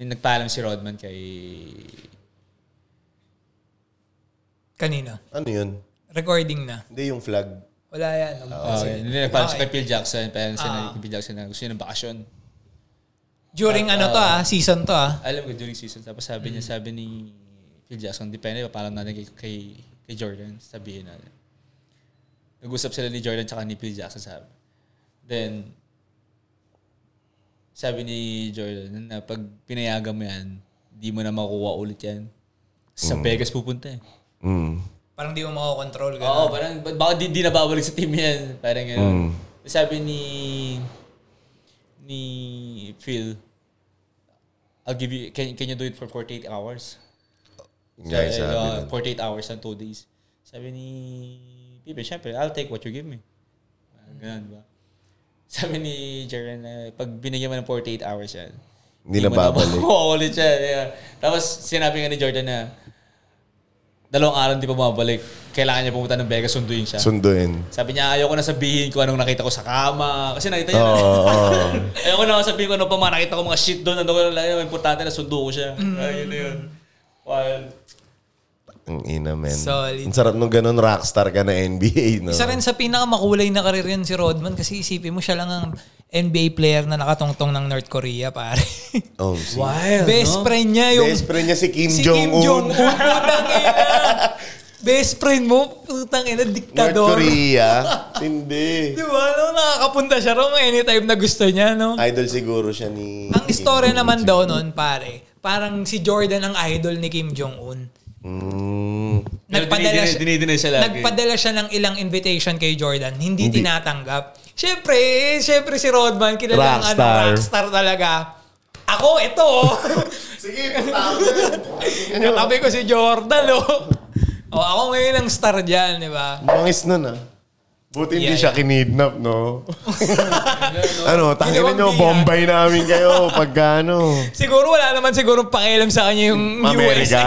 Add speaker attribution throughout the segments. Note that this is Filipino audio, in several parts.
Speaker 1: Yung nagpaalam si Rodman kay...
Speaker 2: Kanina.
Speaker 3: Ano yun?
Speaker 2: Recording na.
Speaker 3: Hindi yung flag.
Speaker 2: Wala yan. Ang
Speaker 1: Oh,
Speaker 2: sige.
Speaker 1: yun, yun, nagpaalam siya
Speaker 2: Okay.
Speaker 1: kay Phil Jackson. Parang
Speaker 2: Ah.
Speaker 1: sinabi kay Phil Jackson na gusto niya ng bakasyon.
Speaker 2: During ano to ah, season to ah.
Speaker 1: Alam ko during season. Tapos sabi
Speaker 2: Mm.
Speaker 1: niya, sabi ni Phil Jackson, depende, papaalam natin kay, kay, kay Jordan. Sabihin natin. Nag-usap sila ni Jordan tsaka ni Phil Jackson sabi. Then, sabi ni Jordan na pag pinayagan mo yan, di mo na makuha ulit yan. Sa Vegas pupunta eh.
Speaker 3: Mm.
Speaker 2: Parang di mo makakontrol.
Speaker 1: Oo,
Speaker 2: Ganun.
Speaker 1: parang ba- baka di, di nababalik sa team yan. Parang gano'n.
Speaker 3: Hmm.
Speaker 1: Sabi ni ni Phil, I'll give you, can, can you do it for 48 hours?
Speaker 3: Nga yung sabi
Speaker 1: uh,
Speaker 2: ah,
Speaker 3: nun.
Speaker 1: 48 hours and 2 days. Sabi ni Pipe, syempre, I'll take what you give me. Parang Ganun ba? Sabi ni Jaren, na pag binigyan mo ng 48 hours yan,
Speaker 3: Hindi na babalik.
Speaker 1: Oo, ulit siya. Yeah. Tapos sinabi nga ni Jordan na dalawang araw hindi pa bumabalik. Kailangan niya pumunta ng Vegas, sunduin siya.
Speaker 3: Sunduin.
Speaker 1: Sabi niya, ayoko na sabihin ko anong nakita ko sa kama. Kasi nakita niya na.
Speaker 3: Oo. oo.
Speaker 1: ayoko na sabihin ko ano pa mga nakita ko mga shit doon. Ano ko lang, yun, importante na sundo ko siya. Ayun na yun. Wild.
Speaker 3: Ang ina, man.
Speaker 2: Solid.
Speaker 3: Ang sarap nung ganun rockstar ka na NBA, no?
Speaker 2: Isa rin sa pinakamakulay na karir yan si Rodman kasi isipin mo siya lang ang NBA player na nakatongtong ng North Korea, pare.
Speaker 3: Oh, si-
Speaker 1: Wild,
Speaker 2: Best friend niya yung
Speaker 3: Best friend niya si Kim
Speaker 2: si Kim Jong-un.
Speaker 3: Jong-un.
Speaker 2: Putang ina. Best friend mo, putang ina,
Speaker 3: North
Speaker 2: diktador.
Speaker 3: Korea. Hindi.
Speaker 2: Di ba? No, nakakapunta siya ron anytime na gusto niya, no?
Speaker 3: Idol siguro siya ni...
Speaker 2: Ang istorya naman daw nun, pare, parang si Jordan ang idol ni Kim Jong-un.
Speaker 3: Mm.
Speaker 1: Pero
Speaker 2: Nagpadala
Speaker 1: dinidinay-
Speaker 2: siya,
Speaker 1: dinidinay siya lagi.
Speaker 2: nagpadala siya ng ilang invitation kay Jordan, hindi, tinatanggap. Siyempre, eh, siyempre si Rodman, kilala ng ano,
Speaker 3: Rockstar.
Speaker 2: rockstar talaga. Ako, ito. oh.
Speaker 3: Sige, putang.
Speaker 2: Katabi ko si Jordan, oh. O, ako ngayon ang star dyan, di ba?
Speaker 3: Bangis nun ah. Buti hindi
Speaker 2: Yeah,
Speaker 3: siya kinidnap, no? ano, tangin
Speaker 2: Ginawang
Speaker 3: nyo,
Speaker 2: biyan.
Speaker 3: Bombay namin kayo pagka ano.
Speaker 2: Siguro wala naman siguro pakialam sa kanya yung
Speaker 3: Amerika.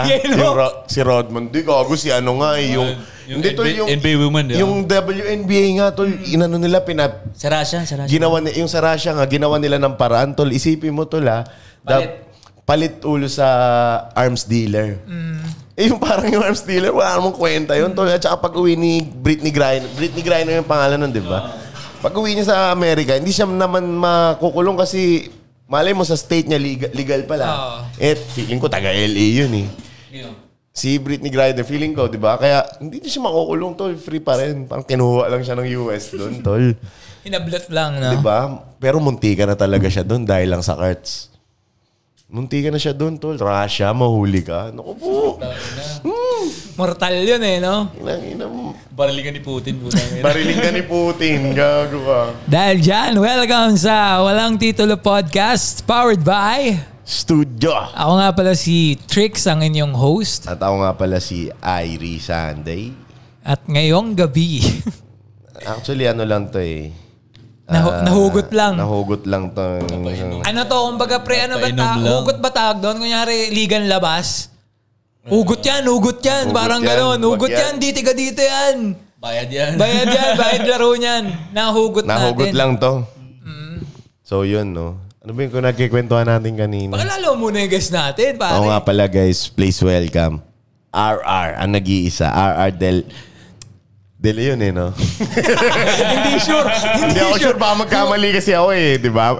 Speaker 2: USA, eh, no?
Speaker 3: Yung Ro- si Rodman. Di, gago si ano nga eh. Yung,
Speaker 1: Yung
Speaker 3: hindi, tol,
Speaker 1: NBA NBA woman, di ba?
Speaker 3: Yung WNBA nga, tol. Inano nila, pinap,
Speaker 1: Sa Russia, sa Russia.
Speaker 3: ginawa ni, yung sa Russia nga, ginawa nila ng paraan, tol. Isipin mo, tol, ha? Da- palit ulo sa arms dealer. Eh, yung parang yung arms dealer, wala namang kwenta yun, tol. At saka pag uwi ni Britney Griner, Britney Griner yung pangalan nun, di ba? Pag uwi niya sa Amerika, hindi siya naman makukulong kasi malay mo sa state niya legal, legal pala.
Speaker 2: Oo.
Speaker 3: Eh, feeling ko taga LA yun eh.
Speaker 1: Yun.
Speaker 3: Si Britney Griner, feeling ko, di ba? Kaya hindi niya siya makukulong, tol. Free pa rin. Parang kinuha lang siya ng US doon, tol.
Speaker 2: Inablot lang, no?
Speaker 3: Di ba? Diba? Pero munti ka na talaga siya doon dahil lang sa cards. Munti ka na siya doon, tol. Russia, mahuli ka. Naku po. Hmm.
Speaker 2: Mortal yun, eh, no?
Speaker 3: Inang, inang.
Speaker 1: Barilingan ni Putin. putang ina.
Speaker 3: Bariling ka ni Putin. Gago ka.
Speaker 2: Dahil dyan, welcome sa Walang Titulo Podcast powered by...
Speaker 3: Studio.
Speaker 2: Ako nga pala si Trix, ang inyong host.
Speaker 3: At ako nga pala si Irie Sunday.
Speaker 2: At ngayong gabi,
Speaker 3: Actually, ano lang to eh.
Speaker 2: Nahu-
Speaker 3: Ah,
Speaker 2: nahugot lang.
Speaker 3: Nahugot lang to.
Speaker 2: ano to, kumbaga pre, ano ba
Speaker 1: Papainom
Speaker 2: ta-
Speaker 1: lang.
Speaker 2: hugot ba tawag doon? Kunyari, ligan labas. Hugot yan, hugot yan.
Speaker 3: Hugot
Speaker 2: Parang
Speaker 3: yan,
Speaker 2: gano'n.
Speaker 3: wag
Speaker 2: Hugot
Speaker 3: yan.
Speaker 2: yan, di tiga dito yan.
Speaker 1: Bayad yan.
Speaker 2: Bayad yan, bayad laro niyan. Nahugot,
Speaker 3: Nahugot
Speaker 2: natin.
Speaker 3: lang to. So yun, no? Ano ba yung kung nagkikwentuhan natin kanina?
Speaker 2: Pakilala mo muna yung guest natin, pare.
Speaker 3: Oo nga pala guys, please welcome RR, ang nag-iisa. RR Del... Del yun eh, no?
Speaker 2: Hindi sure.
Speaker 3: Hindi ako sure, baka magkamali kasi ako eh, di ba?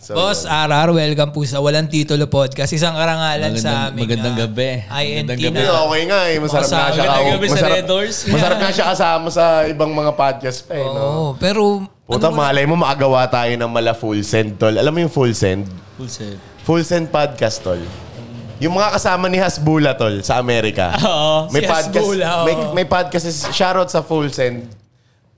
Speaker 3: So,
Speaker 2: Boss RR, welcome po sa Walang Titulo Podcast. Isang karangalan
Speaker 1: Magandang-
Speaker 2: sa aming
Speaker 1: magandang
Speaker 2: ah,
Speaker 1: gabi.
Speaker 2: INT
Speaker 1: Magandang
Speaker 3: yun,
Speaker 1: gabi.
Speaker 2: na-
Speaker 3: okay nga eh, masarap
Speaker 2: Makasama.
Speaker 3: nga siya
Speaker 1: Magandang
Speaker 3: kao-
Speaker 1: gabi sa
Speaker 3: masarap,
Speaker 1: Red Doors.
Speaker 3: masarap nga siya kasama sa ibang mga podcast pa eh, no?
Speaker 2: Oo, Ano pero...
Speaker 3: Puta, malay mo, makagawa tayo ng mala full send, tol. Alam mo yung full send?
Speaker 1: Full set.
Speaker 3: Full send podcast, tol. Yung mga kasama ni Hasbula, tol, sa Amerika.
Speaker 2: Oo, si Hasbula, oo.
Speaker 3: May, may podcast. is- Shoutout sa Full Send.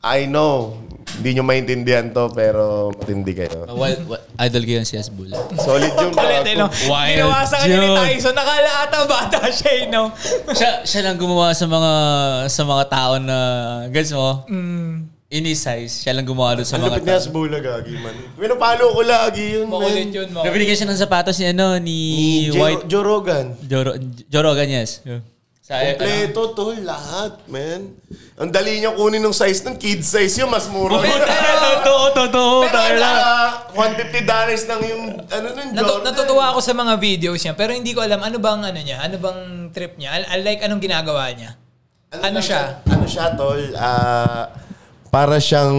Speaker 3: I know, hindi nyo maintindihan to, pero matindi kayo.
Speaker 1: Wild, wild, idol ko yun si Asbul.
Speaker 3: Solid yung
Speaker 2: Kulit eh, no?
Speaker 1: Wild
Speaker 2: Ginawa sa kanya ni
Speaker 1: yun.
Speaker 2: Tyson. Nakala ata bata siya, eh, no?
Speaker 1: siya, siya lang gumawa sa mga sa mga tao na gets mo? Mm. Ini size, siya lang gumawa doon sa
Speaker 3: Ang
Speaker 1: mga
Speaker 3: lapit ni
Speaker 1: tao.
Speaker 3: Hasbula, gagi man. Pinapalo ko lagi yun,
Speaker 2: Makulit
Speaker 3: man.
Speaker 2: yun, mo.
Speaker 1: Nabinigyan siya ng sapatos ni ano ni
Speaker 3: Ni Joe,
Speaker 1: White
Speaker 3: Joe Rogan.
Speaker 1: Joro Jorogan yes. Sa, ano,
Speaker 3: Kompleto, tol. Lahat, man. Ang dali niya kunin ng size ng kid size yun. Mas mura.
Speaker 1: totoo, totoo.
Speaker 3: Pero ala, $150 dollars lang yung ano nun,
Speaker 2: Natu-
Speaker 3: Jordan.
Speaker 2: natutuwa ako sa mga videos niya pero hindi ko alam ano bang ano niya, ano bang trip niya. I, I like anong ginagawa niya. Ano
Speaker 3: lang
Speaker 2: siya?
Speaker 3: Ano siya, tol? Ah, para siyang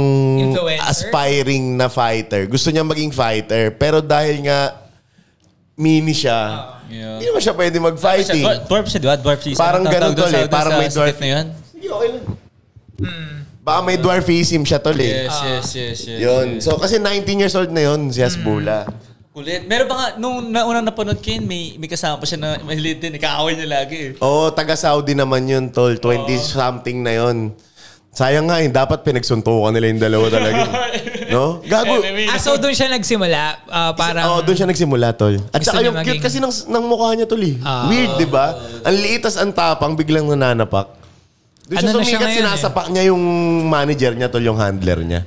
Speaker 2: Influencer?
Speaker 3: aspiring na fighter. Gusto niya maging fighter. Pero dahil nga mini siya,
Speaker 1: Yeah.
Speaker 3: hindi naman siya pwede
Speaker 1: Ano Ah. siya?
Speaker 3: mag-fighting.
Speaker 1: Dwar- Dwarf siya, di ba? Dwarf siya.
Speaker 3: Parang
Speaker 1: Ano tawag
Speaker 3: ganun,
Speaker 1: doon
Speaker 3: tol,
Speaker 1: sa-
Speaker 3: eh.
Speaker 1: doon
Speaker 3: Parang
Speaker 1: sa
Speaker 3: may dwarf-
Speaker 1: sakit na yun?
Speaker 3: Sige, okay lang. Baka may dwarfism siya, tol eh.
Speaker 1: Yes, yes, yes, yes.
Speaker 3: Yun.
Speaker 1: yes.
Speaker 3: So, kasi 19 years old na yun, si Hasbula.
Speaker 1: Kulit. Meron pa nga, nung naunang napanood ko yun, may, may kasama pa siya na mahilit din. Nakaaway niya lagi eh.
Speaker 3: Oo, taga-Saudi naman yun, tol. 20-something na yun. Sayang nga eh, dapat pinagsuntukan nila yung dalawa talaga. eh. no? Gago.
Speaker 2: Ah, so doon siya nagsimula ah, parang
Speaker 3: Oo, doon Oh, siya nagsimula, tol. At
Speaker 2: Gusto
Speaker 3: saka
Speaker 2: niya
Speaker 3: yung cute
Speaker 2: maging-
Speaker 3: kasi ng, ng mukha niya, tol eh.
Speaker 2: Ah.
Speaker 3: Weird, di ba? Ang liit tas ang tapang, biglang nananapak.
Speaker 2: Ano
Speaker 3: Doon siya
Speaker 2: na siya
Speaker 3: sumikat,
Speaker 2: ngayon,
Speaker 3: sinasapak niya yung manager niya, tol, yung handler niya.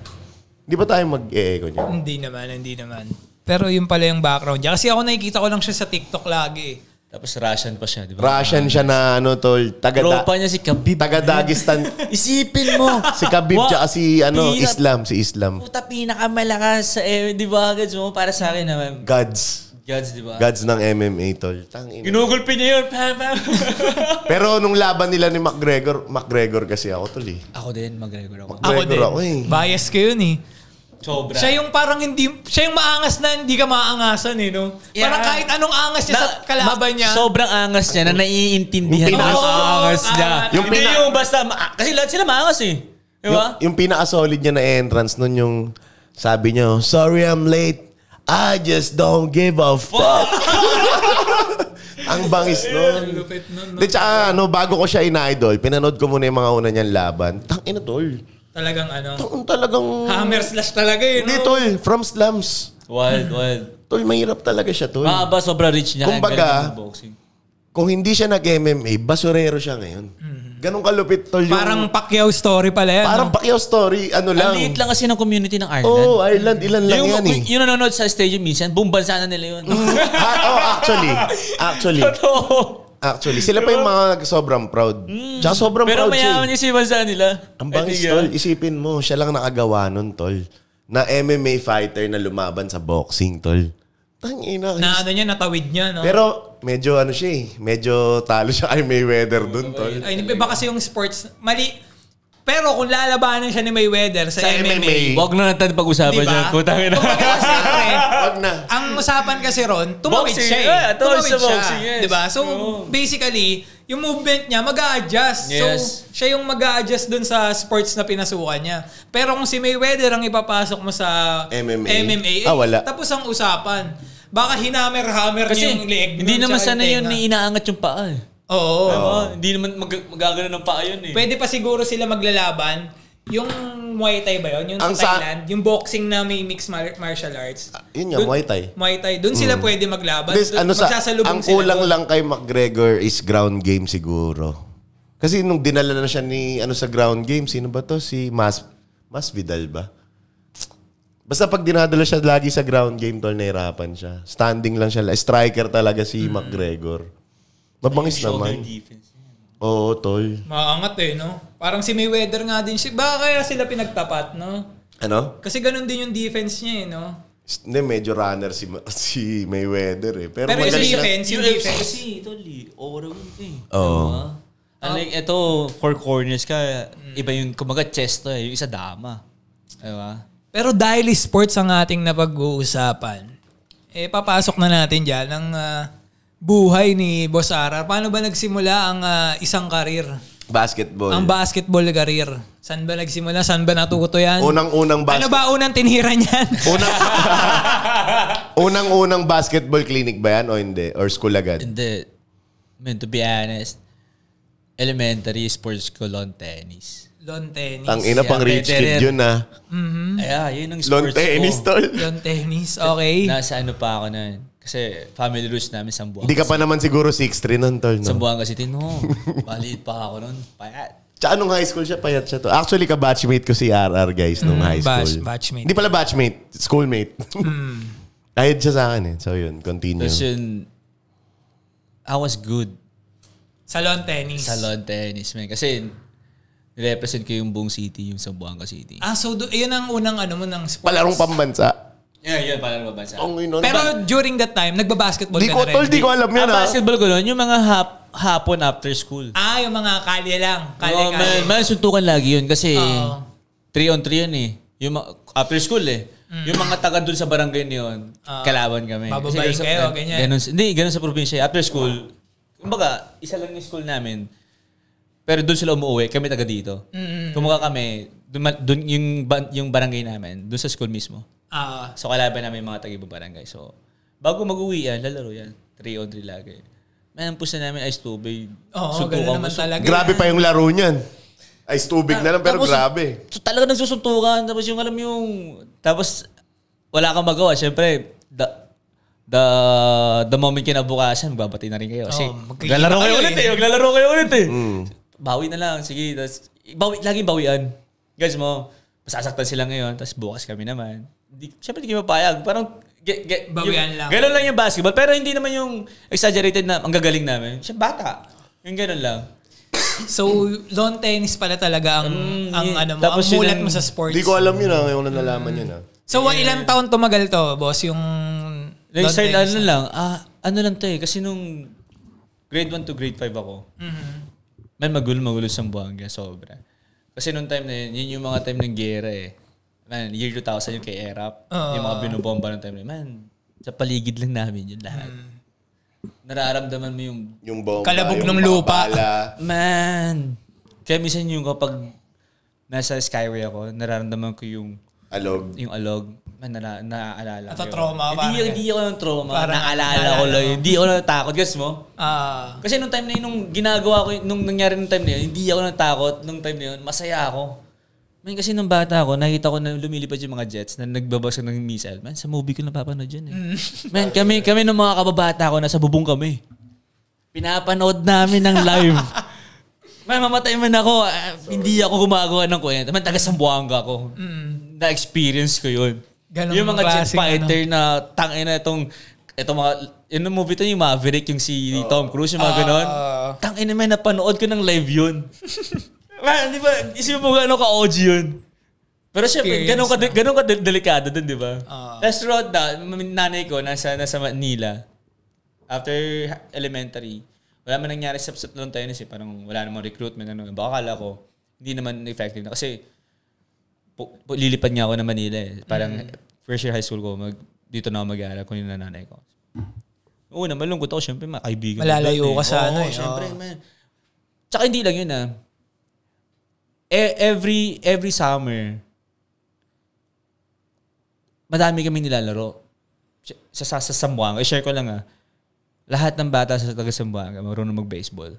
Speaker 3: Di ba tayo mag-e-echo niya?
Speaker 2: Hindi naman, hindi naman. Pero yun pala yung background niya. Kasi ako nakikita ko lang siya sa TikTok lagi. eh.
Speaker 1: Tapos Russian pa siya, di ba?
Speaker 3: Russian siya na, ano, tol, taga,
Speaker 1: Tropa niya si Khabib.
Speaker 3: taga Dagestan.
Speaker 1: Isipin mo.
Speaker 3: si Khabib,
Speaker 1: Wa-
Speaker 3: tsaka si, ano,
Speaker 1: Pira-
Speaker 3: Islam, si Islam.
Speaker 1: Puta, pinakamalakas sa eh, di ba? Gads mo, para sa akin naman.
Speaker 3: Gods.
Speaker 1: Gads, di ba?
Speaker 3: Gods ng MMA, tol. Tangina.
Speaker 1: Ginugulpi niya yun. Pam, pam.
Speaker 3: Pero nung laban nila ni McGregor, McGregor kasi ako, tol eh.
Speaker 1: ako din, McGregor ako.
Speaker 2: Ako
Speaker 3: McGregor
Speaker 2: din.
Speaker 3: ako eh.
Speaker 2: Bias ko yun eh.
Speaker 1: Sobra.
Speaker 2: Siya yung parang hindi, siya yung maangas na hindi ka maangasan eh, no?
Speaker 1: Yeah.
Speaker 2: Parang kahit anong angas niya sa
Speaker 1: Na-
Speaker 2: kalaban
Speaker 1: ma-
Speaker 2: niya.
Speaker 1: Sobrang angas niya na naiintindihan niya
Speaker 3: Yung pinaas-
Speaker 1: ang angas niya.
Speaker 2: Ah, Yung
Speaker 1: hindi
Speaker 3: pina-
Speaker 1: yung basta, ma- kasi lahat sila maangas eh. Di ba?
Speaker 3: Yung, yung pinaka-solid niya na entrance nun yung sabi niya, sorry I'm late. I just don't give a fuck. Ang bangis nun.
Speaker 2: Lupit nun, no?
Speaker 3: Di tsaka ano, bago ko siya ina-idol, pinanood ko muna yung mga una niyang laban. Tang ina tol.
Speaker 2: Talagang ano.
Speaker 3: Tang talagang...
Speaker 2: Hammer slash talaga eh,
Speaker 3: Hindi
Speaker 2: no?
Speaker 3: tol, from slums.
Speaker 1: Wild, wild.
Speaker 3: Tol, mahirap talaga siya tol.
Speaker 1: Baka ba sobra rich niya? kaya
Speaker 3: Kumbaga,
Speaker 1: galing ng boxing.
Speaker 3: Kung hindi siya nag-MMA, basurero siya ngayon.
Speaker 1: Mm-hmm.
Speaker 3: Ganong kalupit tol. Yung,
Speaker 2: Parang Pacquiao story pala yan.
Speaker 3: parang
Speaker 2: no?
Speaker 3: Pacquiao story, ano
Speaker 1: Ang
Speaker 3: lang.
Speaker 1: liit lang kasi ng community ng Ireland.
Speaker 3: Oo, oh, Ireland, ilan lang
Speaker 1: yung,
Speaker 3: yan eh.
Speaker 1: yung nanonood sa stadium minsan, buong bansa na nila yun.
Speaker 3: ha, oh, actually. Actually.
Speaker 1: Totoo.
Speaker 3: Actually. Sila pa yung mga sobrang proud. Tsaka sobrang
Speaker 1: Hmm. Pero
Speaker 3: proud siya.
Speaker 1: mayaman
Speaker 3: eh.
Speaker 1: yung si bansa nila.
Speaker 3: Ang
Speaker 1: I
Speaker 3: bangis,
Speaker 1: think,
Speaker 3: tol.
Speaker 1: ah.
Speaker 3: Isipin mo, siya lang nakagawa nun, tol. Na MMA fighter na lumaban sa boxing, tol. Tangina.
Speaker 2: Na ano niya, natawid niya, no?
Speaker 3: Pero medyo ano siya eh. Medyo talo siya kay Mayweather dun, tol.
Speaker 2: Ay, iba kasi yung sports, mali. Pero kung lalabanan siya ni Mayweather sa,
Speaker 3: Sa
Speaker 2: MMA,
Speaker 3: MMA.
Speaker 1: Wag na natin pag-usaban
Speaker 2: di
Speaker 1: yan.
Speaker 2: ba?
Speaker 1: Putang ina.
Speaker 2: Kumbaga kasi, pre,
Speaker 3: Wag na.
Speaker 2: ang usapan kasi ron, tumawid
Speaker 1: Boxing,
Speaker 2: siya eh.
Speaker 1: yeah, tumawid
Speaker 2: tumawid
Speaker 1: sa
Speaker 2: siya.
Speaker 1: boxing, yes.
Speaker 2: Diba? So,
Speaker 1: Oo.
Speaker 2: basically, yung movement niya, mag adjust
Speaker 1: Yes.
Speaker 2: So, siya yung mag adjust dun sa sports na pinasukan niya. Pero kung si Mayweather ang ipapasok mo sa
Speaker 3: MMA.
Speaker 2: MMA eh,
Speaker 3: Ah, wala.
Speaker 2: tapos ang usapan. Baka hinammer-hammer
Speaker 1: Kasi
Speaker 2: niya yung leg.
Speaker 1: hindi
Speaker 2: nun,
Speaker 1: naman
Speaker 2: tsaka yung
Speaker 1: sana yun
Speaker 2: tenga.
Speaker 1: ni inaangat yung paa. eh.
Speaker 2: Oo.
Speaker 1: Diba? Hindi naman mag- magagano ng paa yun eh.
Speaker 2: Pwede pa siguro sila maglalaban. Yung Muay Thai ba yun? Yung
Speaker 3: Ang
Speaker 2: sa
Speaker 3: sa- Ah,
Speaker 2: Thailand? Yung boxing na may mixed mar- martial arts?
Speaker 3: Yun nga,
Speaker 2: Dun-
Speaker 3: Muay Thai.
Speaker 2: Muay Thai. Doon sila pwede maglaban.
Speaker 3: This,
Speaker 2: Dun-
Speaker 3: ano sa,
Speaker 2: magsasalubong
Speaker 3: ang
Speaker 2: sila
Speaker 3: kulang
Speaker 2: dun.
Speaker 3: lang kay McGregor is ground game siguro. Kasi nung dinala na siya ni ano sa ground game, sino ba to? Si Mas Masvidal ba? Basta pag dinadala siya lagi sa ground game, tol, nahirapan siya. Standing lang siya. Striker talaga si
Speaker 2: Hmm.
Speaker 3: McGregor. Mabangis
Speaker 1: Shoulder
Speaker 3: naman.
Speaker 1: defense.
Speaker 3: Oo, tol.
Speaker 2: Maangat eh, no? Parang si Mayweather nga din siya. Baka kaya sila pinagtapat, no?
Speaker 3: Ano?
Speaker 2: Kasi ganun din yung defense niya eh, no?
Speaker 3: S- Hindi, medyo runner si, Ma- si Mayweather eh. Pero,
Speaker 2: Pero
Speaker 3: magaling
Speaker 2: yung
Speaker 3: lang-
Speaker 2: defense, yung
Speaker 1: UFC
Speaker 2: defense. Ah.
Speaker 1: kasi, tol, eh. Aura yun eh.
Speaker 3: Oo.
Speaker 1: Diba? Unlike ito, four corners ka, iba yung, kumaga chest to eh, yung isa dama. Diba?
Speaker 2: Pero dahil sports ang ating napag-uusapan, eh papasok na natin dyan ang ah, buhay ni Boss Arar. Paano ba nagsimula ang ah, isang karir?
Speaker 3: Basketball.
Speaker 2: Ang basketball career. Saan ba nagsimula? Saan ba natuto yan?
Speaker 3: Unang-unang
Speaker 2: ano
Speaker 3: basketball.
Speaker 2: ba unang tinira niyan?
Speaker 3: Unang Unang-unang basketball clinic ba yan o hindi? Or school agad?
Speaker 1: Hindi. Man, to be honest, elementary sports ko lawn tennis.
Speaker 2: Lawn tennis.
Speaker 3: Tang ina pang rich kid yun ah.
Speaker 2: Hmm.
Speaker 1: Ayan, yun ang
Speaker 3: Lawn
Speaker 1: sports
Speaker 3: tennis
Speaker 1: ko.
Speaker 3: tol.
Speaker 2: Lawn tennis. Okay.
Speaker 1: Nasa ano pa ako nun. Kasi family rules namin sa buwan.
Speaker 3: Hindi ka pa naman siguro 6'3 nun tol
Speaker 1: Sa
Speaker 3: no?
Speaker 1: buwan kasi tino. Maliit pa ako nun. Payat.
Speaker 3: Tsaka nung high school siya, payat siya to. Actually, ka-batchmate ko si RR guys nung high
Speaker 2: batch-
Speaker 3: school.
Speaker 2: batchmate.
Speaker 3: Hindi pala batchmate, schoolmate. Kahit siya sa akin eh. So yun, continue.
Speaker 1: Tapos yun, I was good.
Speaker 2: Salon tennis.
Speaker 1: Salon tennis, man. Kasi represent ko yung buong city, yung Sambuanga City.
Speaker 2: Ah, so do, yun ang unang ano mo ng sport.
Speaker 3: Palarong pambansa.
Speaker 1: Yeah, yun, parang mabansa.
Speaker 3: Ang ino.
Speaker 2: Pero during that time, nagbabasketball
Speaker 3: Ano di
Speaker 2: ka
Speaker 3: ko,
Speaker 2: na rin.
Speaker 3: tol, di ko alam yan
Speaker 1: Ang
Speaker 3: ah.
Speaker 1: basketball ko noon, yung mga hap- hapon after school.
Speaker 2: Ah, yung mga kalye lang.
Speaker 1: Oo, man,
Speaker 2: Kalye-kalye.
Speaker 1: man, suntukan lagi yun kasi
Speaker 2: Oo.
Speaker 1: 3 on 3 yun eh. Yung ma- after school eh. Yung mga taga doon sa barangay na yun, kalaban kami. Kasi
Speaker 2: Mm. Bababayin
Speaker 1: ganun sa-
Speaker 2: kayo, ganyan.
Speaker 1: Ganun, sa- hindi, ganun sa probinsya. eh. After school, kumbaga, isa lang yung school namin. Pero doon sila umuwi, kami taga dito. Kumuha kami, doon, ma- doon yung, ba- yung barangay namin, doon sa school mismo.
Speaker 2: Ah,
Speaker 1: So kalaban namin yung mga taga ibang barangay. So bago mag-uwi yan, lalaro yan. 3 on 3 lagi. Manampus na namin ice tubig.
Speaker 2: oo,
Speaker 1: Suntukan
Speaker 2: ganun naman
Speaker 1: mo.
Speaker 2: talaga.
Speaker 3: Grabe pa yung laro niyan. Ice tubig na lang, pero
Speaker 1: Tapos,
Speaker 3: grabe.
Speaker 1: So, talaga nagsusuntukan. Tapos yung alam yung... Tapos wala kang magawa. Siyempre, the, the, the moment kinabukasan, magbabati na rin kayo. Kasi
Speaker 2: Oo, Oh, magkikita
Speaker 1: maglalaro kayo,
Speaker 2: kayo
Speaker 1: ulit eh. Maglalaro kayo ulit eh.
Speaker 3: Mm.
Speaker 1: Bawi na lang. Sige. Tapos, bawi, laging bawian. Guys mo, masasaktan sila ngayon. Tapos bukas kami naman. Di, siyempre, hindi kayo mapayag. Parang ge- ge-
Speaker 2: Bawian
Speaker 1: yung-
Speaker 2: lang.
Speaker 1: Ganun lang yung basketball. Pero hindi naman yung exaggerated na ang gagaling namin. Siya bata. Yung ganun lang.
Speaker 2: So, lawn tennis pala talaga ang
Speaker 1: Mm,
Speaker 2: ang
Speaker 1: yeah.
Speaker 2: ano mo,
Speaker 1: Tapos
Speaker 2: ang
Speaker 1: yun
Speaker 2: mulat
Speaker 1: ang-
Speaker 2: mo sa sports.
Speaker 3: Di ko alam yun ah, ngayon na nalaman yun ah.
Speaker 2: So, wa- ilang taon tumagal to, boss, yung
Speaker 1: Like,
Speaker 2: lawn
Speaker 1: sir,
Speaker 2: tennis?
Speaker 1: ano lang, ah, ano lang to eh, kasi nung grade 1 to grade 5 ako,
Speaker 2: Mm-hmm.
Speaker 1: man, magulo-magulo sa Buanga, sobra. Kasi nung time na yun, yun yung mga time ng gera eh. Man, year 2000 yung kay Erap, yung mga binobomba ng time na yun. Man, sa paligid lang namin yun lahat. Nararamdaman mo yung,
Speaker 3: Yung bomba,
Speaker 2: Kalabog
Speaker 3: yung
Speaker 2: ng lupa.
Speaker 3: babala.
Speaker 1: man, kaya minsan yung kapag nasa Skyway ako, nararamdaman ko yung
Speaker 3: Alog.
Speaker 1: yung alog, man, na, naaalala ko. yun.
Speaker 2: Natatrauma ka
Speaker 1: Hindi,
Speaker 2: parang- eh.
Speaker 1: hindi ako ng trauma.
Speaker 2: Parang
Speaker 1: naaalala ko
Speaker 2: naalala
Speaker 1: lang.
Speaker 2: mo.
Speaker 1: yun. Hindi ako natakot. Guess mo?
Speaker 2: Ah,
Speaker 1: Kasi nung time na yun, nung ginagawa ko, yun- nung nangyari nung time na yun, hindi ako natakot. Nung time na yun, masaya ako. Man, kasi nung bata ako, nakita ko na lumilipad yung mga jets na nagbabasag ng missile. Man, sa movie ko napapanood yun eh.
Speaker 2: Mm.
Speaker 1: Man, kami, kami nung mga kababata ko, nasa bubong kami. Pinapanood namin ng live. man, mamatay man ako. ah, hindi ako gumagawa ng kwento. Man, taga Sambuanga ako.
Speaker 2: mm.
Speaker 1: Na-experience ko yun.
Speaker 2: Ganong
Speaker 1: yung mga jet
Speaker 2: klaseng ano.
Speaker 1: fighter character na tangin na itong ito mga in the movie to yung Maverick yung si Tom Cruise yung mga ganon
Speaker 2: Ah.
Speaker 1: tangin na may napanood ko ng live yun man di ba isipin mo gano'n ka OG yun pero syempre
Speaker 2: Experience
Speaker 1: ganun ka, de- ganun ka de- delikado dun di ba
Speaker 2: Ah.
Speaker 1: tapos throughout that m- nanay ko nasa, nasa Manila after ha- elementary wala man nangyari sa sa long tennis eh parang wala namang recruitment ano baka akala ko hindi naman effective na kasi po, po, lilipad nga ako na Manila eh. Parang
Speaker 2: Mm-hmm.
Speaker 1: first year high school ko, mag, dito na ako mag-aaral kung yung nanay ko. Oo na, malungkot ako. Siyempre, mga kaibigan. ko
Speaker 2: Malalayo
Speaker 1: doon
Speaker 2: ka sa ano eh,
Speaker 1: Siyempre,
Speaker 2: oo.
Speaker 1: man. Tsaka hindi lang yun ah. E- every, every summer, madami kami nilalaro. Sa, sa, sa Sambuanga. I-share ko lang ah. Lahat ng bata sa taga Sambuanga marunong mag-baseball.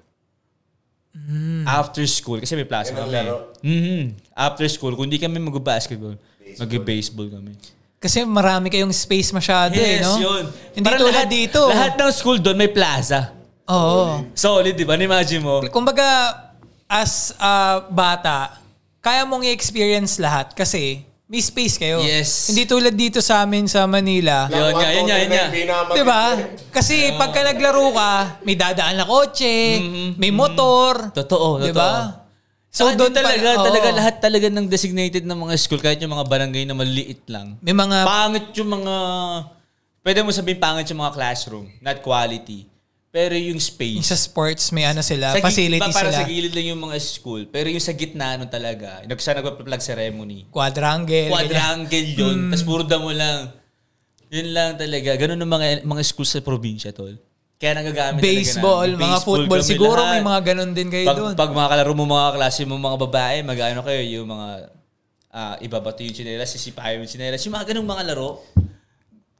Speaker 2: Mm.
Speaker 1: After school, kasi may plaza
Speaker 3: Yan ang
Speaker 1: kami.
Speaker 3: laro.
Speaker 1: Mhm. After school, kung hindi kami mag-basketball, mag-baseball kami.
Speaker 2: kasi marami kayong space masyado eh, no? Hindi
Speaker 1: Parang
Speaker 2: tulad
Speaker 1: lahat-
Speaker 2: dito.
Speaker 1: Lahat ng school doon may plaza.
Speaker 2: Oo.
Speaker 1: Solid, di ba? Imagine mo.
Speaker 2: Kumbaga, as ah, bata, kaya mong i-experience lahat kasi may space kayo.
Speaker 1: Yes.
Speaker 2: Hindi tulad dito sa amin sa Manila.
Speaker 1: Yun nga, yun nga, yun nga.
Speaker 2: Di ba? Kasi pagka naglaro ka, may dadaan na kotse, may motor.
Speaker 1: Mm-hmm, Totoo,
Speaker 2: Di
Speaker 1: totoo.
Speaker 2: ba?
Speaker 1: So doon talaga,
Speaker 2: pala- oo.
Speaker 1: talaga lahat talaga ng designated ng mga school, kahit yung mga barangay na maliit lang.
Speaker 2: May uh, mga,
Speaker 1: pangit yung mga... Pwede mo sabihin pangit yung mga classroom, not quality. Pero yung
Speaker 2: yung
Speaker 1: space.
Speaker 2: sa sports, may ano sila,
Speaker 1: Sa gi-
Speaker 2: facility
Speaker 1: pa- para
Speaker 2: sila.
Speaker 1: sa gilid lang yung mga school. Pero yung sa gitna, ano talaga, yung sa nagpa-plug ceremony.
Speaker 2: Quadrangle. ganyan. Hmm.
Speaker 1: Quadrangle yun. Tapos puro damo lang. Yun lang talaga. Ganun ang mga, mga school sa probinsya, tol. Kaya nagagamit
Speaker 2: Baseball,
Speaker 1: talaga namin.
Speaker 2: mga football.
Speaker 1: kami
Speaker 2: Siguro
Speaker 1: lahat.
Speaker 2: may mga ganun din kayo
Speaker 1: pag,
Speaker 2: doon.
Speaker 1: Pag mga kalaro mo, mga klase mo, mga babae, mag-ano kayo, yung mga ah, ibabato yung chinelas, sisipahin yung chinelas. Yung mga ganung mga laro.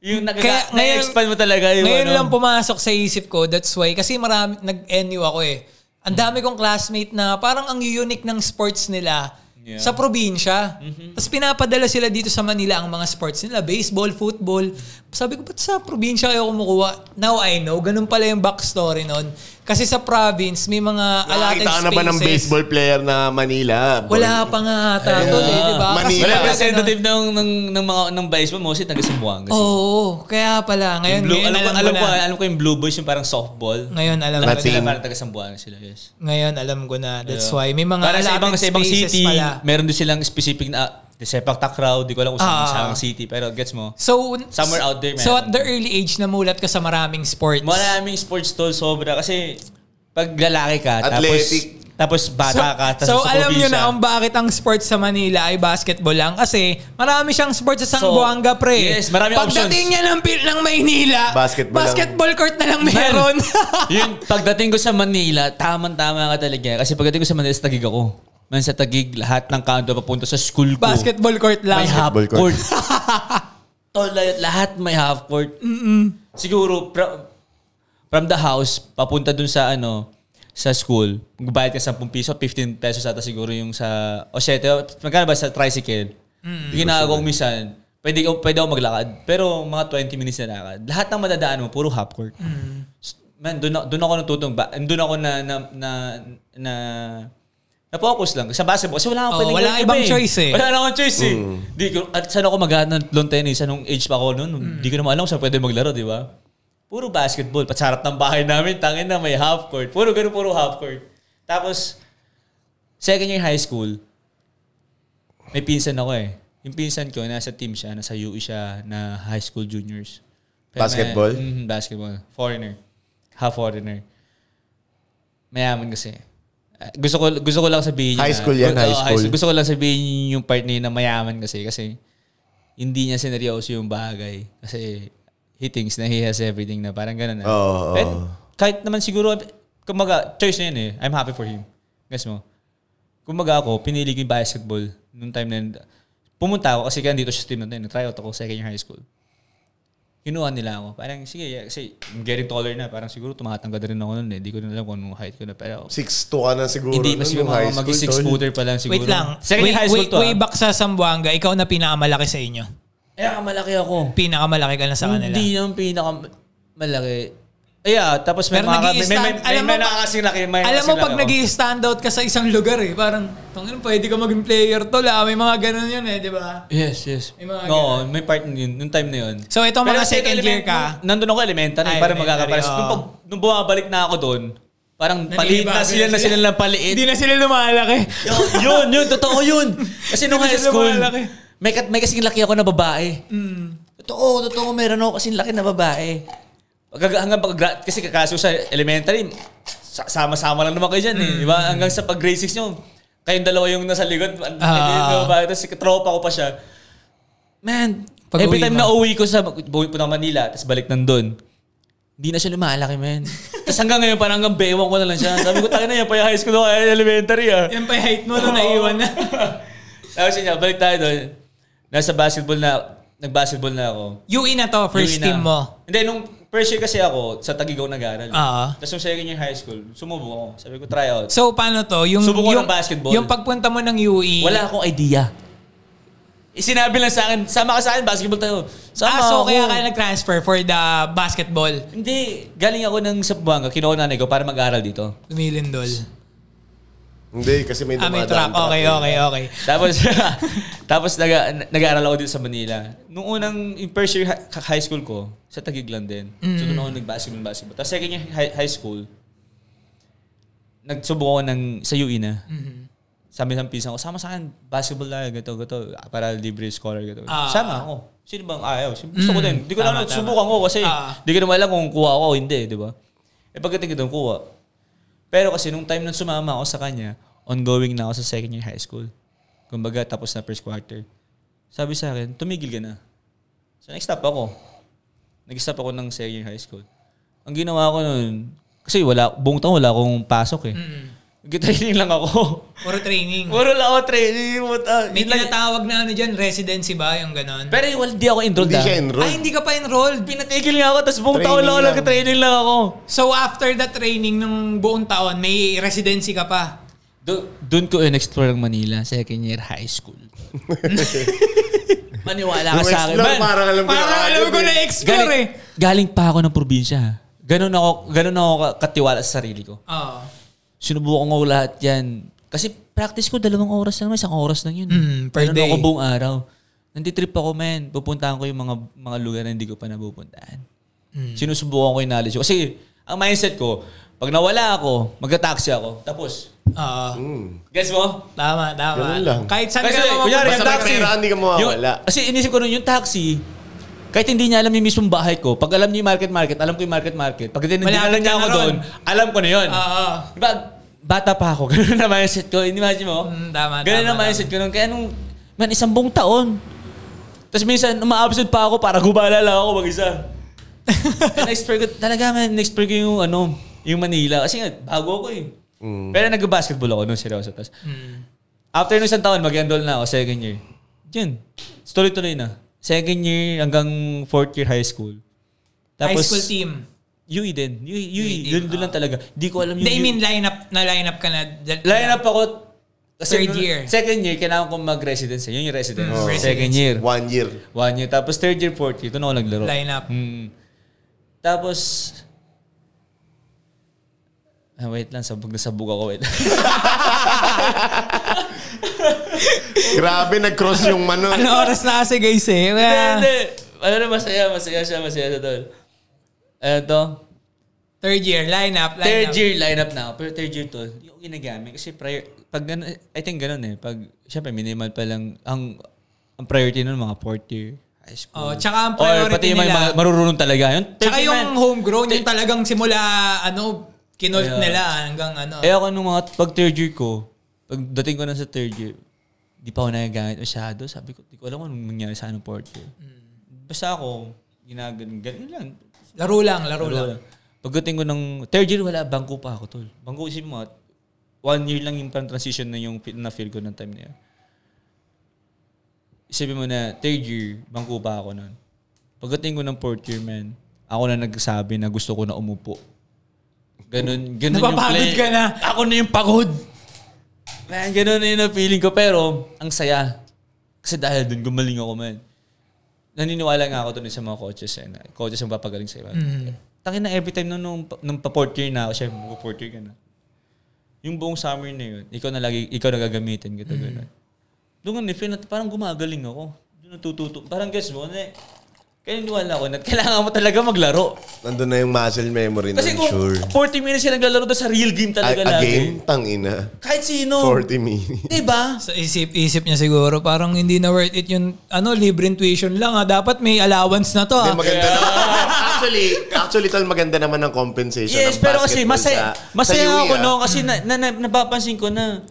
Speaker 1: Yung
Speaker 2: Kaya
Speaker 1: nagaga-
Speaker 2: ngayon-
Speaker 1: na-expand mo talaga yung
Speaker 2: Ngayon
Speaker 1: ano.
Speaker 2: lang pumasok sa isip ko, that's why, kasi marami, nag-NU ako eh. Ang dami kong classmate na parang ang unique ng sports nila
Speaker 1: Yeah. Mm-hmm.
Speaker 2: sa probinsya. Tapos pinapadala sila dito sa Manila ang mga sports nila, baseball, football. Sabi ko, ba't sa probinsya kayo kumukuha? Now I know, ganun pala yung backstory nun. Kasi sa province, may mga allotted
Speaker 3: Nakakita ka
Speaker 2: spaces.
Speaker 3: na ba ng baseball player na Manila? Boy?
Speaker 2: Wala pa nga ata tol eh, di ba? Kasi ano-
Speaker 3: Manila.
Speaker 2: talaga na-
Speaker 1: Representative ng, ng, ng, mga, ng baseball, mostly taga Sambuanga.
Speaker 2: Oo, oo. kaya pala. Oh, Ngayon,
Speaker 1: Blue,
Speaker 2: ngayon
Speaker 1: alam,
Speaker 2: alam,
Speaker 1: ko, alam,
Speaker 2: ko
Speaker 1: ko, ah.
Speaker 2: na.
Speaker 1: alam ko yung Blue Boys, yung parang softball.
Speaker 2: Ngayon alam
Speaker 1: Alam
Speaker 2: ko
Speaker 1: ko
Speaker 3: Latin.
Speaker 1: sila,
Speaker 2: na.
Speaker 1: parang taga Sambuanga sila, yes.
Speaker 2: Ngayon alam ko na. That's
Speaker 1: Yeah.
Speaker 2: why. May mga
Speaker 1: Parang sa
Speaker 2: allotted
Speaker 1: ibang, sa ibang
Speaker 2: spaces
Speaker 1: city,
Speaker 2: pala.
Speaker 1: meron doon silang specific na, ah, sepak takraw, di ko alam kung saan
Speaker 2: Ah.
Speaker 1: sa ang city, pero gets mo.
Speaker 2: So,
Speaker 1: Somewhere out there, meron.
Speaker 2: So at the early age, namulat ka sa maraming sports.
Speaker 1: Maraming sports tol, sobra. Kasi pag lalaki ka,
Speaker 3: Athletic.
Speaker 1: tapos, tapos bata ka, tapos
Speaker 2: so
Speaker 1: sa
Speaker 2: alam
Speaker 1: probinsya.
Speaker 2: nyo na um, kung bakit ang sports sa Manila ay basketball lang kasi marami siyang sports sa
Speaker 1: So,
Speaker 2: Sangbuanga pre.
Speaker 1: yes, marami options.
Speaker 2: Pagdating niya ng, pil- ng Maynila,
Speaker 3: Basketball lang.
Speaker 2: basketball court na lang
Speaker 1: Man,
Speaker 2: meron.
Speaker 1: yun, pagdating ko sa Manila, tamang-tama ka talaga. Kasi pagdating ko sa Manila, sa Tagig ako. Man, sa Tagig, lahat ng kanto papunta sa school ko.
Speaker 2: basketball court
Speaker 1: May
Speaker 2: lang.
Speaker 1: half
Speaker 3: Basketball
Speaker 1: court.
Speaker 3: court.
Speaker 1: Tol, lahat- lahat may half court. Siguro, pra- from the house, papunta dun sa ano, sa school, magbayad ka 10 piso, 15 pesos ata siguro yung sa, o 7, o, magkano ba sa tricycle? Mm. Ginagawa ko minsan, pwede, ko- pwede ako maglakad, pero mga 20 minutes na lakad. Lahat ng madadaan mo, puro half court. S- Man, doon, doon ako natutong, ba, doon ako na, na, na, na, na-focus lang sa basketball. Kasi wala akong
Speaker 2: Oh,
Speaker 1: pwedeng
Speaker 2: wala
Speaker 1: gawin
Speaker 2: ibang
Speaker 1: iba
Speaker 2: choice eh.
Speaker 1: Wala na akong choice eh. Di ko, at saan ako maghahanap ng lawn tennis? Anong age pa ako noon? Hindi ko naman alam kung saan pwede maglaro, di ba? Puro basketball. Patsarap ng bahay namin, tangin na may half court. Puro ganun, puro half court. Tapos, second year high school, may pinsan ako eh. Yung pinsan ko, nasa team siya, nasa UE siya, na high school juniors. may-
Speaker 3: Basketball?
Speaker 1: Mhm, basketball. Foreigner. Half foreigner. Mayaman kasi. Ah, Gusto ko gusto ko lang sabihin niya
Speaker 3: High
Speaker 1: na-
Speaker 3: school yan,
Speaker 1: Oo,
Speaker 3: high school.
Speaker 1: Gusto ko lang sabihin yung part niya na mayaman kasi kasi hindi niya sineryoso yung bagay. Kasi he thinks na he has everything na parang ganun na.
Speaker 3: Oo, oo.
Speaker 1: Pero kahit naman siguro, kumaga, choice na yun eh. I'm happy for him. Guess mo? Kumaga ako, pinili ko yung basketball nung time na yun. Pumunta ako kasi kaya dito sa team natin. Nag-try out ako second year high school. Kinuha nila ako. Parang, sige, yeah, kasi I'm getting taller na. Parang siguro tumatangga na rin ako noon eh. Hindi ko na alam kung anong height ko na. Pero
Speaker 3: 6'2 ka na siguro.
Speaker 1: hindi pa
Speaker 3: nun,
Speaker 1: siguro
Speaker 3: nung high
Speaker 1: mga
Speaker 3: school,
Speaker 1: mag six
Speaker 3: tol.
Speaker 1: footer pa lang siguro.
Speaker 2: Wait lang.
Speaker 1: Second
Speaker 2: way,
Speaker 1: year high
Speaker 2: way,
Speaker 1: school to
Speaker 2: way
Speaker 1: ah.
Speaker 2: back sa Sambuanga, ikaw na pinakamalaki sa inyo.
Speaker 1: Kaya ka malaki ako.
Speaker 2: Pinakamalaki ka na sa kanila.
Speaker 1: Hindi yung pinakamalaki. Yeah, tapos may
Speaker 2: Pero
Speaker 1: mga may, may,
Speaker 2: nag-i-stand-
Speaker 1: may, may,
Speaker 2: alam
Speaker 1: may
Speaker 2: mo-
Speaker 1: nakakasing laki. May
Speaker 2: Alam mo
Speaker 1: nakakasing
Speaker 2: pag
Speaker 1: laki ako.
Speaker 2: nag stand out ka sa isang lugar eh, parang, tangin pwede ka maging player to la. May mga ganun yun eh, di ba?
Speaker 1: Yes, yes.
Speaker 2: May mga
Speaker 1: Oo, may part yun, nung time na yun.
Speaker 2: So, ito, mga
Speaker 1: Pero kasi
Speaker 2: second year
Speaker 1: element-
Speaker 2: ka.
Speaker 1: nung- Nandun ako elementary,
Speaker 2: Ah,
Speaker 1: para
Speaker 2: elementary,
Speaker 1: magkakapares.
Speaker 2: oo.
Speaker 1: Nung, pag, nung bumabalik na ako doon, parang paliit na
Speaker 2: Naninibago
Speaker 1: sila
Speaker 2: na
Speaker 1: na
Speaker 2: sila.
Speaker 1: sila lang paliit.
Speaker 2: Hindi na sila lumalaki.
Speaker 1: Yun, yun, yun, totoo yun. Kasi nung
Speaker 2: Hindi
Speaker 1: high
Speaker 2: sila
Speaker 1: school,
Speaker 2: lumalaki. Mm.
Speaker 1: may, kat- may kasing laki ako na babae. Totoo, totoo, meron ako kasing laki na babae. Pag, hanggang pag, gra- kasi kaso sa elementary, sa- sama-sama lang naman kayo dyan eh.
Speaker 2: Mm.
Speaker 1: Di ba? Hanggang sa pag-grade 6 nyo, kayong dalawa yung nasa likod. Ang uh,
Speaker 2: Ah.
Speaker 1: babae, tapos tropa ko pa siya. Man,
Speaker 2: Pag-uwi
Speaker 1: every time
Speaker 2: mo.
Speaker 1: na uwi ko sa buwi po ng Manila, tapos balik nandun, hindi na siya lumalaki, man. tapos hanggang ngayon, parang hanggang bewang ko na lang siya. Sabi ko, tayo na yan, pa yung high school ako, elementary ah.
Speaker 2: Yan pa yung height mo nung Ano, naiwan na.
Speaker 1: Tapos yun, nga, balik tayo doon. Nasa basketball na, nag-basketball na ako.
Speaker 2: UE na to, first
Speaker 1: Yun na.
Speaker 2: team mo. Ah.
Speaker 1: Hindi, nung first year kasi ako, sa Tagigaw nag-aaral.
Speaker 2: Oo.
Speaker 1: Tapos nung second year high school, sumubok ako. Sabi ko, try out.
Speaker 2: So, paano to? Yung,
Speaker 1: Subukan
Speaker 2: yung,
Speaker 1: ng basketball.
Speaker 2: Yung pagpunta mo ng E UE.
Speaker 1: Wala akong idea. Eh, Sinabi lang sa akin, sama ka sa akin, basketball tayo. Sama
Speaker 2: Ah,
Speaker 1: ako.
Speaker 2: so kaya ka nag-transfer for the basketball.
Speaker 1: Hindi, galing ako ng Sabuanga, kinuha ko nanay ko para mag-aral dito.
Speaker 2: Lumilindol.
Speaker 3: Hindi, kasi may
Speaker 2: Ah, may trap.
Speaker 3: dumadaan.
Speaker 2: Okay, okay, okay.
Speaker 1: Tapos, tapos nag, nag-aaral ako dito sa Manila. Nung unang yung first year hi- high school ko, sa Taguig lang din. So
Speaker 2: Mm.
Speaker 1: doon ako nag-basketball, basketball. Tapos second year high, high school, nagsubo ako ng, sa UE na.
Speaker 2: Mm-hmm.
Speaker 1: Sabi ng pinsan ko, sama sa akin, basketball na, gato, gato, para libre scholar, gato.
Speaker 2: Ah. Mm.
Speaker 1: sama ako. Sino bang ayaw? Sino- Gusto ko din. Hindi ko lang,
Speaker 2: Tama, tama.
Speaker 1: subukan ko kasi
Speaker 2: Ah.
Speaker 1: hindi ko naman alam kung kuha ako o hindi, di ba? Eh pagdating ko doon, kuha. Pero kasi nung time nung sumama ako sa kanya, ongoing na ako sa second year high school. Kumbaga, tapos na first quarter. Sabi sa akin, tumigil ka na. So next stop ako. Nag-stop ako ng second year high school. Ang ginawa ko noon, kasi wala, buong taon wala akong pasok eh. Nag-training lang ako.
Speaker 2: Puro training.
Speaker 1: Puro lang ako training. What, ah,
Speaker 2: May
Speaker 1: yun lang.
Speaker 2: tinatawag na ano dyan, residency ba? Yung ganon.
Speaker 1: Pero well, di ako enrolled
Speaker 3: Hindi siya
Speaker 1: ah.
Speaker 2: Ah,
Speaker 3: enrolled.
Speaker 2: hindi ka pa enrolled.
Speaker 1: Pinatigil nga ako, tapos buong taon
Speaker 3: Training
Speaker 1: lang ako
Speaker 3: lang.
Speaker 1: nag-training lang ako.
Speaker 2: So after the training ng buong taon, may residency ka pa.
Speaker 1: Do- doon ko in-explore ang Manila, second year high school. Maniwala ka
Speaker 3: Yung
Speaker 1: sa akin.
Speaker 3: explore,
Speaker 1: Man,
Speaker 3: Parang alam ko na
Speaker 2: Parang alam
Speaker 3: agad
Speaker 2: ko
Speaker 3: eh.
Speaker 2: na-explore eh.
Speaker 1: galing pa ako ng probinsya. Ganun ako, ganun ako ka- katiwala sa sarili ko.
Speaker 2: Oo.
Speaker 1: Sinubukan ko lahat yan. Kasi practice ko dalawang oras lang, isang oras lang yun.
Speaker 2: Mm, per
Speaker 1: Ganun
Speaker 2: day.
Speaker 1: ako buong araw. Nanditrip ako, man. Pupuntahan ko yung mga mga lugar na hindi ko pa napupuntahan.
Speaker 2: Mm.
Speaker 1: Sinusubukan ko yung knowledge ko. Kasi ang mindset ko, pag nawala ako, magta-taxi ako. Tapos.
Speaker 2: Oo.
Speaker 1: Guess mo?
Speaker 2: Tama, tama.
Speaker 3: Ganun Hmm. lang.
Speaker 2: Kahit saan
Speaker 1: Kasi,
Speaker 2: ka naman
Speaker 1: kunyari,
Speaker 3: basta
Speaker 1: yung
Speaker 3: may
Speaker 1: taxi.
Speaker 3: pera, hindi ka mawawala.
Speaker 1: Yung- Kasi inisip ko nun, yung taxi, kahit hindi niya alam yung mismong bahay ko, pag alam niya yung market-market, alam ko yung market-market. Pag hindi
Speaker 2: Malapit
Speaker 1: alam niya
Speaker 2: ka
Speaker 1: ako
Speaker 2: na ron. Ah.
Speaker 1: doon, alam ko na yun.
Speaker 2: Oo.
Speaker 1: Diba, bata pa ako, ganun na mindset ko. Imagine mo?
Speaker 2: Mm, tama,
Speaker 1: Ganun
Speaker 2: tama,
Speaker 1: na mindset ko nun. Kaya nung, man, isang buong taon. Tapos minsan, uma-absent pa ako para gumala lang ako mag-isa. na-expert ko, talaga man, na-expert ko yung ano, yung Manila. Kasi nga, bago ako eh.
Speaker 3: Mm.
Speaker 1: Pero nag-basketball ako nun, seryoso. Tapos,
Speaker 2: Hmm.
Speaker 1: after nung isang taon, mag-enroll na ako, second year. Yun, tuloy-tuloy na. Second year hanggang fourth year high school.
Speaker 2: High school team. E
Speaker 1: UE din. UE, UE,
Speaker 2: team,
Speaker 1: E. yun, doon lang talaga. Di ko alam yung
Speaker 2: They
Speaker 1: UE.
Speaker 2: mean lineup na lineup ka na.
Speaker 1: Line up ako.
Speaker 2: Third
Speaker 1: nung-
Speaker 2: year.
Speaker 1: Second year, kailangan kong mag-residence. eh. Yun yung residence.
Speaker 2: Mm, residence.
Speaker 1: Second year.
Speaker 3: One year.
Speaker 1: One year. Tapos third year, fourth year. Doon ako naglaro.
Speaker 2: Lineup.
Speaker 1: Mm. Tapos... Ah, wait lang. Sabog na sabog ako. Wait.
Speaker 3: Grabe, nag-cross yung mano.
Speaker 2: Ano oras na kasi guys eh?
Speaker 1: Hindi,
Speaker 2: Well,
Speaker 1: hindi. Ano na, masaya. Masaya siya. Masaya siya doon. Ano to?
Speaker 2: third year, lineup, lineup.
Speaker 1: Third year lineup na ako. Pero third year to, hindi ko ginagamit. Kasi prior, pag ganun, I think ganun eh. Pag, syempre, minimal pa lang. Ang, ang priority nun, mga fourth year. High school.
Speaker 2: Oh, tsaka ang
Speaker 1: Or
Speaker 2: priority
Speaker 1: pati yung mga
Speaker 2: nila-
Speaker 1: marurunong talaga. Yun,
Speaker 2: Tsaka
Speaker 1: third year
Speaker 2: yung
Speaker 1: man.
Speaker 2: homegrown, yung talagang simula, ano, kinolt
Speaker 1: Yeah.
Speaker 2: nila hanggang ano.
Speaker 1: Eh ako nung mga pag third year ko, pag dating ko na sa third year, di pa ako nagagamit masyado. Sabi ko, di ko alam kung anong mangyari sa anong fourth year.
Speaker 2: Hmm.
Speaker 1: Basta ako, ginagano, ganun lang.
Speaker 2: Laro lang, laro, lang.
Speaker 1: Wala. Pagdating ko ng third year, wala, bangko pa ako, tol. Bangko, isip mo, at one year lang yung parang transition na yung fi- na-feel ko ng time na yun. Isipin mo na, third year, bangko pa ako nun. Pagdating ko ng fourth year, man, ako na nagsabi na gusto ko na umupo. Ganun, ganun
Speaker 2: Napapagod
Speaker 1: Ano yung play.
Speaker 2: ka na.
Speaker 1: Ako na yung pagod. Man, ganun na yun ang feeling ko. Pero, ang saya. Kasi dahil dun, gumaling ako, man. Naniniwala nga ako dun sa mga coaches. Eh, na, coaches ang papagaling sa iba. Tangin na every time nung, nung, nung pa-fourth year na ako, syempre, mag-fourth year ka na. Yung buong summer na yun, ikaw na lagi, ikaw na gagamitin, gito, gano'n. Doon nga, feel na parang gumagaling ako. Doon natututo. Parang guess mo, na, kaya niniwala ko na kailangan mo talaga maglaro.
Speaker 3: Nandun na yung muscle memory na
Speaker 1: Kasi kung
Speaker 3: sure.
Speaker 1: 40 minutes ka naglalaro doon sa real game
Speaker 3: A,
Speaker 1: talaga lagi.
Speaker 3: a
Speaker 1: Oh.
Speaker 3: game? Tangina.
Speaker 1: Kahit sino.
Speaker 3: 40 minutes.
Speaker 1: Diba?
Speaker 2: Sa isip-isip niya siguro, parang hindi na worth it yung ano, libre tuition lang ha. Dapat may allowance na to
Speaker 3: Hindi,
Speaker 2: ha.
Speaker 3: maganda naman. actually, actually, tol, maganda naman ang compensation
Speaker 1: Yes,
Speaker 3: ng
Speaker 1: pero kasi
Speaker 3: basketball
Speaker 1: masaya,
Speaker 3: sa-
Speaker 1: masaya
Speaker 3: sa UE,
Speaker 1: ako
Speaker 3: ah.
Speaker 1: noon kasi na, na, na- napapansin ko na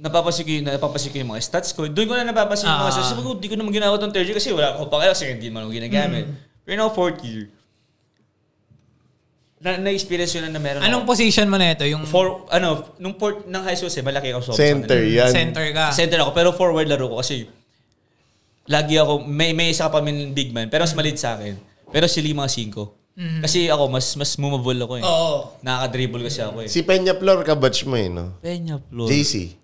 Speaker 1: napapansin ko yung, napapansin ko yung mga stats ko. Doon ko na napapansin yung mga
Speaker 2: Ah.
Speaker 1: stats. Sabi ko, di ko naman ginawa itong third year kasi wala ko pa kaya kasi hindi man ako ginagamit.
Speaker 2: Mm.
Speaker 1: Pero now, fourth year. Na, na-experience yun na, na meron
Speaker 2: Anong
Speaker 1: ako.
Speaker 2: position mo na ito? Yung
Speaker 1: For, ano, nung fourth, ng high school kasi malaki ako. sa-
Speaker 3: Center yan.
Speaker 2: center ka?
Speaker 1: Center ako, pero forward laro ko kasi lagi ako, may, may isa pa min big man, pero mas maliit sa akin. Pero sila yung mga singko. Kasi ako, mas mas mumabol ako eh.
Speaker 2: Mm. Oo.
Speaker 1: Nakaka-dribble kasi ako eh.
Speaker 3: Si Peña Flor, kabatch mo eh, no?
Speaker 1: Peña Flor.
Speaker 3: JC,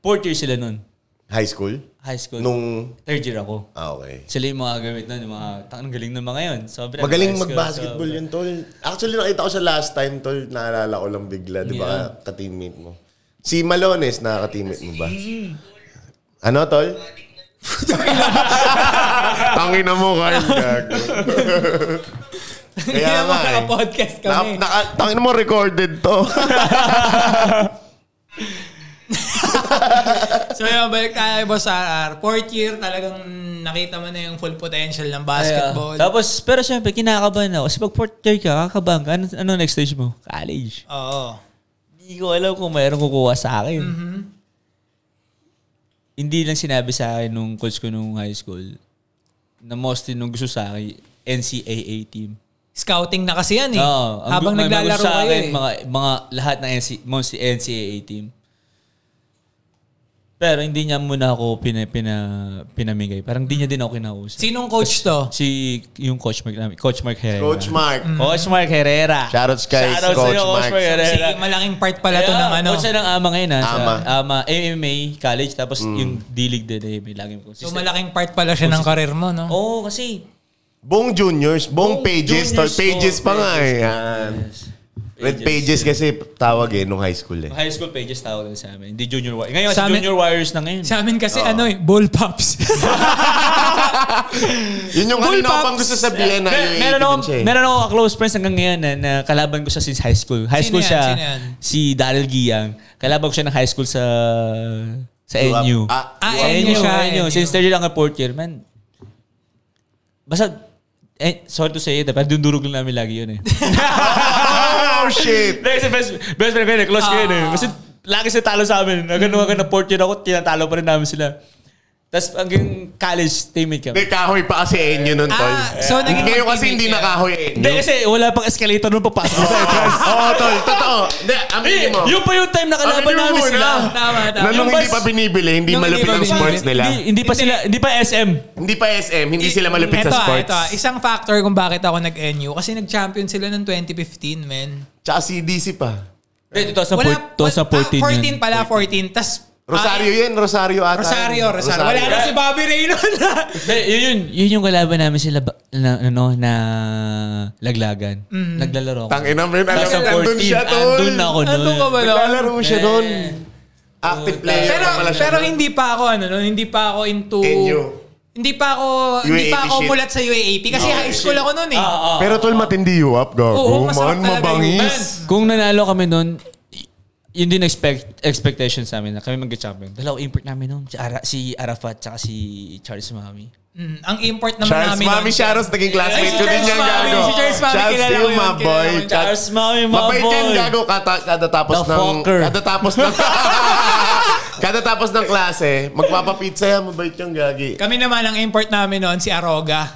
Speaker 1: Fourth year sila nun.
Speaker 3: high school?
Speaker 1: High school.
Speaker 3: Nung,
Speaker 1: Third year ako.
Speaker 3: ah, okay.
Speaker 1: Sila yung mga gamit nun, yung mga, tangang galing ng mga yun. Sobrang
Speaker 3: Magaling
Speaker 1: high school,
Speaker 3: mag-basketball
Speaker 1: sobrang-
Speaker 3: yun, tol. Actually, nakita ko siya last time, tol. Naalala ko lang bigla, di ba? Ka-teammate mo. Si Malones, nakaka-teammate mo ba? Ano, tol? Tangina mo, Kyle. Gago. Kaya
Speaker 2: Kaya
Speaker 3: nga eh.
Speaker 2: makaka-podcast kami.
Speaker 3: Na, naka- tangina mo, recorded to.
Speaker 2: So yun, balik tayo boss RR. Fourth year talagang nakita mo na yung full potential ng basketball.
Speaker 1: Kaya, tapos, pero syempre, kinakabahan ako. Kasi pag fourth year ka, kakabahan ka. Ano, ano next stage mo? College.
Speaker 2: Oo.
Speaker 1: Hindi ko alam kung mayroong kukuha sa akin.
Speaker 3: Mm-hmm.
Speaker 1: Hindi lang sinabi sa akin nung coach ko nung high school na mostly nung gusto sa akin, NCAA team.
Speaker 2: Scouting na kasi yan eh.
Speaker 1: Oo. Ang
Speaker 2: Habang
Speaker 1: gu- may mga
Speaker 2: naglalaro
Speaker 1: gusto sa
Speaker 2: kayo
Speaker 1: akin,
Speaker 2: eh.
Speaker 1: Mga, mga lahat ng NC, mostly NCAA team. Pero hindi niya muna ako pina, pina, pinamigay. Parang hindi niya din ako kinausap.
Speaker 2: Sinong coach to?
Speaker 1: Si, yung coach Mark, namin, Coach Mark Herrera.
Speaker 3: Coach Mark.
Speaker 1: Coach Mark Herrera.
Speaker 3: Shoutouts kay
Speaker 1: Shoutouts
Speaker 3: Coach
Speaker 1: sa'yo,
Speaker 3: Mark.
Speaker 2: Si malaking part pala to
Speaker 1: Kaya,
Speaker 2: ng ano.
Speaker 1: Coach na ng AMA ngayon ha. sa
Speaker 3: AMA. Mm.
Speaker 1: AMA, MMA, college, tapos yung D-League din eh. May laging
Speaker 2: So
Speaker 1: consistent.
Speaker 3: Oh.
Speaker 2: malaking part pala siya ng karir mo, no?
Speaker 1: Oo, kasi
Speaker 3: Buong juniors, buong
Speaker 1: Buong
Speaker 3: pages.
Speaker 1: juniors,
Speaker 3: tar- pages
Speaker 1: oh,
Speaker 3: pa nga
Speaker 1: pages,
Speaker 3: eh. Yan. Red pages kasi tawag eh, nung high school eh.
Speaker 1: High school pages tawag din sa amin. Hindi junior warriors. Ngayon,
Speaker 2: Sa
Speaker 1: sa
Speaker 2: amin-
Speaker 1: junior warriors na ngayon.
Speaker 2: Sa amin
Speaker 3: Oh.
Speaker 2: kasi ano eh, ball pops.
Speaker 3: Yun yung
Speaker 2: Bull
Speaker 3: kanina ko
Speaker 2: Pops.
Speaker 3: pang gusto sabihin na
Speaker 1: Mer-
Speaker 3: yung
Speaker 1: meron ako,
Speaker 3: 80 siya eh.
Speaker 1: meron ako close friends hanggang ngayon eh, na, na kalaban ko siya since high school. High
Speaker 2: Sino
Speaker 1: school
Speaker 2: yan?
Speaker 1: siya.
Speaker 2: Sino yan?
Speaker 1: Si Daryl Giyang. Kalaban ko siya ng high school sa sa
Speaker 3: Duwap.
Speaker 1: NU.
Speaker 3: Ah,
Speaker 2: Ah,
Speaker 1: sa
Speaker 3: duwap.
Speaker 2: NU.
Speaker 1: NU siya.
Speaker 2: NU.
Speaker 1: NU. Since third year lang ang fourth year, man. Basta, eh, sorry to say it, pero dundurog lang namin lagi yun eh.
Speaker 3: Oh, shit!
Speaker 1: Dahil kasi best, best friend ko yun, eh, close ko yun
Speaker 2: Ah.
Speaker 1: eh. Kasi lagi sila talo sa amin. Hanggang mm. hanggang na fourth year ako, tinatalo pa rin namin sila. Tapos hanggang college, teammate kami.
Speaker 3: Hindi, kahoy pa kasi enyo nun, tol. Eh,
Speaker 2: Ah, so naging
Speaker 3: Ngayon kasi
Speaker 2: magtimate
Speaker 3: hindi na
Speaker 2: kayo.
Speaker 3: kahoy enyo.
Speaker 1: Hindi kasi wala pang escalator nung papasok ko sa entrance.
Speaker 3: Oo, Oh, tol. Totoo. Hindi, aminin mo.
Speaker 1: Eh, yun pa yung time na kalaban
Speaker 3: Aminin mo
Speaker 1: namin
Speaker 3: muna.
Speaker 1: sila.
Speaker 2: Tama, tama.
Speaker 3: Na nung
Speaker 1: Yung
Speaker 3: hindi
Speaker 1: bas-
Speaker 3: pa binibili, hindi
Speaker 2: Nung
Speaker 3: malupit
Speaker 2: hindi pa
Speaker 3: ang sports
Speaker 2: binibili.
Speaker 3: nila.
Speaker 1: Hindi, hindi pa sila, hindi pa SM.
Speaker 3: Hindi pa SM, hindi sila malupit
Speaker 2: Ito
Speaker 3: sa
Speaker 2: ah,
Speaker 3: sports.
Speaker 2: Ito, ah. isang factor kung bakit ako nag-NU. Kasi nag-champion sila ng 2015, men.
Speaker 3: Tsaka CDC pa.
Speaker 1: Hindi, 2014,
Speaker 2: ah,
Speaker 1: 2014 yun.
Speaker 2: 14 pala, 14. Tas,
Speaker 3: Rosario
Speaker 2: ah,
Speaker 3: yan, Rosario ata.
Speaker 2: Rosario, Rosario. Wala na si Bobby Ray nun.
Speaker 1: Hindi, yun, yun, yun yung kalaban namin sila ba- na, ano, na laglagan. Naglalaro ako.
Speaker 3: Mm-hmm. Tangina mo yun, alam
Speaker 1: Tapos
Speaker 3: mo,
Speaker 1: ang
Speaker 3: nandun
Speaker 1: 14,
Speaker 3: siya, tol.
Speaker 1: andun ako Eh. nun.
Speaker 2: Ano ka ba nun?
Speaker 3: Naglalaro siya nun. Active player
Speaker 2: Pero,
Speaker 3: pa pala siya.
Speaker 2: pero
Speaker 3: nun.
Speaker 2: hindi pa ako, ano, nun, hindi pa ako into...
Speaker 3: NU.
Speaker 2: Hindi pa ako, hindi
Speaker 3: UAAP
Speaker 2: pa ako
Speaker 3: shit. Oh,
Speaker 2: mulat sa UAAP. Kasi high school ako nun eh.
Speaker 1: Ah, ah.
Speaker 3: Pero tol, matindi you up, gago.
Speaker 2: Oo, masarap
Speaker 3: Oh, man,
Speaker 2: talaga
Speaker 3: mabangis.
Speaker 1: Kung nanalo kami nun, y- yun din expect expectations namin na kami mag-champion. Dalaw import namin nun. Si, Ara, si Arafat tsaka si Charles Mami.
Speaker 2: Mm, ang import naman
Speaker 3: Charles
Speaker 2: namin
Speaker 3: Mami
Speaker 2: nun-
Speaker 3: Sharos, naging classmate
Speaker 2: Ay, si
Speaker 3: ko din
Speaker 2: Charles
Speaker 3: yan,
Speaker 2: Mami,
Speaker 3: gago.
Speaker 2: si Charles Mami, kilala ko
Speaker 3: you,
Speaker 2: yun,
Speaker 3: my
Speaker 2: kilala
Speaker 3: boy.
Speaker 2: ko yun.
Speaker 1: Charles Mami, my
Speaker 3: Mabait yan,
Speaker 1: boy.
Speaker 3: gago. Kada, kada tapos
Speaker 1: The
Speaker 3: ng...
Speaker 1: fucker.
Speaker 3: Kada tapos ng... kada tapos ng klase, magpapapizza yan, mabait yung gagi.
Speaker 2: Kami naman, ang import namin noon, si Aroga.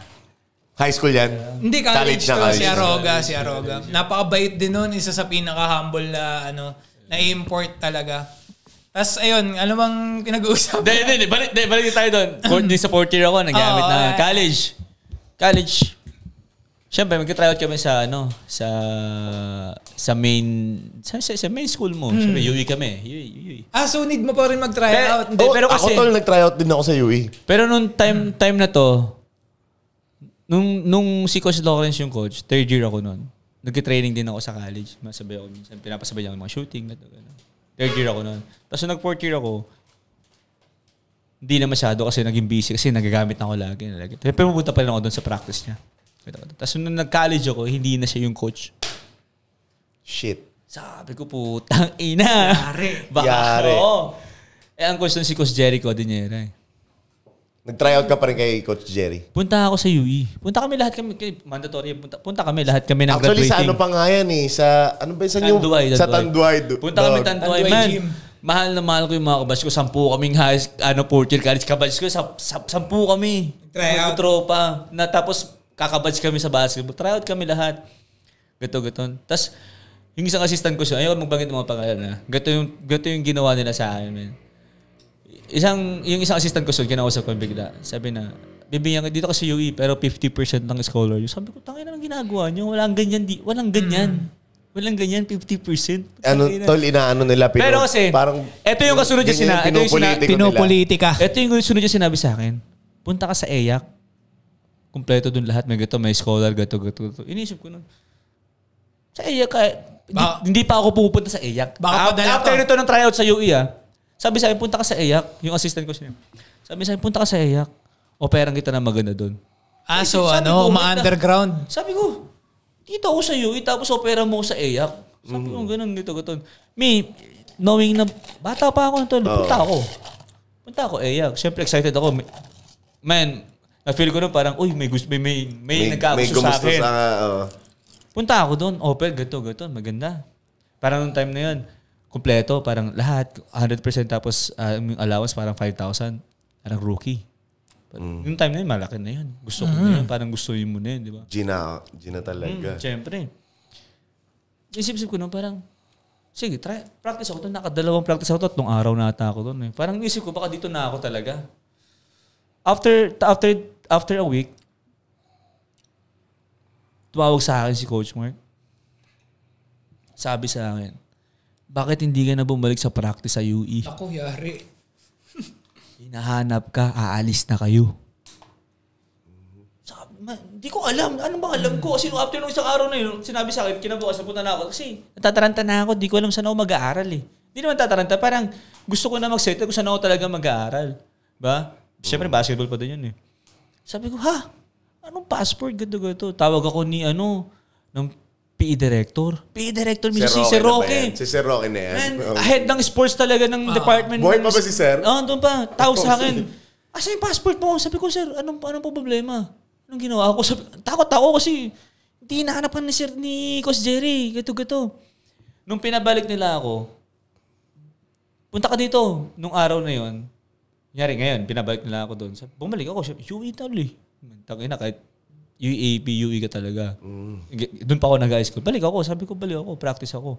Speaker 3: High school yan?
Speaker 2: Hindi, college,
Speaker 3: na
Speaker 2: to.
Speaker 3: college.
Speaker 2: Si Aroga, si Aroga. Napakabait din nun. Isa sa pinaka-humble na, ano, na import talaga. Tapos, ayun, ano bang pinag-uusap?
Speaker 1: Hindi, hindi, hindi. Balik, hindi, balik tayo doon. Fourth, di sa fourth year ako, nagamit
Speaker 2: Oo,
Speaker 1: na.
Speaker 2: okay.
Speaker 1: College. College. Siyempre, magka-tryout kami sa, ano, sa, sa main, sa, sa, sa main school mo. Siyempre, UE kami. E, UE, UE.
Speaker 2: ah, so need mo pa rin mag-try
Speaker 1: Pero-
Speaker 2: out.
Speaker 1: Hindi,
Speaker 3: Oh,
Speaker 1: pero
Speaker 3: ako
Speaker 1: kasi-
Speaker 3: tol, nag-tryout din ako sa E. UE.
Speaker 1: Pero nung time, time na to, nung, nung si Coach Lawrence yung coach, third year ako nun. Nagka-training din ako sa college. Masabay ako minsan. Pinapasabay niya ako ng mga shooting. Gato, gano'n. Third year ako nun. Tapos nung nag-fourth year ako, hindi na masyado kasi naging busy kasi nagagamit na ako lagi. lagi. Pero pumunta pa rin ako doon sa practice niya. Tapos nung nag-college ako, hindi na siya yung coach.
Speaker 3: Shit.
Speaker 1: Sabi ko, putang ina.
Speaker 2: Yari.
Speaker 1: Baka
Speaker 3: Yari.
Speaker 1: ako. Eh, ang coach nun si Coach Jericho Codinera eh.
Speaker 3: Nag-tryout ka pa rin kay Coach Jerry.
Speaker 1: Punta ako sa UE. Punta kami lahat kami. kay- Mandatory. Punta, punta kami lahat kami ng
Speaker 3: Actually, sa ano
Speaker 1: graduating.
Speaker 3: pa nga yan eh. Sa, ano ba yun? Sa inyo?
Speaker 1: Tanduay,
Speaker 3: Sa Tanduay. do-
Speaker 1: Punta kami
Speaker 3: dog.
Speaker 1: Tanduay,
Speaker 2: Tanduay
Speaker 1: man.
Speaker 2: gym.
Speaker 1: Mahal na mahal ko yung mga kabatch ko. Sampu kaming high, ano, fourth year college kabatch ko. Sa, sa, sampu kami.
Speaker 2: Try out.
Speaker 1: Tropa. Na, tapos kakabatch kami sa basketball. Try out kami lahat. Gato, gato. Tapos, yung isang assistant ko siya, ayoko magbanggit ng mga pangalan na. Gato yung, gato yung ginawa nila sa akin, man. Isang, yung isang assistant ko, so, kinausap ko bigla. Sabi na, bibigyan ka dito kasi UE, pero 50% lang scholar yun. Sabi ko, tangin na ginagawa nyo. Walang ganyan. Di, walang ganyan. Walang ganyan, 50%.
Speaker 3: Ano,
Speaker 1: Tangina.
Speaker 3: tol, inaano nila. Pino,
Speaker 1: Pero kasi,
Speaker 3: parang,
Speaker 1: eto yung kasunod niya
Speaker 3: ganyan
Speaker 1: sina- eto yung sina-
Speaker 3: pinopolitiko nila.
Speaker 2: Pinopolitika.
Speaker 3: Eh,
Speaker 1: Ito yung sunod niya sinabi sa akin. Punta ka sa EYAC. Kompleto dun lahat. May gato, may scholar, gato, gato, gato. Iniisip ko nun. Sa EYAC, eh, hindi,
Speaker 2: Baka-
Speaker 1: hindi pa ako pupunta sa EYAC.
Speaker 2: Baka
Speaker 1: Ah,
Speaker 2: padala
Speaker 1: after
Speaker 2: to.
Speaker 1: nito ng tryout sa UE, ah, sabi sa akin, punta ka sa EYAC. Yung assistant ko siya. Sabi sa akin, punta ka sa EYAC. Operang kita na maganda dun.
Speaker 2: Ah, so
Speaker 1: Sabi ko,
Speaker 2: ano,
Speaker 1: wait
Speaker 2: ma-underground.
Speaker 1: Sabi ko, dito ako sa UE, tapos opera mo ako sa EYAC. Sabi ko, ganun, dito, ganun. Me, knowing na, bata pa ako, tol, punta ako. Punta ako, EYAC. Siyempre, excited ako. May- Man, na-feel ko nun parang, uy, may gusto, may, may, may, nagkagusto sa
Speaker 3: gumusto
Speaker 1: akin.
Speaker 3: Sa, oh, oo.
Speaker 1: Punta ako doon, open, gato, gato, maganda. Parang nung time na yun, kumpleto, parang lahat, 100% tapos ah, yung allowance parang 5,000, parang rookie. Yung time na yun, malaki na yun. Gusto ko na yun, parang gusto yun mo na yun, di ba?
Speaker 3: Gina, Gina talaga.
Speaker 1: Siyempre. Mm, Isip-isip ko nun, parang, sige, try, practice ako doon. Nakadalawang practice ako doon. Tatlong araw na ata ako doon. Eh. Parang isip ko, baka dito na ako talaga. After, after, after a week, tumawag sa akin si Coach Mark. Sabi sa akin, bakit hindi ka na bumalik sa practice sa E?" UE?
Speaker 2: Ako, yari.
Speaker 1: Hinahanap ka, aalis na kayo. Sabi, ma- hindi ko alam. Ano bang alam ko? Kasi nung after nung isang araw na yun, sinabi sa akin, kinabukasan punta na ako. Kasi natataranta na ako. Hindi ko alam saan ako mag-aaral eh. Hindi naman tataranta. Parang gusto ko na mag-settle kung saan ako talaga mag-aaral. Ba? Siyempre,
Speaker 3: Mm.
Speaker 1: basketball pa din yun eh. Sabi ko, ha? Anong passport? Ganto, ganto. Tawag ako ni ano, ng PE director. PE director, mismo si Sir Roque.
Speaker 3: diba Si Sir Roque na yan. Oh,
Speaker 1: Man,
Speaker 3: Oo.
Speaker 1: ahead ng sports talaga ng department.
Speaker 3: Buhay
Speaker 1: ng-
Speaker 3: pa ba si sir?
Speaker 1: Oo, doon Ah, pa. Tawag sa akin. Asa yung passport mo? Sabi ko, sir, anong, anong po problema? Anong ginawa ko? Sabi, takot ako kasi hindi hinahanap ni sir ni Cos Jerry. Gato, gato. Nung pinabalik nila ako, punta ka dito. Nung araw na yon, Nyari ngayon, pinabalik nila ako doon. Sabi, bumalik ako. Sabi, UE tali. Tangin na kahit UAP, UE ka talaga. G- Doon pa ako nag-high school. Balik ako. Sabi ko, balik ako. Practice ako.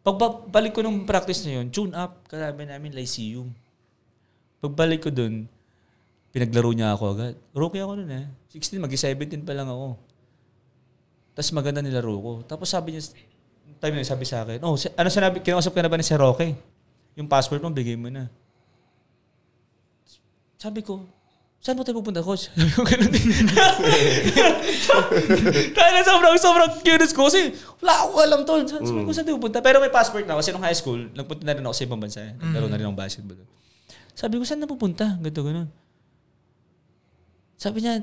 Speaker 1: Pagbalik ko nung practice na yun, tune up. Kalaban namin Lyceum. Pagbalik ko doon, pinaglaro niya ako agad. Rookie ako noon eh. 16, mag-17 pa lang ako. Tapos maganda nilaro ko. Tapos sabi niya, yung time na yun, sabi sa akin, oh, si- ano sinabi, kinausap ka na ba ni Sir Roque? Yung passport mo, bigay mo na. Sabi ko, saan mo tayo pupunta, coach? Sabi ko, ganun din. Kaya sobrang, sobrang curious ko kasi wala akong alam to. Sabi ko, saan tayo pupunta? Pero may passport na ako kasi nung high school, nagpunta na rin ako sa ibang bansa. eh. Naglaro na rin ako basketball. Sabi ko, saan na pupunta? Ganto, ganun. Sabi niya,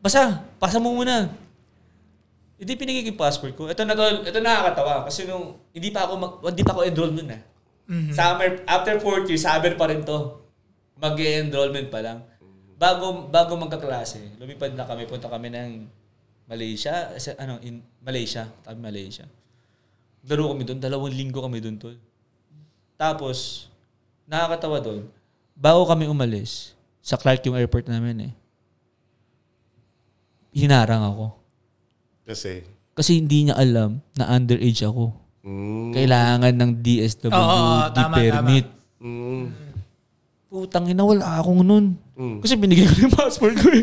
Speaker 1: basa, pasa mo muna. Hindi pinigig yung passport ko. Ito na tol, ito nakakatawa kasi nung hindi pa ako mag, hindi pa ako enrolled noon ah. Summer after fourth year, summer pa rin to. Mag-enrollment pa lang. Bago bago magkaklase, lumipad na kami, punta kami ng Malaysia, sa, ano in Malaysia, tabi Malaysia. Daro kami doon, dalawang linggo kami doon tol. Tapos, nakakatawa doon, bago kami umalis, sa Clark yung airport namin eh, hinarang ako.
Speaker 3: Kasi,
Speaker 1: Kasi hindi niya alam na underage ako.
Speaker 3: mm,
Speaker 1: Kailangan ng DSWD
Speaker 2: Oo, oo, tama,
Speaker 1: permit.
Speaker 3: mm,
Speaker 1: Putang ina, wala akong nun. Kasi binigay ko na yung passport ko eh.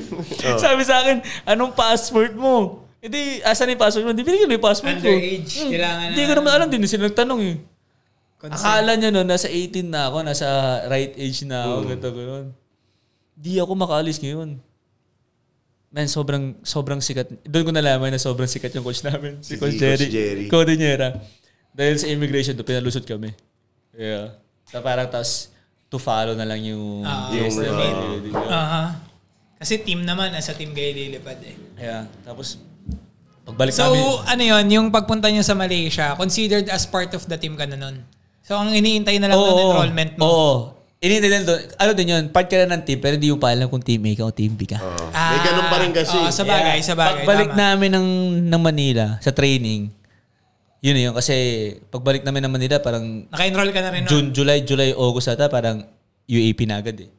Speaker 1: Sabi sa akin, anong passport mo? Hindi, asan yung passport mo? Hindi, binigay ko na yung passport ko.
Speaker 2: Underage, kailangan
Speaker 1: Hindi ko
Speaker 2: na-
Speaker 1: naman alam, din sila nagtanong eh.
Speaker 2: Consent.
Speaker 1: Akala niya nun, nasa 18 na ako, nasa right age na ako, ganito, ganun. Di ako makaalis ngayon. Man, sobrang sobrang sikat. Doon ko nalaman na sobrang sikat yung coach namin. Si,
Speaker 3: Si
Speaker 1: Coach
Speaker 3: Coach
Speaker 1: Jerry.
Speaker 3: Jerry.
Speaker 1: Cordillera. Dahil sa immigration to, pinalusot kami. Yeah. Ta parang tas to follow na lang yung...
Speaker 2: Ah,
Speaker 1: yes,
Speaker 3: yung,
Speaker 1: na-
Speaker 2: Aha. Kasi team naman, nasa team kayo lilipad eh.
Speaker 1: yeah. Tapos, pagbalik
Speaker 2: So,
Speaker 1: namin...
Speaker 2: ano yon yung pagpunta niyo sa Malaysia, considered as part of the team ka na nun. So, ang iniintay na lang
Speaker 1: Oo,
Speaker 2: ng
Speaker 1: oo.
Speaker 2: enrollment mo.
Speaker 1: Oo. Inintay lang doon. Ano din yun, part ka na ng team, pero hindi mo pa alam kung team A ka o team B ka.
Speaker 3: oh.
Speaker 1: Ah.
Speaker 3: May ganun pa rin kasi.
Speaker 2: Ah, Oo,
Speaker 1: Oh,
Speaker 2: sa bagay,
Speaker 1: Yeah.
Speaker 2: sa bagay.
Speaker 1: Pagbalik
Speaker 2: tama.
Speaker 1: namin ng, ng Manila sa training, yun na yun. Kasi pagbalik namin ng Manila, parang
Speaker 2: Naka-enroll ka na rin nun.
Speaker 1: June, July, July, August ata, parang UAP na agad eh.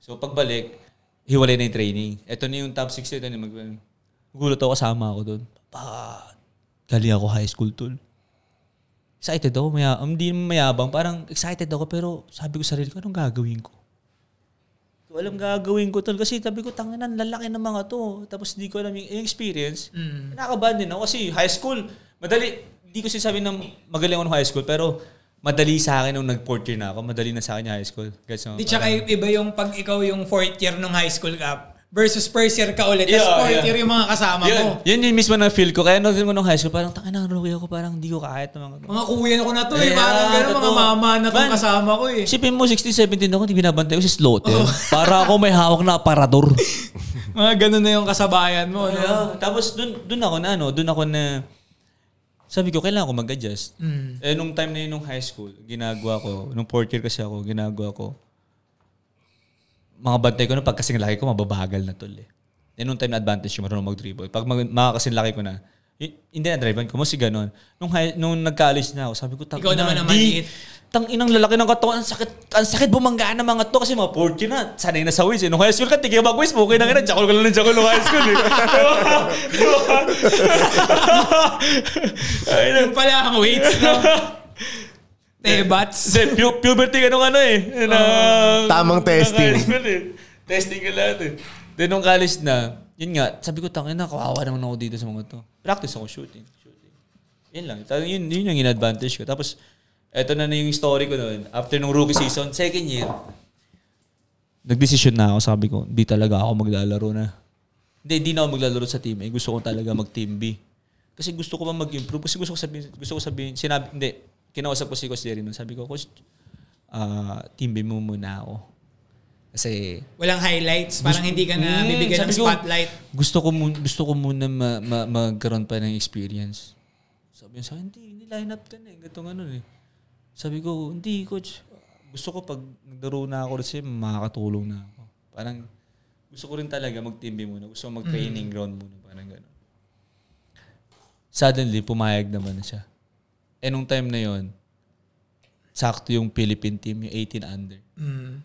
Speaker 1: So pagbalik, hiwalay na yung training. Ito na yung top 60, ito na yung mag... Gulat ako kasama ako doon. Pa, galing ako high school tol. Excited ako, maya, um, hindi naman mayabang, parang excited ako pero sabi ko sa sarili ko, anong gagawin ko? Hindi ko alam gagawin ko tol kasi sabi ko, tanginan, lalaki ng mga to. Tapos hindi ko alam yung yung experience. Mm. din ako kasi high school, madali, hindi ko sinasabi na magaling ako ng high school pero madali sa akin nung nag-fourth year na ako, madali na sa akin yung high school. Guys, no?
Speaker 2: Di tsaka iba yung pag ikaw yung fourth year nung high school ka versus first year ka ulit. Tapos
Speaker 1: Yeah,
Speaker 2: fourth
Speaker 1: yeah.
Speaker 2: year yung mga kasama
Speaker 1: yun,
Speaker 2: mo.
Speaker 1: yun yung mismo na feel ko. Kaya nung, nung high school, parang tangin na rookie ako, parang hindi ko kahit ng mga
Speaker 2: Mga kuya ko na to eh.
Speaker 1: Yeah,
Speaker 2: Parang gano'n mga
Speaker 1: totoo.
Speaker 2: mama na tong
Speaker 1: Man.
Speaker 2: kasama ko eh.
Speaker 1: Isipin mo, 16, 17 ako, hindi binabantay ko si Slotter. Para ako may hawak na aparador.
Speaker 2: Mga gano'n na yung kasabayan mo. no?
Speaker 1: Yeah. Tapos dun, dun ako na, ano, dun ako na, sabi ko, kailangan ko mag-adjust.
Speaker 2: Mm.
Speaker 1: Eh, nung time na yun, nung high school, ginagawa ko, nung fourth year kasi ako, ginagawa ko, mga bantay ko na pag kasing laki ko, mababagal na tol eh. Eh, nung time na advantage yung marunong mag-dribble. Pag mag, mga kasing laki ko na, y- hindi na drive ko mo si ganun. Nung, high, nung nag-college na ako, sabi ko, tang
Speaker 2: Ikaw naman ang maliit."
Speaker 1: Tang inang lalaki ng katawan, ang sakit, ang sakit bumangga ng mga to kasi mga 40 na. Sanay na sa waist. Eh. Nung high school ka, tigil mag waist mo. Okay na nga, jackal ka lang ng jackal nung high school. Eh. Di ba? Ay,
Speaker 2: Yung pala ang weight. No? Eh, Tebats.
Speaker 1: Kasi pu- puberty ka nung ano eh. Ng-
Speaker 3: Tamang
Speaker 1: ng
Speaker 3: testing.
Speaker 1: high school eh. testing ka lahat eh. Then nung college na, yun nga, sabi ko, tangin na, kawawa naman ako dito sa mga to. Practice ako shooting. shooting. Yun lang. Ta- Yun, yun yung in-advantage ko. Tapos, eto na na yung story ko noon. After nung rookie season, second year, nagdesisyon na ako. Sabi ko, di talaga ako maglalaro na. Hindi, hindi na ako maglalaro sa team A. Gusto ko talaga mag-team B. Kasi gusto ko pa mag-improve. Kasi gusto ko sabihin, gusto ko sabihin, sinabi, hindi, kinausap ko si Coach Jerry nun. Sabi ko, Coach, ah, team B mo muna ako. Kasi
Speaker 2: Walang highlights. Parang hindi ka na
Speaker 1: Mm,
Speaker 2: bibigyan
Speaker 1: sabi
Speaker 2: ng
Speaker 1: ko,
Speaker 2: spotlight.
Speaker 1: gusto ko mun- gusto ko muna ma- ma- magkaroon pa ng experience. Sabi niya sa akin, hindi, hindi line up ka na eh. Ganito nga nun eh. Sabi ko, hindi coach. Gusto ko pag naglaro na ako kasi makakatulong na ako. Parang gusto ko rin talaga mag-team B muna. Gusto ko mag-training ground muna. Parang gano'n. Suddenly, pumayag naman na siya. Eh nung time na yon sakto yung Philippine team, yung 18 under
Speaker 2: Mm.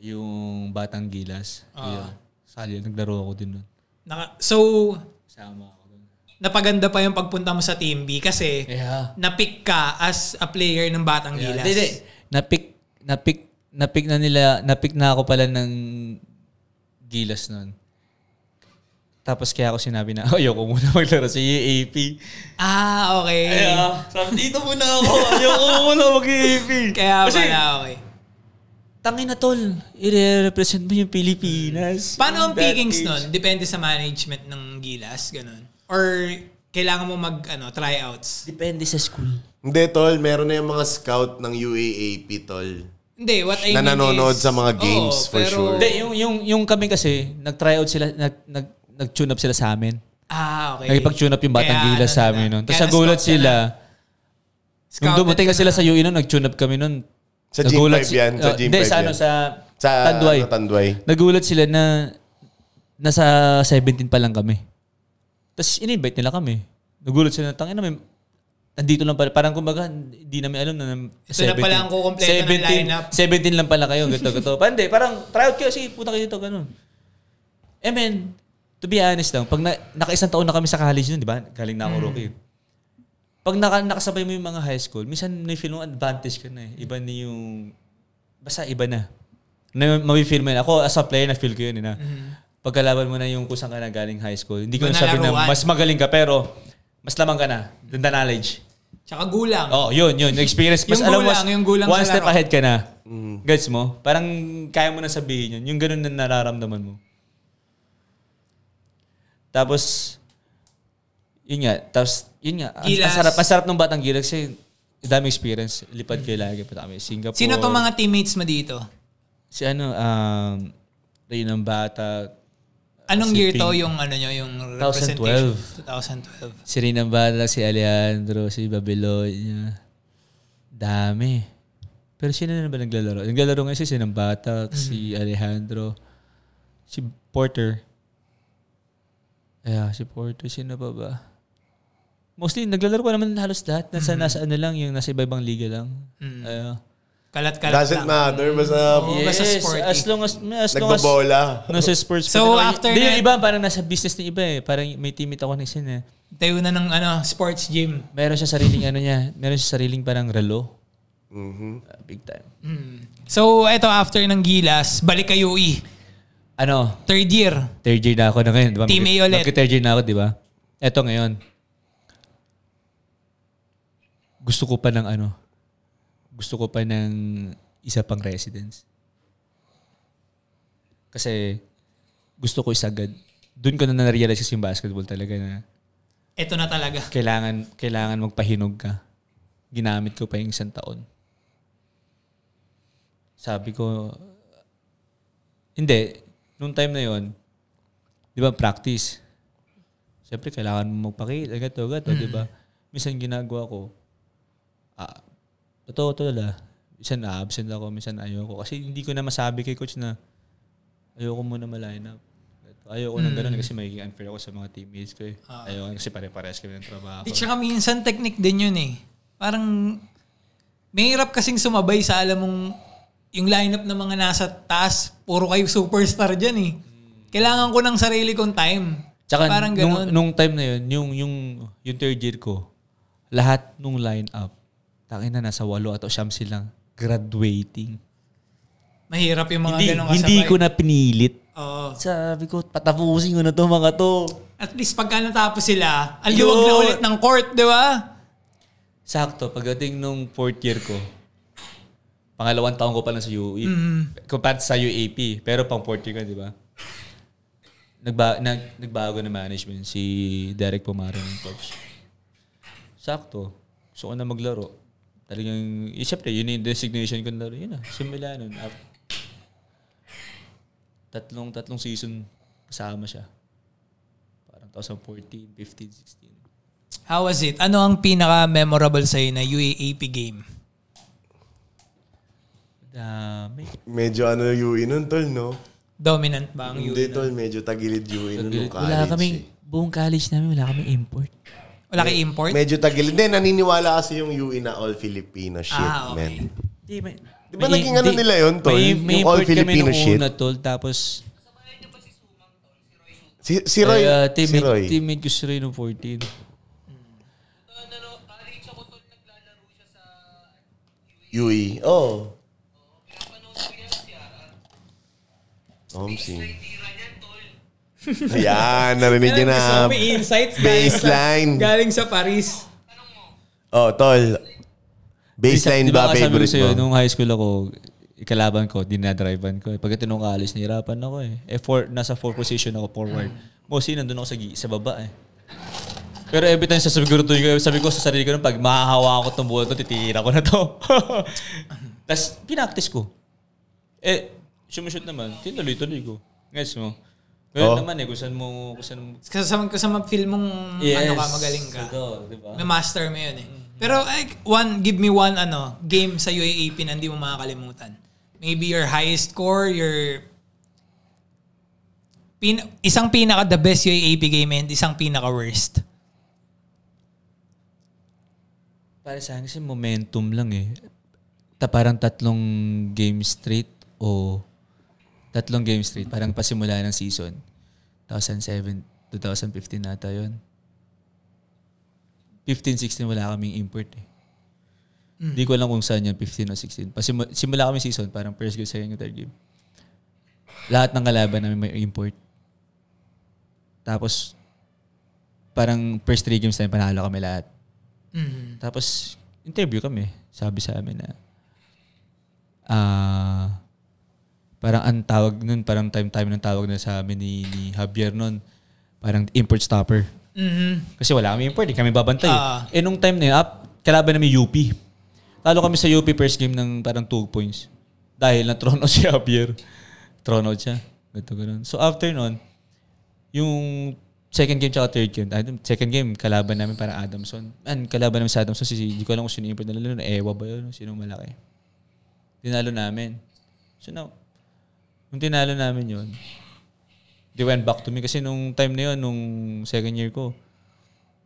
Speaker 1: yung Batang Gilas. yun. Sali, naglaro ako din nun.
Speaker 2: Naka- so,
Speaker 1: Kasama ako dun.
Speaker 2: napaganda pa yung pagpunta mo sa Team B kasi
Speaker 1: Yeah.
Speaker 2: na-pick ka as a player ng Batang Gilas.
Speaker 1: Hindi, hindi. Napick, napick, napick na nila, napick na ako pala ng Gilas nun. Tapos kaya ako sinabi na, ayoko muna maglaro sa E UAP.
Speaker 2: Ah, okay.
Speaker 1: Kaya, sabi, dito muna ako. Ayoko muna mag-UAP.
Speaker 2: Kaya
Speaker 1: Kasi,
Speaker 2: pala, okay.
Speaker 1: tangin na tol. I-represent mo yung Pilipinas.
Speaker 2: Paano ang
Speaker 1: That
Speaker 2: pickings
Speaker 1: age.
Speaker 2: nun? Depende sa management ng Gilas, ganun. Or kailangan mo mag ano, tryouts.
Speaker 1: Depende sa school.
Speaker 3: Hindi, tol. Meron na yung mga scout ng UAAP, tol.
Speaker 2: Hindi, what I mean
Speaker 3: Na nanonood
Speaker 2: is-
Speaker 3: sa mga games,
Speaker 2: Oo,
Speaker 3: for
Speaker 2: pero-
Speaker 3: sure.
Speaker 1: Hindi, yung, yung, yung kami kasi, nag-tryout sila, nag, nag, nag-tune up sila sa amin.
Speaker 2: Ah, okay.
Speaker 1: Nagipag-tune up yung Batang
Speaker 2: Kaya
Speaker 1: Gilas
Speaker 2: ano
Speaker 1: sa
Speaker 2: na
Speaker 1: amin
Speaker 2: na.
Speaker 1: nun. Tapos
Speaker 2: Kaya
Speaker 1: nagulat
Speaker 2: na-scout ka
Speaker 1: sila.
Speaker 2: na.
Speaker 1: Nung
Speaker 2: Scouted
Speaker 1: dumating
Speaker 2: ka
Speaker 1: na sila sa UE nun, nag-tune up kami nun.
Speaker 3: Sa Gym
Speaker 1: Nagulat
Speaker 3: 5
Speaker 1: si-
Speaker 3: yan, sa
Speaker 1: oh,
Speaker 3: Gym
Speaker 1: Hindi,
Speaker 3: 5
Speaker 1: sa ano,
Speaker 3: yan.
Speaker 1: sa,
Speaker 3: Sa
Speaker 1: Tanduay.
Speaker 3: ano, Tanduay.
Speaker 1: Nagulat sila na nasa 17 pa lang kami. Tapos in-invite nila kami. Nagulat sila na, tangin na may, nandito lang pala. Parang kumbaga, hindi namin alam na nam-
Speaker 2: Ito na pala ang kukumpleto ng
Speaker 1: 17
Speaker 2: lineup.
Speaker 1: 17 lang pala kayo, ganito, ganito. Parang hindi, parang tryout kayo, sige, punta kayo dito, ganun. Eh men, to be honest lang, pag na, naka-isang taon na kami sa college nun, di ba? Galing na ako
Speaker 2: Mm.
Speaker 1: rookie. Pag naka, nakasabay mo yung mga high school, minsan may feel mo advantage ka na eh. Iba na yung... Basta iba na. na mabifeel mo yun. Ako, as a player, na-feel ko yun. Eh, na, Pagkalaban mo na yung kusang ka na galing high school, hindi ko na
Speaker 2: Iba na
Speaker 1: sabi na
Speaker 2: laruan.
Speaker 1: mas magaling ka, pero mas lamang ka na. than The knowledge.
Speaker 2: Tsaka gulang.
Speaker 1: Oh, yun, yun. Experience. Mas
Speaker 2: Yung
Speaker 1: alam mo,
Speaker 2: gulang, yung gulang
Speaker 1: one
Speaker 2: sa
Speaker 1: step
Speaker 2: laro.
Speaker 1: ahead ka na. Gets mo? Parang kaya mo na sabihin yun. Yung ganun na nararamdaman mo. Tapos, yun nga. Tapos, yun nga. Ang,
Speaker 2: Gilas.
Speaker 1: ang sarap, ang sarap ng batang gilas kasi dami experience. Lipad kayo lagi pa kami. Singapore.
Speaker 2: Sino tong mga teammates mo dito?
Speaker 1: Si ano, um, Rain ng Bata,
Speaker 2: Anong
Speaker 1: Si
Speaker 2: year to
Speaker 1: Ping.
Speaker 2: yung ano nyo, yung representation? 2012.
Speaker 1: Si Rain ng Bata, si Alejandro, si Babylonia. Dami. Pero sino na ba naglalaro? Naglalaro ngayon si Sinang Bata,
Speaker 2: Mhm.
Speaker 1: si Alejandro, si Porter. Yeah, si Porter. Sino pa ba? Mostly, naglalaro pa naman halos lahat.
Speaker 2: Mhm.
Speaker 1: Nasa, nasa ano lang, yung nasa iba-ibang liga lang. Ayun.
Speaker 2: Kalat-kalat
Speaker 3: Doesn't
Speaker 2: lang.
Speaker 3: matter. Basta
Speaker 2: Mm. Oo, basta sporty.
Speaker 1: as long as, as long as,
Speaker 3: nagbabola.
Speaker 1: nasa sports pa
Speaker 2: So,
Speaker 1: din ako.
Speaker 2: after
Speaker 1: Hindi, yung
Speaker 2: that-
Speaker 1: iba, parang nasa business ng iba eh. Parang may teammate ako na sin eh.
Speaker 2: Tayo na ng ano, sports gym.
Speaker 1: Meron siya sariling ano niya, meron siya sariling parang relo.
Speaker 3: Mhm.
Speaker 1: Uh, big time.
Speaker 2: Mm. So, eto after ng Gilas, balik kayo UE.
Speaker 1: Ano,
Speaker 2: Third year.
Speaker 1: third year na ako na ngayon. Diba?
Speaker 2: Team A ulit.
Speaker 1: third year na ako, di ba? Eto ngayon. Gusto ko pa ng ano, gusto ko pa ng isa pang residence. Kasi gusto ko isagad. Doon ko na na-realize kasi yung basketball talaga na
Speaker 2: Eto na talaga.
Speaker 1: kailangan kailangan magpahinog ka. Ginamit ko pa yung isang taon. Sabi ko, hindi, nung time na yon di ba, practice. Siyempre, kailangan mo magpakita, gato, gato, di ba? Minsan ginagawa ko, ah, totoo, talaga. Minsan na-absent ako, minsan ayoko. Kasi hindi ko na masabi kay coach na ayoko muna ma-line up. Ayoko na ganun kasi magiging unfair ako sa mga teammates ko eh. Ayoko kasi pare-pares kami ng trabaho.
Speaker 2: Di tsaka minsan technique din yun eh. Parang mahirap kasing sumabay sa alam mong yung lineup ng mga nasa taas, puro kayo superstar dyan eh. Kailangan ko ng sarili kong time.
Speaker 1: Tsaka
Speaker 2: Parang
Speaker 1: nung,
Speaker 2: ganun.
Speaker 1: nung time na yun, yung, yung, yung third year ko, lahat nung line-up, tangin na nasa walo at o siyam silang graduating.
Speaker 2: mahirap yung mga
Speaker 1: hindi,
Speaker 2: ganun kasabay.
Speaker 1: hindi ko na pinilit.
Speaker 2: Oo.
Speaker 1: Sabi ko, patapusin ko na to mga to.
Speaker 2: At least pagka natapos sila, aliwag na ulit ng court, di ba?
Speaker 1: Sakto, pagdating nung fourth year ko, pangalawang E, taon ko pa lang sa UE. Compared sa UAP, pero pang fourth year ko, di ba? nagba, nag, nagbago na management si Derek Pumaro ng Cubs. Sakto. Gusto ko na maglaro. Talagang, eh, syempre, yun yung designation ko na laro. Yun na, simula nun. Af- tatlong, tatlong season kasama siya. Parang 2014, 15, 16.
Speaker 2: How was it? Ano ang pinaka-memorable sa'yo na UAAP game?
Speaker 1: Dami.
Speaker 3: Medyo ano yung UE nun, tol, no?
Speaker 2: Dominant ba ang
Speaker 3: Hindi,
Speaker 2: UE?
Speaker 3: tol. Medyo tagilid UE nun nung college.
Speaker 1: Wala kaming,
Speaker 3: eh.
Speaker 1: buong college namin, wala kaming import.
Speaker 2: Wala kay import?
Speaker 3: Medyo tagilid. Hindi, naniniwala kasi yung UE na all Filipino shit,
Speaker 2: Ah, okay.
Speaker 3: man.
Speaker 1: Di, may,
Speaker 3: Di ba naging ano nila yun, tol?
Speaker 1: May, may
Speaker 3: Yung
Speaker 1: import
Speaker 3: all
Speaker 1: kami
Speaker 3: Filipino
Speaker 1: nung
Speaker 3: shit?
Speaker 1: una, tol. Tapos,
Speaker 3: Si, si
Speaker 1: eh,
Speaker 3: Roy.
Speaker 1: uh,
Speaker 3: si
Speaker 1: teammate,
Speaker 3: Roy.
Speaker 1: teammate ko si Roy nung 14.
Speaker 3: Yui. Oh. Omsi. Ayan, narinig niyo na.
Speaker 2: insights
Speaker 3: Baseline.
Speaker 2: galing sa Paris.
Speaker 3: Oh, tol. Baseline
Speaker 1: Di ba
Speaker 3: ba
Speaker 1: kasabi ko
Speaker 3: favorite
Speaker 1: sa'yo,
Speaker 3: mo?
Speaker 1: Nung high school ako, ikalaban ko, dinadrivean ko. eh. Pagdating nung college, nahirapan ako eh. eh four, nasa four position ako, forward. Mostly nandun ako sa, gi- sa baba eh. Pero every time sasabi ko, tuloy ko, sabi ko sa sarili ko, nun, pag mahahawa ko itong buwan to, titira ko na to. Tapos, pinaktis ko. Eh, sumushoot naman, tinuloy-tuloy ko. Guys mo. Ganun
Speaker 3: Oh.
Speaker 1: naman eh, kung saan mo, kung saan mo,
Speaker 2: Kasama ko sa mag-feel mong ano ka, magaling ka.
Speaker 1: Ito, di ba?
Speaker 2: May master mo yun eh. Pero like, one, give me one ano game sa UAAP na hindi mo makakalimutan. Maybe your highest score, your pin isang pinaka the best UAAP game and isang pinaka worst.
Speaker 1: Para sa akin kasi momentum lang eh. Ta parang tatlong game straight o tatlong game straight. Parang pasimula ng season. 2007, 2015 nata yun. 15-16 wala kaming import eh. Hindi ko alam kung saan yun, 15 o 16. Pasimula, simula kami season, parang first game, second game, third game. Lahat ng kalaban namin may import. Tapos, parang first three games namin, panalo kami lahat. Tapos, interview kami. Sabi sa amin na, ah, parang ang tawag nun, parang time-time ng tawag na sa amin ni, ni Javier nun, parang import stopper.
Speaker 2: Mhm.
Speaker 1: Kasi wala kami import, di kami babantay.
Speaker 2: Ah.
Speaker 1: eh nung time na yun, up, kalaban namin UP. Talo kami sa UP first game ng parang 2 points. Dahil na-thrown out si Javier. Thrown out siya. Ganito, ganun. So after nun, yung second game tsaka third game, I don't- second game, kalaban namin parang Adamson. Man, kalaban namin sa Adamson, si, si- hindi ko alam kung sino yung import nila. nun. Ewa ba yun? Sino malaki? Tinalo namin. So now, nung tinalo namin yun, they went back to me. Kasi nung time na yun, nung second year ko,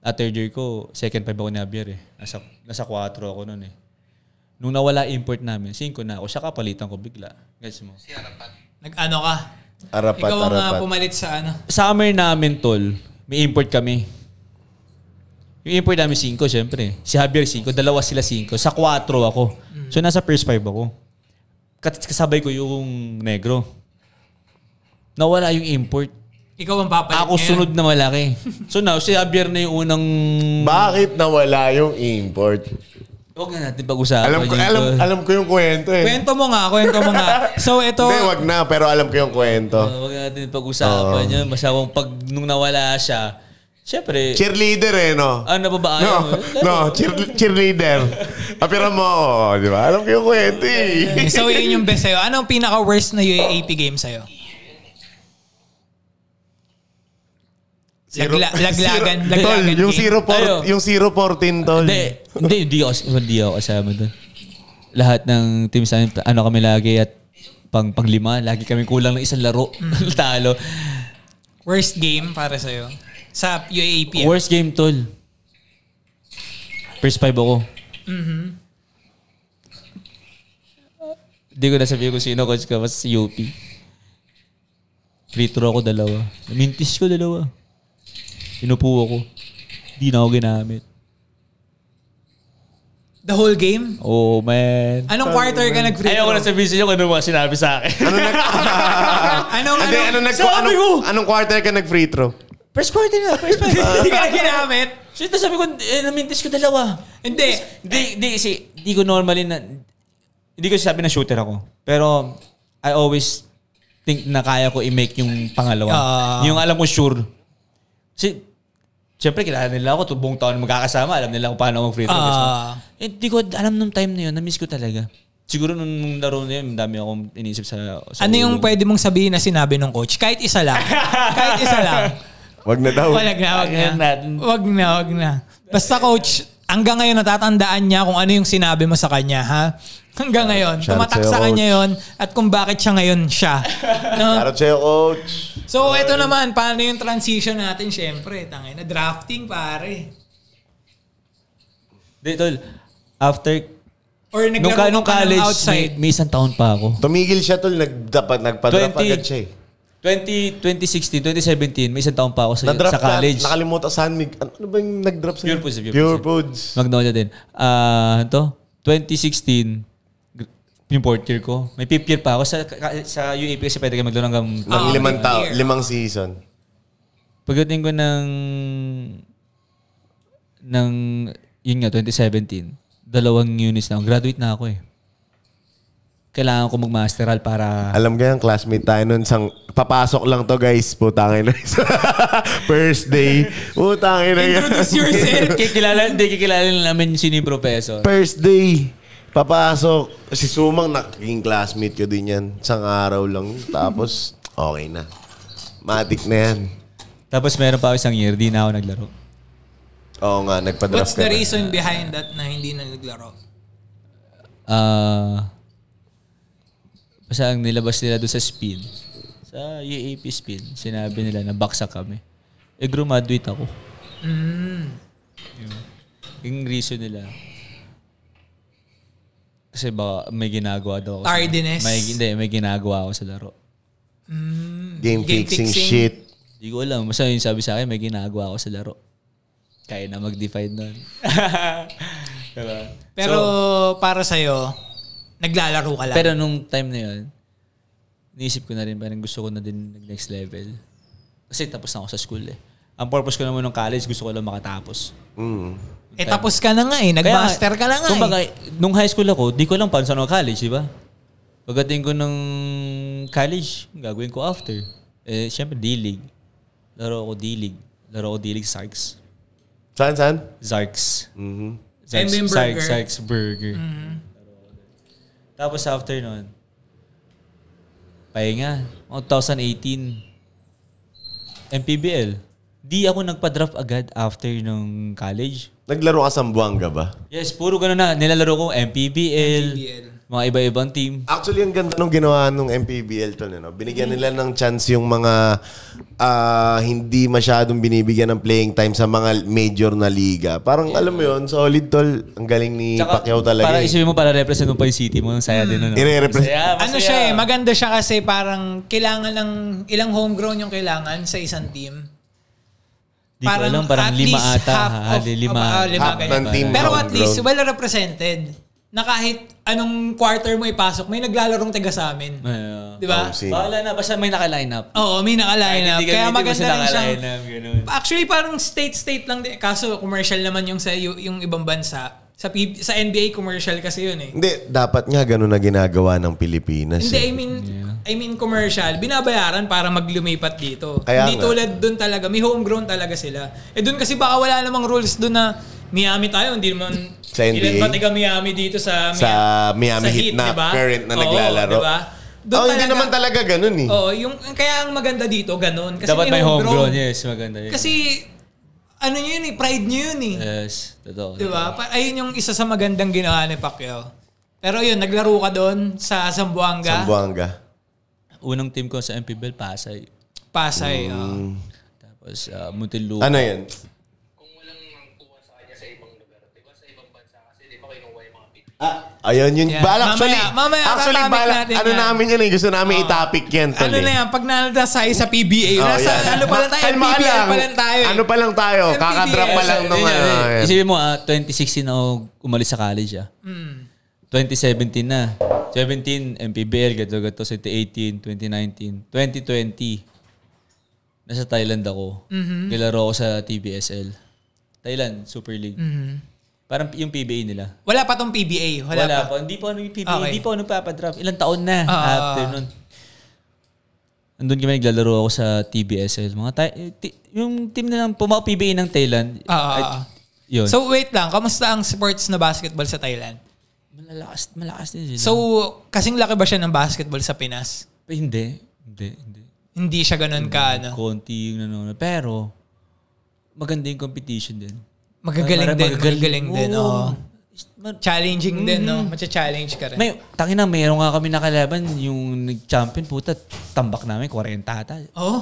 Speaker 1: at Ah, third year ko, second five ako ni Javier eh. Nasa, nasa 4 ako nun eh. Nung nawala import namin, 5 na ako. Siya kapalitan ko bigla. Gets mo?
Speaker 2: Nag-ano ka?
Speaker 3: Arapat,
Speaker 2: Ikaw ang ah,
Speaker 3: arapat.
Speaker 2: pumalit sa ano.
Speaker 1: Summer namin, tol, may import kami. Yung import namin 5, syempre. Si Javier 5, dalawa sila 5. Sa 4 ako. So nasa first 5 ako. Kat- Kasabay ko yung negro. Nawala yung import.
Speaker 2: Ikaw ang papalit
Speaker 1: Ako
Speaker 2: ngayon.
Speaker 1: sunod na malaki. So now, si Javier na yung unang...
Speaker 3: Bakit nawala yung import?
Speaker 1: Huwag na natin pag-usapan.
Speaker 3: Alam ko,
Speaker 1: yun,
Speaker 3: alam,
Speaker 1: tol.
Speaker 3: alam ko yung kwento eh.
Speaker 2: Kwento mo nga, kwento mo nga. So ito,
Speaker 3: Hindi, wag na, pero alam ko yung kwento.
Speaker 1: Uh, wag natin pag-usapan yun. Masyawang pag nung nawala siya, syempre,
Speaker 3: Cheerleader eh, no?
Speaker 1: ano ba ba?
Speaker 3: No, no, cheer- cheerleader. Apira mo ako, di ba? Alam ko yung kwento eh.
Speaker 2: so yun yung best sa'yo. Ano ang pinaka-worst na UAAP game sa'yo? Lagla- laglagan,
Speaker 3: Zero-
Speaker 2: laglagan
Speaker 3: Tol, yung
Speaker 2: game.
Speaker 3: zero four-
Speaker 1: eh. Tayo.
Speaker 3: yung 014, tol.
Speaker 1: Hindi, hindi, hindi ako, hindi ako kasama doon. Lahat ng team sa amin, ano kami lagi at pang panglima, lagi kami kulang ng isang laro. Talo.
Speaker 2: Worst game para sa'yo? Sa UAAP.
Speaker 1: Worst game, tol. First five ako. Hindi ko nasabihin kung sino coach ka, mas UP. Free throw ako dalawa. Mintis ko dalawa. Inupo ako. Hindi na ako ginamit.
Speaker 2: The whole game?
Speaker 1: Oh, man.
Speaker 2: Anong quarter ka nag-free
Speaker 1: Ayoko na
Speaker 2: throw?
Speaker 1: sabihin sa inyo kung ano mga sinabi sa akin.
Speaker 3: Ano nag...
Speaker 2: Anong,
Speaker 3: Hindi, ano
Speaker 2: anong,
Speaker 3: nag...
Speaker 1: Sabi
Speaker 3: Anong,
Speaker 1: ko!
Speaker 3: anong quarter ka nag-free throw?
Speaker 1: First quarter na, first five.
Speaker 2: hindi ka na ginamit?
Speaker 1: so ito sabi ko, eh, namintis ko dalawa.
Speaker 2: Hindi.
Speaker 1: Di, di, kasi, di ko normally na, hindi ko sabi na shooter ako. Pero, I always think na kaya ko i-make yung pangalawa.
Speaker 2: Ah.
Speaker 1: yung alam ko sure. Kasi, syempre, kilala nila ako. Tubong taon magkakasama. Alam nila kung paano ako mag-free throw.
Speaker 2: Ah.
Speaker 1: Hindi Eh, ko alam nung time na yun. Na-miss ko talaga. Siguro nung, nung laro na yun, dami akong inisip sa, sa
Speaker 2: ano
Speaker 1: ulo.
Speaker 2: yung pwede mong sabihin na sinabi ng coach? Kahit isa lang. Kahit isa lang.
Speaker 3: Wag na daw.
Speaker 2: Wag na, wag
Speaker 1: Wag na
Speaker 2: na.
Speaker 1: natin.
Speaker 2: Wag na, wag na. Basta coach, hanggang ngayon natatandaan niya kung ano yung sinabi mo sa kanya, ha? Hanggang ngayon.
Speaker 3: Shout out
Speaker 2: Tumatak
Speaker 3: sa'yo,
Speaker 2: sa
Speaker 3: coach.
Speaker 2: kanya yon at kung bakit siya ngayon siya. No?
Speaker 3: Shoutout sa'yo, coach.
Speaker 2: So, ito naman, paano yung transition natin? Siyempre, tangay na drafting, pare.
Speaker 1: Di, tol, after,
Speaker 2: Or
Speaker 1: nung,
Speaker 2: naglaro
Speaker 1: ka-
Speaker 2: ka
Speaker 1: nung
Speaker 2: pa ng
Speaker 1: college,
Speaker 2: outside.
Speaker 1: may, may isang taon pa ako.
Speaker 3: Tumigil siya tol, nagdapat nagpa-draft
Speaker 1: 20.
Speaker 3: agad siya eh.
Speaker 1: 20, 2016, 2017, may isang taon pa ako sa,
Speaker 3: Na-draft
Speaker 1: sa college.
Speaker 3: Na, nakalimutan saan mig ano, ano ba yung nag-draft sa
Speaker 1: Pure Foods, Pure
Speaker 3: Pure
Speaker 1: Foods.
Speaker 3: Foods.
Speaker 1: Magnolia din. Ah, to 2016 gr- yung fourth year ko. May fifth year pa ako sa ka- sa UAP kasi pwede kayo maglaro hanggang
Speaker 3: Ng
Speaker 2: Ah,
Speaker 3: limang
Speaker 2: fifth
Speaker 3: tao,
Speaker 2: year.
Speaker 3: limang season.
Speaker 1: pagdating ko ng ng yun nga 2017. Dalawang units na ako. Graduate na ako eh. Kailangan ko mag-masteral para
Speaker 3: Alam ko yung classmate tayo nun, sang, papasok lang to guys, putangin na. First day, putangin na yan.
Speaker 2: Introduce yourself.
Speaker 1: kikilala, hindi kikilala na namin sino yung professor.
Speaker 3: First day, papasok. Si Sumang, naging classmate ko din yan. Isang araw lang. Tapos, okay na. Matik na yan.
Speaker 1: Tapos meron pa ako isang year, di na ako naglaro.
Speaker 3: Oo nga,
Speaker 2: What's
Speaker 3: nagpa-draft
Speaker 2: the
Speaker 3: ka na.
Speaker 2: reason behind that na hindi na naglaro?
Speaker 1: Ah. basta ang nilabas nila doon sa spin. Sa UAP spin, sinabi nila na baksak kami. E graduate ako. Yung reason nila. Kasi baka may ginagawa daw ako. sa-
Speaker 2: Tardiness.
Speaker 1: May, hindi, may ginagawa ako sa laro.
Speaker 3: Game, fixing, shit.
Speaker 1: Hindi ko alam. Basta yung sabi sa akin, may ginagawa ako sa laro. Kaya na mag-define nun. diba?
Speaker 2: Pero para sa'yo, naglalaro ka lang.
Speaker 1: Pero nung time na yun, naisip ko na rin, parang gusto ko na din nag-next level. Kasi tapos na ako sa school eh. Ang purpose ko naman nung college, gusto ko lang makatapos.
Speaker 3: Mm.
Speaker 2: eh tapos ka na nga eh. Nagmaster ka na nga eh.
Speaker 1: Kumbaga, nung high school ako, di ko lang paano sa college, di ba? Pagdating ko ng college, gagawin ko after. Eh, syempre, D-League. Laro ako D-League. Laro ako D-League Sarks.
Speaker 3: Saan, saan?
Speaker 1: Zarks.
Speaker 3: Mhm.
Speaker 1: Zarks,
Speaker 2: Eminem
Speaker 1: Zarks,
Speaker 2: Burger.
Speaker 1: Zarks Burger.
Speaker 3: Mm-hmm.
Speaker 1: Tapos after nun, pahinga, mga 2018, MPBL. Di ako nagpa-draft agad after nung college.
Speaker 3: Naglaro ka sa Buanga ba?
Speaker 1: Yes, puro ganun na. Nilalaro ko MPBL,
Speaker 2: MPBL.
Speaker 1: mga iba-ibang team.
Speaker 3: Actually, ang ganda nung ginawa nung MPBL to, no? ano. binigyan nila ng chance yung mga ah, hindi masyadong binibigyan ng playing time sa mga major na liga. Parang alam mo yun, solid tol. Ang galing ni Pacquiao talaga.
Speaker 1: Para
Speaker 3: eh.
Speaker 1: isipin mo, para represent mo pa yung city mo. Ang saya din. Ano?
Speaker 3: Ire-represent-
Speaker 1: Masaya, masaya.
Speaker 2: Mm. ano siya eh, maganda siya kasi parang kailangan ng ilang homegrown yung kailangan sa isang team.
Speaker 1: Di ko alam, parang
Speaker 2: at
Speaker 1: lima
Speaker 2: least
Speaker 1: ata.
Speaker 2: half
Speaker 1: ha?
Speaker 2: of-
Speaker 1: Hali, lima.
Speaker 2: ah, lima
Speaker 3: Half
Speaker 2: ganyan.
Speaker 3: ng team
Speaker 2: Pero at
Speaker 3: homegrown.
Speaker 2: least well represented na kahit anong quarter mo ipasok, may naglalarong taga sa amin.
Speaker 1: Masaya.
Speaker 2: Di ba?
Speaker 3: Oh, si-
Speaker 1: Bahala na, basta may naka-line up.
Speaker 2: Oo, may nakaline up.
Speaker 1: Hindi hindi
Speaker 2: Kaya
Speaker 1: mo
Speaker 2: maganda
Speaker 1: sila
Speaker 2: rin siyang
Speaker 1: naka-line up, ganun.
Speaker 2: Actually, parang state-state lang din. Kaso, commercial naman yung sa yu- yung ibang bansa. Sa, P- sa NBA, commercial kasi yun eh.
Speaker 3: Hindi, dapat nga ganun na ginagawa ng Pilipinas.
Speaker 2: Hindi,
Speaker 3: eh.
Speaker 2: I mean, I mean commercial. Binabayaran para maglumipat dito.
Speaker 3: Kaya
Speaker 2: Hindi
Speaker 3: nga.
Speaker 2: tulad doon talaga. May homegrown talaga sila. Eh doon kasi baka wala namang rules doon na Miami tayo. Hindi naman
Speaker 3: Sa
Speaker 2: ilan
Speaker 3: NBA?
Speaker 2: ba taga Miami dito sa,
Speaker 3: Sa Miami Heat na
Speaker 2: diba?
Speaker 3: current na
Speaker 2: Oo,
Speaker 3: naglalaro.
Speaker 2: diba? Doon
Speaker 3: Oh, hindi naman talaga ganun eh.
Speaker 2: Oo, diba? yung, kaya ang maganda dito, ganun. Kasi
Speaker 1: Dapat may homegrown. Yes, maganda yun.
Speaker 2: Kasi, ano nyo yun eh, pride nyo yun eh.
Speaker 1: yes, totoo.
Speaker 2: Di ba? Pa- Ayun yung isa sa magandang ginawa ni Pacquiao. Pero yun, naglaro ka doon sa
Speaker 3: Sa
Speaker 2: Zamboanga,
Speaker 3: Buanga.
Speaker 1: Unang team ko sa MPBL, Pasay.
Speaker 3: Mm.
Speaker 2: Pasay. oh. oo.
Speaker 1: Tapos uh, Muntinlupa.
Speaker 3: Ano yun? Ah, ayun yun.
Speaker 2: Yeah. Mamaya,
Speaker 3: Bala, actually,
Speaker 2: mamaya
Speaker 3: actually
Speaker 2: tatamik
Speaker 3: bala,
Speaker 2: natin
Speaker 3: ano
Speaker 2: yan.
Speaker 3: namin yun eh. Gusto namin i-topic yan. tol,
Speaker 2: Ano
Speaker 3: eh.
Speaker 2: na yan? Pag naladasayo sa PBA,
Speaker 3: Oh,
Speaker 2: nasa
Speaker 3: yan.
Speaker 2: ano pa lang tayo,
Speaker 3: Kalma ka
Speaker 2: PBL pa lang tayo. eh.
Speaker 3: Ano pa lang tayo?
Speaker 2: MPBL.
Speaker 3: Kakadrap pa lang nung
Speaker 2: eh.
Speaker 3: ano. yan.
Speaker 1: Isipin mo, ah, 2016 ako umalis sa college. Ah.
Speaker 2: Mm.
Speaker 1: 2017 na. 17, MPBL, gato gato. 2018, 2019, 2020. Nasa Thailand ako.
Speaker 2: Mm-hmm.
Speaker 1: Nilaro ako sa TBSL. Thailand, Super League.
Speaker 2: Mhm.
Speaker 1: Parang yung PBA nila.
Speaker 2: Wala pa tong PBA. Wala,
Speaker 1: Wala,
Speaker 2: pa.
Speaker 1: pa. Hindi pa ano yung PBA,
Speaker 2: Okay.
Speaker 1: hindi pa ano papadraft. Ilang taon na
Speaker 2: Ah.
Speaker 1: after nun. andun kami naglalaro ako sa TBSL. Mga Thai- eh, ti- yung team na lang pumaka PBA ng Thailand.
Speaker 2: Ah, ah, ah.
Speaker 1: Yun.
Speaker 2: So wait lang, kamusta ang sports na basketball sa Thailand?
Speaker 3: Mm.
Speaker 1: malakas, malakas din sila.
Speaker 2: So, kasing laki ba siya ng basketball sa Pinas?
Speaker 1: Eh, hindi. Hindi, hindi.
Speaker 2: Hindi siya ganun ka,
Speaker 3: Mm.
Speaker 2: ano?
Speaker 1: Konti yung nanonood. Pero, maganda yung competition din.
Speaker 2: Magagaling
Speaker 1: Parang
Speaker 2: din, magagaling din,
Speaker 1: Oo.
Speaker 2: oo.
Speaker 1: Ma-
Speaker 2: Challenging din, no?
Speaker 3: Mm.
Speaker 2: Macha-challenge ka rin.
Speaker 1: May, tangin na, mayroon nga kami nakalaban. Yung nag-champion, puta, tambak namin, 40 ata.
Speaker 2: Oh?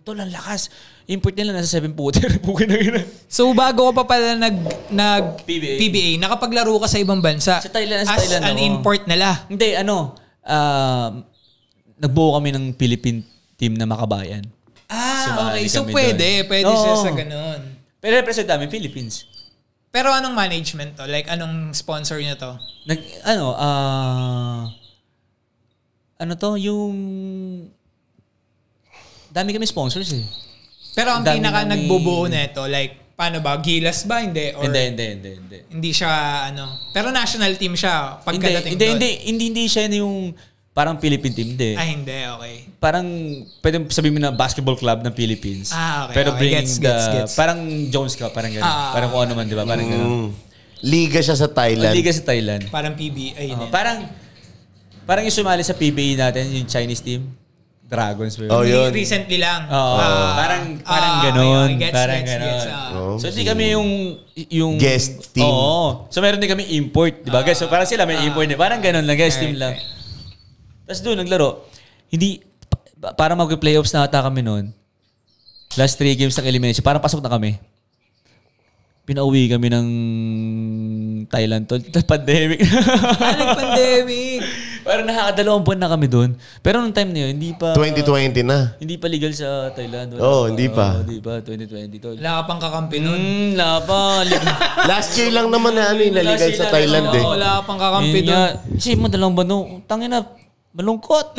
Speaker 1: Ito lang lakas. Import nila, nasa 7 puter. Pukin na yun.
Speaker 2: So, bago ka pa pala nag, nag
Speaker 1: PBA.
Speaker 2: nakapaglaro ka sa ibang bansa.
Speaker 1: Sa Thailand, sa
Speaker 2: as
Speaker 1: Thailand,
Speaker 2: an
Speaker 1: oo.
Speaker 2: import nila.
Speaker 1: Hindi, ano, um, nagbuo kami ng Philippine team na makabayan.
Speaker 2: Ah,
Speaker 1: Sumali
Speaker 2: okay. So,
Speaker 1: kami doon.
Speaker 2: pwede. Pwede siya
Speaker 1: Oo.
Speaker 2: sa ganun.
Speaker 1: Pero represent namin Philippines.
Speaker 2: Pero anong management to? Like, anong sponsor niya to?
Speaker 1: Nag, ano, ah, ano to, yung, dami kami sponsors eh.
Speaker 2: Pero ang
Speaker 1: Ang dami
Speaker 2: pinaka
Speaker 1: namin-
Speaker 2: nagbubuo nito, like, paano ba? Gilas ba? Hindi? Or
Speaker 1: Hindi, hindi, hindi, hindi.
Speaker 2: hindi siya, ano? Pero national team siya pagkadating
Speaker 1: hindi,
Speaker 2: doon.
Speaker 1: hindi, hindi, hindi siya yung parang Philippine team, hindi.
Speaker 2: Ah, hindi. Okay.
Speaker 1: Parang, pwede sabihin mo na basketball club ng Philippines.
Speaker 2: Ah, okay,
Speaker 1: Pero
Speaker 2: okay.
Speaker 1: bringing
Speaker 2: Gets,
Speaker 1: the,
Speaker 2: gets, gets.
Speaker 1: parang Jones Cup, parang gano'n.
Speaker 2: Ah,
Speaker 1: parang kung ano man, di ba? Parang gano'n.
Speaker 3: Mm. Liga siya sa Thailand.
Speaker 1: Liga sa Thailand.
Speaker 2: Parang PBA. Ay,
Speaker 1: Oo,
Speaker 2: hindi.
Speaker 1: parang, parang yung sumali sa PBA natin, yung Chinese team, Dragons. ba yun?
Speaker 3: Oh, yun.
Speaker 2: Recently lang.
Speaker 1: Oo,
Speaker 2: Ah,
Speaker 1: parang parang
Speaker 2: ah,
Speaker 1: ganun,
Speaker 2: okay, gets,
Speaker 1: parang
Speaker 2: gets,
Speaker 1: ganun.
Speaker 2: gets, ah.
Speaker 3: Oh.
Speaker 1: So hindi kami yung yung
Speaker 3: Guest team.
Speaker 1: Oo. So meron din kami import,
Speaker 2: Ah.
Speaker 1: 'di ba? guys? so parang sila may import din. Parang ganun lang, guest team lang. Tapos doon naglaro. Hindi pa- para mag-playoffs na ata kami noon. Last three games ng elimination, parang pasok na kami. Pinauwi kami ng Thailand to. Pandemic.
Speaker 2: Ah, nag-pandemic.
Speaker 1: parang nakakadalawang buwan na kami doon. Pero nung time na yun, hindi pa
Speaker 3: 2020 na.
Speaker 1: hindi pa legal sa Thailand. Wala
Speaker 3: Oo, hindi pa.
Speaker 1: Oo, Hindi pa, 2020 tol.
Speaker 2: Wala ka pang kakampi nun.
Speaker 1: Mm, laba.
Speaker 3: Last year lang naman na ano, inaligal sa
Speaker 1: Hmm.
Speaker 3: Thailand eh.
Speaker 2: Oo, wala ka pang kakampi nun.
Speaker 1: Kasi mo dalawang ba no? Tangin na, malungkot.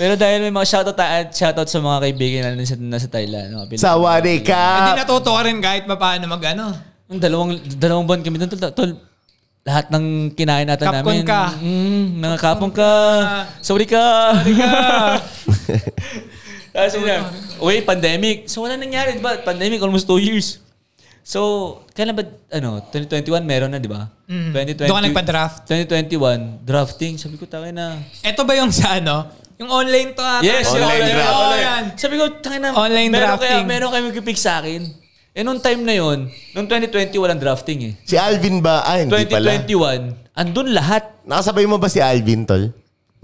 Speaker 1: Pero dahil may mga shoutout, ta- at shoutout sa mga kaibigan na nasa, nasa Thailand. Mga Pilipino.
Speaker 3: Sawari
Speaker 2: Hindi
Speaker 3: ka!
Speaker 2: natuto ka rin kahit paano mag ano.
Speaker 1: Yung dalawang, dalawang buwan kami doon, tol, tol, lahat ng kinain natin namin.
Speaker 2: Kapkon ka.
Speaker 1: Mm, mga kapon ka. Sorry ka. Sorry ka. Tapos yun na, uy, pandemic. So wala nangyari, di ba? Pandemic, almost two years. So, kailan ba, ano, 2021 meron na, di ba?
Speaker 2: Mm.
Speaker 1: 2020
Speaker 2: Doon ka nagpa-draft. Ah,
Speaker 1: 2021, drafting. Sabi ko, tangin na.
Speaker 2: Ito ba yung sa ano? Yung online to ata.
Speaker 1: Yes,
Speaker 2: Oo,
Speaker 1: yun, online
Speaker 3: Online draft.
Speaker 1: draft.
Speaker 2: Oo, Oh, yan.
Speaker 1: Sabi ko, tangin na.
Speaker 2: Online
Speaker 1: meron
Speaker 2: drafting.
Speaker 1: Kaya, meron kayo mag-pick sa akin. Eh, nung time na yon, nung 2020, walang drafting eh.
Speaker 3: Si Alvin ba? Ah, hindi pala.
Speaker 1: 2021, andun lahat.
Speaker 3: Nakasabay mo ba si Alvin, tol?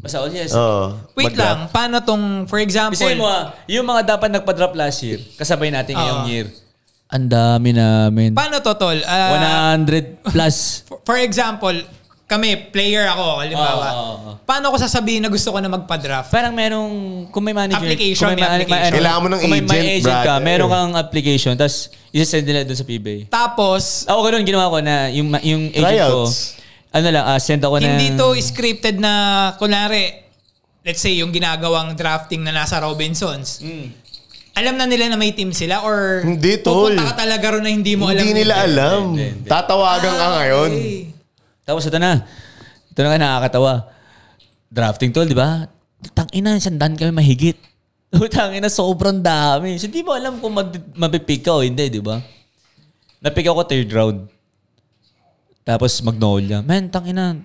Speaker 1: Basta all yes.
Speaker 3: Oo.
Speaker 2: Wait lang, paano tong, for example,
Speaker 1: Kasi mo ah, yung mga dapat nagpa-drop last year, kasabay natin ngayong
Speaker 2: Oo.
Speaker 1: year. Ang dami namin.
Speaker 2: paano to, Tol? Ah,
Speaker 1: 100 plus.
Speaker 2: for- for example, kami, player ako, halimbawa.
Speaker 1: Oo, oo, oo.
Speaker 2: Paano ko sasabihin na gusto ko na magpa-draft?
Speaker 1: Parang merong, kung may manager,
Speaker 2: Application,
Speaker 1: kung may,
Speaker 2: may
Speaker 1: ma-
Speaker 2: application.
Speaker 1: ano,
Speaker 3: Kailangan mo ng
Speaker 1: kung may, may
Speaker 3: agent,
Speaker 1: agent ka,
Speaker 3: brother.
Speaker 1: meron kang application, tapos isa-send nila doon sa PBA.
Speaker 2: Tapos,
Speaker 1: Ako ganun, ginawa ko na yung, ma- yung agent ko,
Speaker 3: Tryouts.
Speaker 1: ano lang, ah, send ako ng...
Speaker 2: hindi to scripted na, kunwari, let's say, yung ginagawang drafting na nasa Robinsons. Alam na nila na may team sila or
Speaker 3: Hmm. Hindi, Tol.
Speaker 2: pupunta ka talaga ron na hindi mo alam. ano
Speaker 3: Hindi nila alam.
Speaker 1: Hindi, hindi.
Speaker 3: Tatawagan ka ngayon.
Speaker 2: Okay.
Speaker 1: Tapos ito na. Ito na nga nakakatawa. Drafting tol, di ba? Tangina, sandan kami mahigit. Tangina, sobrang dami. So, di mo alam kung mag- mapipick ka o hindi, di ba? Napick ako third round. Tapos Magnolia. Man, tangina.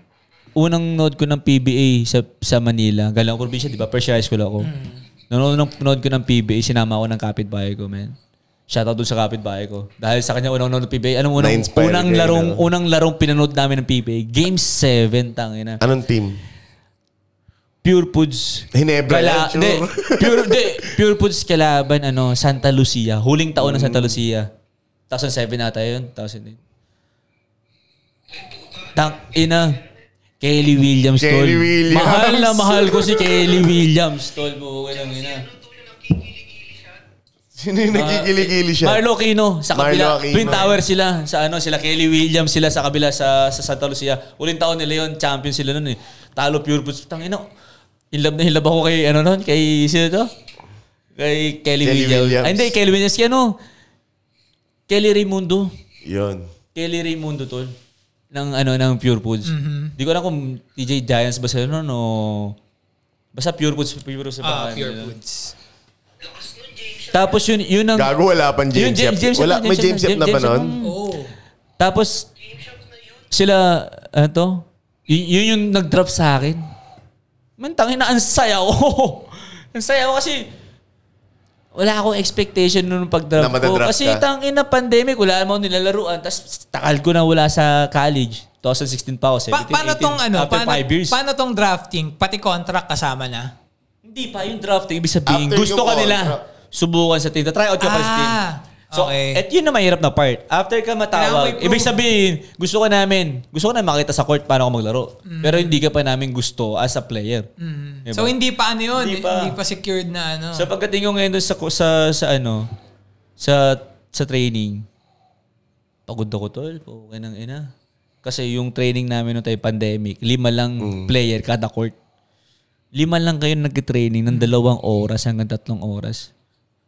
Speaker 1: Unang nod ko ng PBA sa sa Manila. Galang ko probinsya, di ba? First year high school ako.
Speaker 3: Mm.
Speaker 1: Nung unang nod ko ng PBA, sinama ako ng kapitbahay ko, man. Shoutout dun sa kapitbahay ko. Dahil sa kanya unang nod ng PBA, alam mo, unang,
Speaker 3: Na-inspire
Speaker 1: unang
Speaker 3: kayo,
Speaker 1: larong,
Speaker 3: no?
Speaker 1: unang larong pinanood namin ng PBA, Game 7, tangina.
Speaker 3: Anong team?
Speaker 1: Pure Foods.
Speaker 3: Hinebra
Speaker 1: Kala,
Speaker 3: lang, sure.
Speaker 1: de, pure, de, pure Foods kalaban, ano, Santa Lucia. Huling taon ng
Speaker 3: Mm.
Speaker 1: Santa Lucia. 2007 ata yun. 2008. Tang, ina. Kelly Williams, tol.
Speaker 3: Kelly Williams.
Speaker 1: Mahal na mahal ko si Kelly Williams, tol. Buhay ng ina.
Speaker 3: Sino yung nagkikilikili siya?
Speaker 1: Ah, Marlo Aquino, sa
Speaker 3: Marlo
Speaker 1: kabila.
Speaker 3: Aquino.
Speaker 1: Twin Tower sila. Sa ano, sila Kelly Williams sila sa kabila sa, sa Santa Lucia. Uling taon nila yun, champion sila nun eh. Talo Pure Foods. Tangina. Inlove na inlove ako kay ano nun, kay sino to? Kay Kelly,
Speaker 3: Kelly
Speaker 1: Williams.
Speaker 3: Williams.
Speaker 1: Ay, hindi, Kelly Williams. Kaya ano? Kelly Raimundo.
Speaker 3: Yun.
Speaker 1: Kelly Raimundo tol.
Speaker 2: Mm-hmm.
Speaker 1: Ng ano, ng Pure Foods. Di ko alam kung TJ Giants ba sila nun o Basta pure foods, pure foods. na
Speaker 2: Ah,
Speaker 1: pangalan
Speaker 2: pure
Speaker 1: nila.
Speaker 2: foods.
Speaker 1: Tapos yun, yun ang...
Speaker 3: Gago, wala pang James,
Speaker 1: Yung James-
Speaker 3: Yap.
Speaker 1: James Yap
Speaker 3: wala,
Speaker 1: na,
Speaker 3: may
Speaker 1: James
Speaker 3: James
Speaker 1: Yap na,
Speaker 3: Yap na ba
Speaker 1: James Yap
Speaker 3: nun?
Speaker 1: na.
Speaker 2: Oh.
Speaker 1: Tapos, sila, ano to? Y- yun yung nag-drop sa akin. Mantangin na, ang saya ko. ang saya ko kasi, wala akong expectation nung pag-drop ko.
Speaker 3: Na matadraft
Speaker 1: Kasi
Speaker 3: ka.
Speaker 1: tangin na pandemic, wala naman ako nilalaruan. Tapos takal ko na wala sa college. 2016 pa ako, 17,
Speaker 2: Pa- paano
Speaker 1: 18,
Speaker 2: tong ano?
Speaker 1: after
Speaker 2: Paano,
Speaker 1: 5 years.
Speaker 2: paano tong drafting? Pati contract kasama na?
Speaker 1: Hindi pa, yung drafting, ibig sabihin,
Speaker 3: After
Speaker 1: gusto
Speaker 3: yung
Speaker 1: ka nila.
Speaker 3: contract.
Speaker 1: Subukan sa team. Try out ka pa sa team.
Speaker 2: Ah,
Speaker 1: So,
Speaker 2: okay.
Speaker 1: at yun na mahirap na part. After ka
Speaker 2: Kailangan mo
Speaker 1: matawag,
Speaker 2: i-prove.
Speaker 1: ibig sabihin, gusto ka namin, gusto ko na makita sa court paano ka maglaro. Pero hindi ka pa namin gusto as a player. Diba?
Speaker 2: Mm. So hindi pa ano yun,
Speaker 1: Hindi
Speaker 2: hindi
Speaker 1: pa.
Speaker 2: pa, secured na ano.
Speaker 1: So pagdating ko ngayon dun sa, ko- sa, sa ano, sa, sa training, pagod ako tol, okay ng ina. Kasi yung training namin noong tayo pandemic, lima lang player kada court. Lima lang kayo nag-training ng dalawang oras hanggang tatlong oras.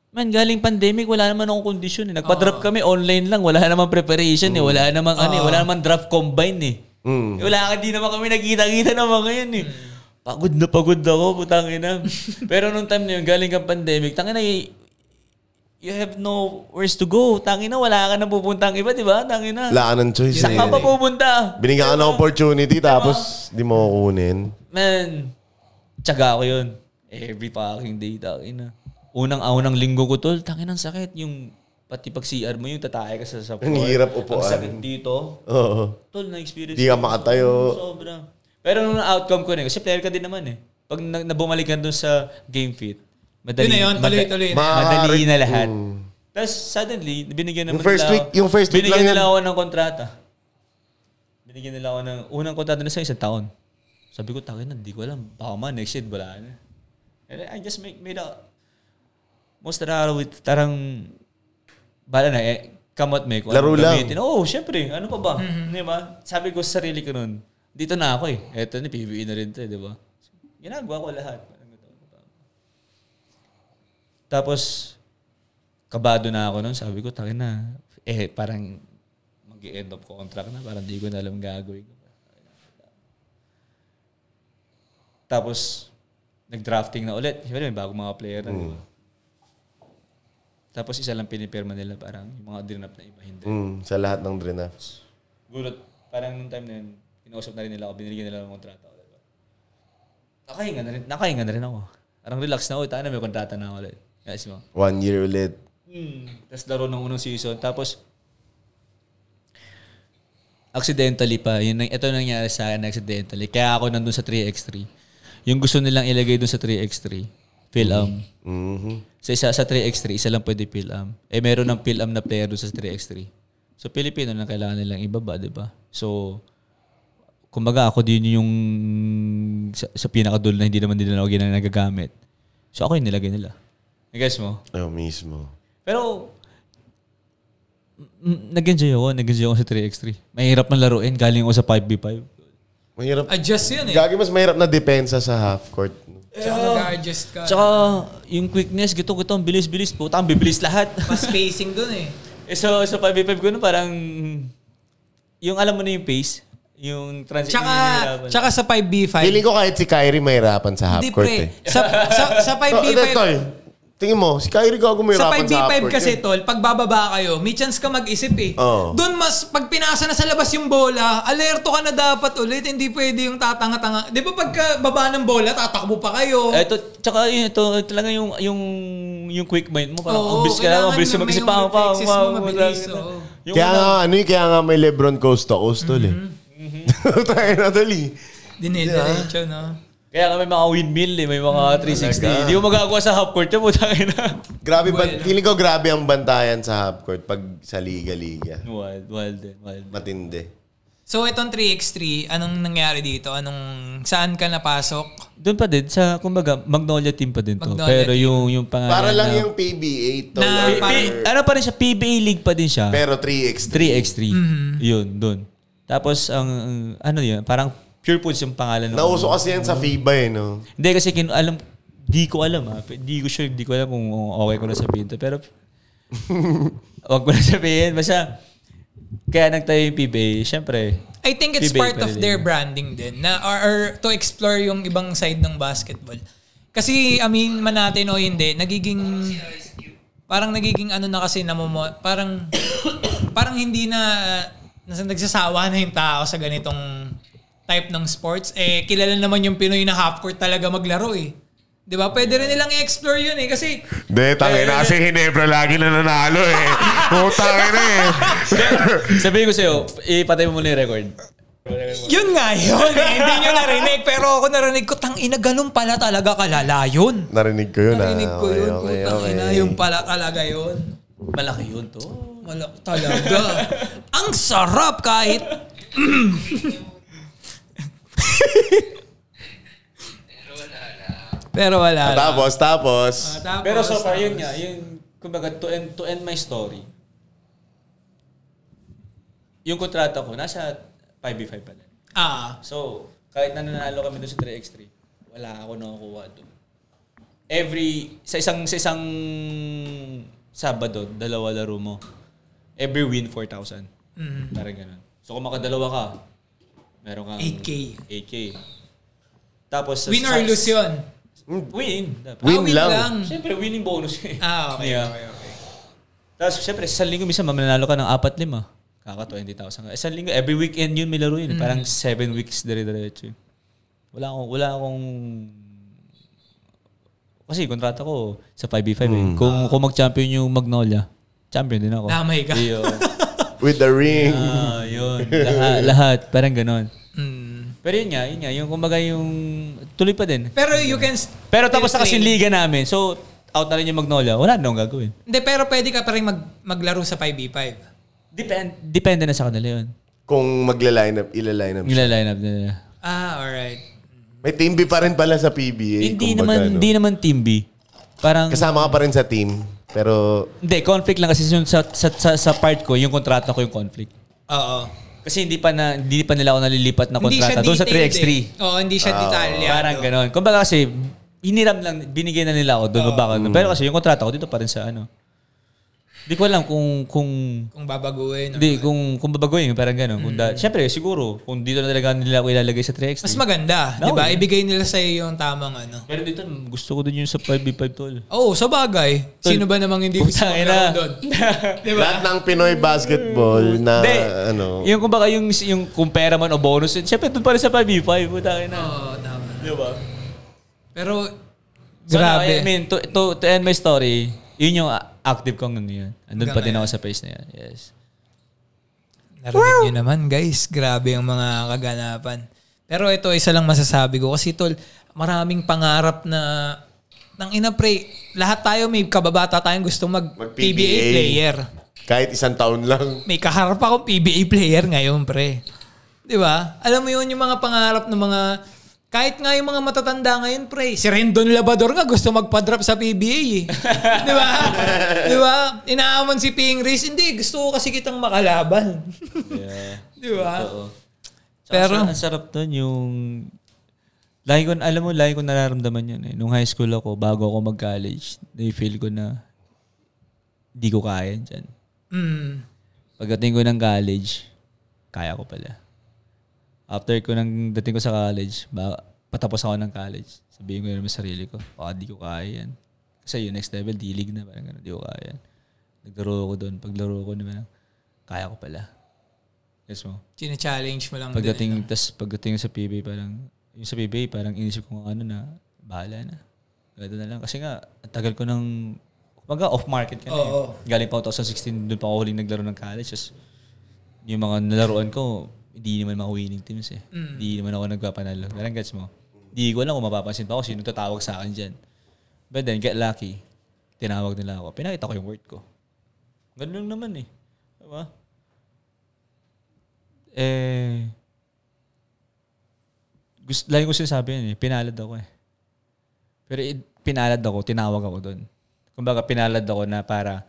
Speaker 1: Man, galing pandemic, wala naman akong kondisyon. Eh. Nagpa-draft kami online lang. Wala naman preparation. Eh. Wala naman, ano, eh. wala naman draft combine. Eh.
Speaker 3: Mm.
Speaker 1: Eh, Wala ka, di naman kami nagkita-kita naman ngayon eh. Pagod na pagod ako, putang ina. Pero nung time na yun, galing kang pandemic, tangin na, you have no where's to go. Tangin na, wala ka na pupuntang iba, di ba? Tangin na.
Speaker 3: Wala ka ng choice.
Speaker 1: Saan ka
Speaker 3: eh.
Speaker 1: pa pupunta?
Speaker 3: Binigyan ka ng opportunity tapos di mo kukunin.
Speaker 1: Man, tsaga ako yun. Every fucking day, tangin na. Unang-unang ah, linggo ko, tol, tangin ang sakit. Yung pati pag CR mo, yung tatay ka sa sa
Speaker 3: Ang
Speaker 1: floor.
Speaker 3: hirap
Speaker 1: Ang
Speaker 3: upuan.
Speaker 1: sakit dito.
Speaker 3: Oo.
Speaker 1: Tol, na-experience.
Speaker 3: Di ka
Speaker 1: ko.
Speaker 3: makatayo.
Speaker 1: Sobra. Pero nung outcome ko na, yun, kasi player ka din naman eh. Pag na, nabumalik ka doon sa game fit, madali,
Speaker 2: Yun na yun,
Speaker 1: mada-
Speaker 2: tuloy-tuloy na.
Speaker 1: madali na lahat.
Speaker 3: Mm.
Speaker 1: Tapos suddenly, binigyan naman
Speaker 3: Yung first
Speaker 1: nila
Speaker 3: week-
Speaker 1: ako-
Speaker 3: yung first week
Speaker 1: binigyan
Speaker 3: lang
Speaker 1: nila
Speaker 3: yun.
Speaker 1: ako ng kontrata. Binigyan nila ako ng unang kontrata na sa isang taon. Sabi ko, tangin na, hindi ko alam. Baka man, next year, wala na. And I just make, made a... Most raro with tarang... Bala na, eh, come at me. Kung
Speaker 3: Laro
Speaker 1: anong
Speaker 3: lang.
Speaker 1: gamitin. Oo, oh, syempre. Ano pa ba? Di ba? Sabi ko sa sarili ko nun, dito na ako eh. Eto na, PBE na rin to, eh, di ba? Ginagawa ko lahat. Tapos, kabado na ako nun. Sabi ko, tangin na. Eh, parang mag end of contract na. Parang di ko na alam gagawin ko. Tapos, nag-drafting na ulit. Siyempre, may bagong mga player na, di ba? Tapos, isa lang pinipirma nila. Parang yung mga drinap na iba, hindi.
Speaker 3: Mm, sa lahat ng drenafts.
Speaker 1: Gulat. Parang nung time na yun, kinausap na rin nila ako. Binigyan nila ng kontrata. ulit. Nakahinga na rin. Nakahinga na rin ako. Parang relax na ako. Tayo na may kontrata na ako ulit. Yes, mo.
Speaker 3: One year ulit.
Speaker 1: Mm. Tapos laro ng unang season. Tapos, accidentally pa. Yun, ang- ito ang nangyari sa akin, accidentally. Kaya ako nandun sa 3x3. Yung gusto nilang ilagay dun sa 3x3, Phil-Am.
Speaker 3: Mhm.
Speaker 1: Sa isa sa 3x3, isa lang pwede Phil-Am. Eh, meron ng Phil-Am na player dun sa 3x3. So, Pilipino lang kailangan nilang ibaba, di ba? So, kumbaga ako din yung sa, sa pinakadulo na hindi naman din ako gina- nagagamit. So, ako yung nilagay nila. Guys mo?
Speaker 3: Ayaw mismo.
Speaker 1: Pero, mm, nag-enjoy ako. Nag-enjoy ako sa 3x3. Mahirap man laruin. Galing ako sa 5v5.
Speaker 3: Mahirap.
Speaker 2: adjust yun eh.
Speaker 3: Gagi mas mahirap na depensa sa half court.
Speaker 2: Tsaka nag-adjust ka.
Speaker 1: Tsaka, yung quickness, gito, gito, ang bilis-bilis po. Tang, bibilis lahat.
Speaker 2: Mas spacing dun eh.
Speaker 1: Eh, so, sa 5v5 ko na parang, yung alam mo na yung pace, yung transition.
Speaker 2: Tsaka, tsaka sa 5B5.
Speaker 3: Feeling ko kahit si Kyrie mahirapan sa half
Speaker 2: Hindi
Speaker 3: court
Speaker 2: pre.
Speaker 3: eh.
Speaker 2: Sa, sa, sa
Speaker 3: To-
Speaker 2: 5B5.
Speaker 3: to- Toy, tingin mo, si Kyrie gago
Speaker 2: sa
Speaker 3: mahirapan sa half
Speaker 2: 5B5
Speaker 3: court.
Speaker 2: kasi,
Speaker 3: yun. Oh.
Speaker 2: tol, pag bababa kayo, may chance ka mag-isip eh.
Speaker 3: Oo.
Speaker 2: Doon mas, pag pinasa na sa labas yung bola, alerto ka na dapat ulit. Hindi pwede yung tatanga-tanga. Di ba pagka baba ng bola, tatakbo pa kayo.
Speaker 3: Eh,
Speaker 1: Ito, Eh, tsaka yun, ito, talaga yung, yung, yung quick mind mo. Parang,
Speaker 2: Oo,
Speaker 1: ang bilis ka lang, ang
Speaker 2: kailangan
Speaker 1: bilis ka
Speaker 2: na may
Speaker 1: mag-isip
Speaker 2: yung
Speaker 1: pa, pa,
Speaker 2: reflexes
Speaker 1: pa,
Speaker 2: mo mabilis,
Speaker 1: pa-
Speaker 2: oo.
Speaker 1: Yung
Speaker 3: Kaya
Speaker 1: una-
Speaker 3: nga, ano yun, kaya nga may Lebron coast to coast tol eh.
Speaker 1: Mm-hmm.
Speaker 3: Tayo na tol eh.
Speaker 2: Dinediretso, no?
Speaker 1: Kaya nga may mga windmill eh, may mga 360.
Speaker 2: Hmm.
Speaker 1: Hindi mo magagawa sa half court yun, putang ina.
Speaker 3: Grabe ba,
Speaker 2: ano?
Speaker 3: feeling ko grabe ang bantayan sa half court pag sa liga-liga.
Speaker 1: Wild, wild din, wild.
Speaker 3: Matindi.
Speaker 2: So, itong 3x3, anong nangyari dito? Anong, saan ka napasok?
Speaker 1: Doon pa din, sa, kumbaga, Magnolia team pa din to.
Speaker 2: Magnolia
Speaker 1: Pero yung, yung pangalan
Speaker 3: Para lang
Speaker 1: na-
Speaker 3: yung PBA tol.
Speaker 2: Na-
Speaker 3: or-
Speaker 1: P- P- ano pa rin siya, PBA League pa din siya.
Speaker 3: Pero 3x3.
Speaker 1: 3x3. Yun, doon. Tapos, ang, ang- ano yun, parang Pure Foods yung pangalan. ng-
Speaker 3: Nauso kasi yan sa FIBA eh, no?
Speaker 1: Hindi kasi, kin, alam, di ko alam ha. Di ko sure, di ko alam kung okay ko na sabihin to. Pero, wag ko na sabihin. Basta, kaya nagtayo yung PBA, syempre.
Speaker 2: I think it's
Speaker 1: PBA
Speaker 2: part
Speaker 1: pa
Speaker 2: of
Speaker 1: rin
Speaker 2: their
Speaker 1: yun.
Speaker 2: branding din. Na, or, or to explore yung ibang side ng basketball. Kasi, I mean, man natin o hindi, nagiging, parang nagiging ano na kasi, namomo, parang, parang hindi na, nasa nagsasawa na yung tao sa ganitong type ng sports. Eh, kilala naman yung Pinoy na half-court talaga maglaro eh. Di ba? Pwede rin nilang i-explore yun eh. Kasi,
Speaker 4: De, tangin na kasi Hinebra lagi nananalo eh. Putangin na eh.
Speaker 1: Sabihin ko sa'yo, ipatay mo muna yung record.
Speaker 2: Yun nga yun. eh. Hindi nyo narinig. Pero ako narinig ko, tang ina, ganun pala talaga kalala yun.
Speaker 3: Narinig ko yun. ah.
Speaker 2: Narinig ko
Speaker 3: Okay,
Speaker 2: yun.
Speaker 3: okay,
Speaker 2: Putang
Speaker 3: okay.
Speaker 2: ina, yun pala talaga yun.
Speaker 1: Malaki yun to.
Speaker 2: Malak talaga. Ang sarap kahit... pero wala lang.
Speaker 3: Tapos, tapos.
Speaker 2: Tapos,
Speaker 1: Pero so far, yun nga, yun, kumbaga, to end, to end my story, yung kontrata ko, nasa 5v5 pa rin.
Speaker 2: Ah,
Speaker 1: So, kahit na nanalo kami doon sa 3x3, wala ako nakukuha doon. Every, sa isang, sa isang Sabado, dalawa laro mo. Every win, 4,000.
Speaker 2: Mm-hmm.
Speaker 1: Parang ganun. So, kung makadalawa ka, meron kang
Speaker 2: 8K.
Speaker 1: 8K. Tapos, sa-
Speaker 2: win or
Speaker 1: sa-
Speaker 2: lose yun?
Speaker 1: Win. Dapat.
Speaker 3: Win
Speaker 2: Ah, win
Speaker 3: lang.
Speaker 2: lang.
Speaker 1: Siyempre, winning bonus. eh.
Speaker 2: Ah, okay,
Speaker 1: Yeah.
Speaker 2: okay, okay.
Speaker 1: Tapos siyempre, sa linggo minsan mananalo ka ng 4-5. Kaka 20,000 ka. Eh, Sa linggo, every weekend yun may laro yun. Parang 7 weeks dire-diretso. yun. Wala akong, wala akong... Kasi kontrata ko sa 5v5 eh. Kung, kung mag-champion yung Magnolia, champion din ako.
Speaker 2: Damay ka.
Speaker 1: Iyo.
Speaker 3: With the ring.
Speaker 1: Ah, yun. Lahat, lahat. Parang ganon.
Speaker 2: Mm.
Speaker 1: Pero yun nga, yun nga. Yung kumbaga yung... Tuloy pa din.
Speaker 2: Pero you can... st-
Speaker 1: Pero tapos na kasi yung
Speaker 2: still play.
Speaker 1: liga namin. So, out na rin yung Magnolia. Wala na akong gagawin.
Speaker 2: Hindi, pero pwede ka pa rin mag, maglaro sa 5v5.
Speaker 1: Depend, depende na sa kanila yun.
Speaker 3: Kung magla-line up, ila-line up.
Speaker 1: Yung line up nila.
Speaker 2: Ah, alright.
Speaker 3: May team B pa rin pala sa PBA.
Speaker 1: Hindi
Speaker 3: Eh, kumbaga,
Speaker 1: naman,
Speaker 3: ano? no?
Speaker 1: hindi naman team B. Parang,
Speaker 3: Kasama ka pa rin sa team. Pero,
Speaker 1: hindi, conflict lang kasi yun sa, sa, sa, sa part ko, yung kontrata ko yung conflict.
Speaker 2: Oo.
Speaker 1: Kasi hindi pa na hindi pa nila ako nalilipat na kontrata doon sa
Speaker 2: detailed
Speaker 1: 3x3.
Speaker 2: eh. ano? Oo, hindi siya detalye.
Speaker 1: Parang gano'n. Kumbaga kasi hiniram lang binigay na nila ako doon baba ako. Pero kasi yung kontrata ko dito pa rin sa ano. Hindi ko alam kung kung
Speaker 2: Kung babaguhin. or-
Speaker 1: hindi kung kung babaguhin parang gano'n. Kung da, syempre siguro kung dito na talaga nila ako ilalagay sa 3x3.
Speaker 2: Mm. Mas maganda,
Speaker 1: No,
Speaker 2: di ba?
Speaker 1: eh.
Speaker 2: Ibigay nila sa'yo yung tamang ano.
Speaker 1: Pero dito gusto ko din yung sa 5v5 tol.
Speaker 2: Oo, oh, sa bagay. Sino ba namang hindi gusto
Speaker 1: Putang ina.
Speaker 2: maglaro doon? Di ba?
Speaker 3: lahat ng Pinoy basketball na,
Speaker 1: Hindi.
Speaker 3: ano,
Speaker 1: Oh. Yung kumbaga yung, yung kung pera man o bonus, yun, syempre doon pa rin sa 5v5. Puta ka na.
Speaker 2: Oo, tama.
Speaker 1: Di ba?
Speaker 2: Pero,
Speaker 1: So,
Speaker 2: grabe.
Speaker 1: ano, I mean, to, to, to end my story, yun yung a- active kong ano yun. Andun pa din ako sa page na yun. Yes.
Speaker 2: Narinig nyo naman, guys. Grabe ang mga kaganapan. Pero ito, isa lang masasabi ko. Kasi tol, maraming pangarap na nang ina pre, lahat tayo may kababata tayong gusto mag,
Speaker 3: Mag-PBA.
Speaker 2: PBA player.
Speaker 3: kahit isang taon lang.
Speaker 2: May kaharap akong PBA player ngayon, pre. 'Di ba? Alam mo 'yun yung mga pangarap ng mga kahit nga yung mga matatanda ngayon, pre. Si Rendon Labador nga gusto magpa-drop sa PBA eh. 'Di ba? 'Di ba? Inaaman si Ping Reese, hindi gusto ko kasi kitang makalaban.
Speaker 1: Yeah.
Speaker 2: 'Di ba?
Speaker 1: Oo. Pero,
Speaker 2: Pero-
Speaker 1: ang sarap doon yung... Lagi ko, alam mo, lagi ko nararamdaman yun eh. Nung high school ako, bago ako mag-college, na-feel ko na di ko kaya dyan.
Speaker 2: Mm.
Speaker 1: Pagdating ko ng college, kaya ko pala. After ko nang dating ko sa college, ba, patapos ako ng college. Sabihin ko na naman sa sarili ko, baka di ko kaya yan. Kasi yung next level, D-League na, parang gano'n, di ko kaya yan. Naglaro ako doon. Paglaro ko naman, kaya ko pala. Yes mo?
Speaker 2: China-challenge mo lang din.
Speaker 1: Pagdating, tas pagdating sa PBA, parang, yung sa PBA, parang inisip ko nga ano na, bahala na. Gano'n na lang. Kasi nga, ang tagal ko ng, kumbaga off-market ka na eh.
Speaker 2: Oo.
Speaker 1: Galing pa ako 2016, doon pa ako huling naglaro ng college. Tapos, yung mga nalaroan ko, hindi naman mga winning teams eh. Hindi naman ako nagpapanalo. Parang gets mo. Hindi ko alam kung mapapansin pa ako sino tatawag sa akin dyan. But then, get lucky. Tinawag nila ako. Pinakita ko yung worth ko. Ganun lang naman eh. Diba? Eh, gusto, lagi ko sinasabi yun eh, pinalad ako eh. Pero it, pinalad ako, tinawag ako doon. Kumbaga pinalad ako na para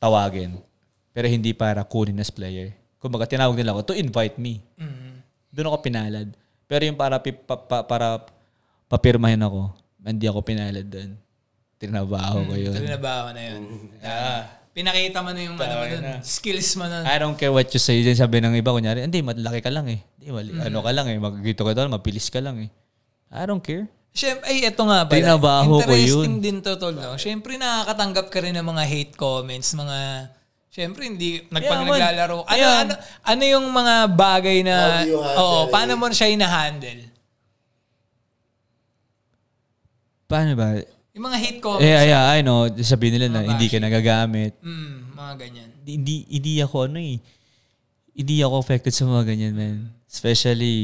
Speaker 1: tawagin. Pero hindi para kunin as player. Kumbaga tinawag nila ako to invite me.
Speaker 2: Hmm.
Speaker 1: Doon ako pinalad. Pero yung para pi- pa, pa, para papirmahin ako, hindi ako pinalad doon. Tinabaho ko yun.
Speaker 2: Trinabaho na yun. Mm. Ah. Pinakita mo na yung ano, mo nun, skills mo nun.
Speaker 1: I don't care what you say. Diyan sabi ng iba, kunyari, Mm. hindi, malaki ka lang eh. Hindi, mali, ano ka lang eh. Magkito ka doon, mapilis ka lang eh. I don't care.
Speaker 2: Siyempre, ay, eto nga pala.
Speaker 1: Trinabaho ko
Speaker 2: Interesting
Speaker 1: yun.
Speaker 2: din to, tol. No? Siyempre, nakakatanggap ka rin ng mga hate comments, mga... Siyempre, hindi nagpag
Speaker 1: man.
Speaker 2: naglalaro. Ano,
Speaker 1: Yeah.
Speaker 2: ano, ano yung mga bagay na...
Speaker 3: How do you handle
Speaker 2: Oo,
Speaker 3: it?
Speaker 2: paano mo siya ina-handle?
Speaker 1: Paano ba?
Speaker 2: Yung mga hate comments.
Speaker 1: Eh, yeah, I know. Sabihin nila na
Speaker 2: Mga
Speaker 1: hindi ka nagagamit.
Speaker 2: Mm, mga ganyan.
Speaker 1: hindi hindi ako ano eh hindi ako affected sa mga ganyan man especially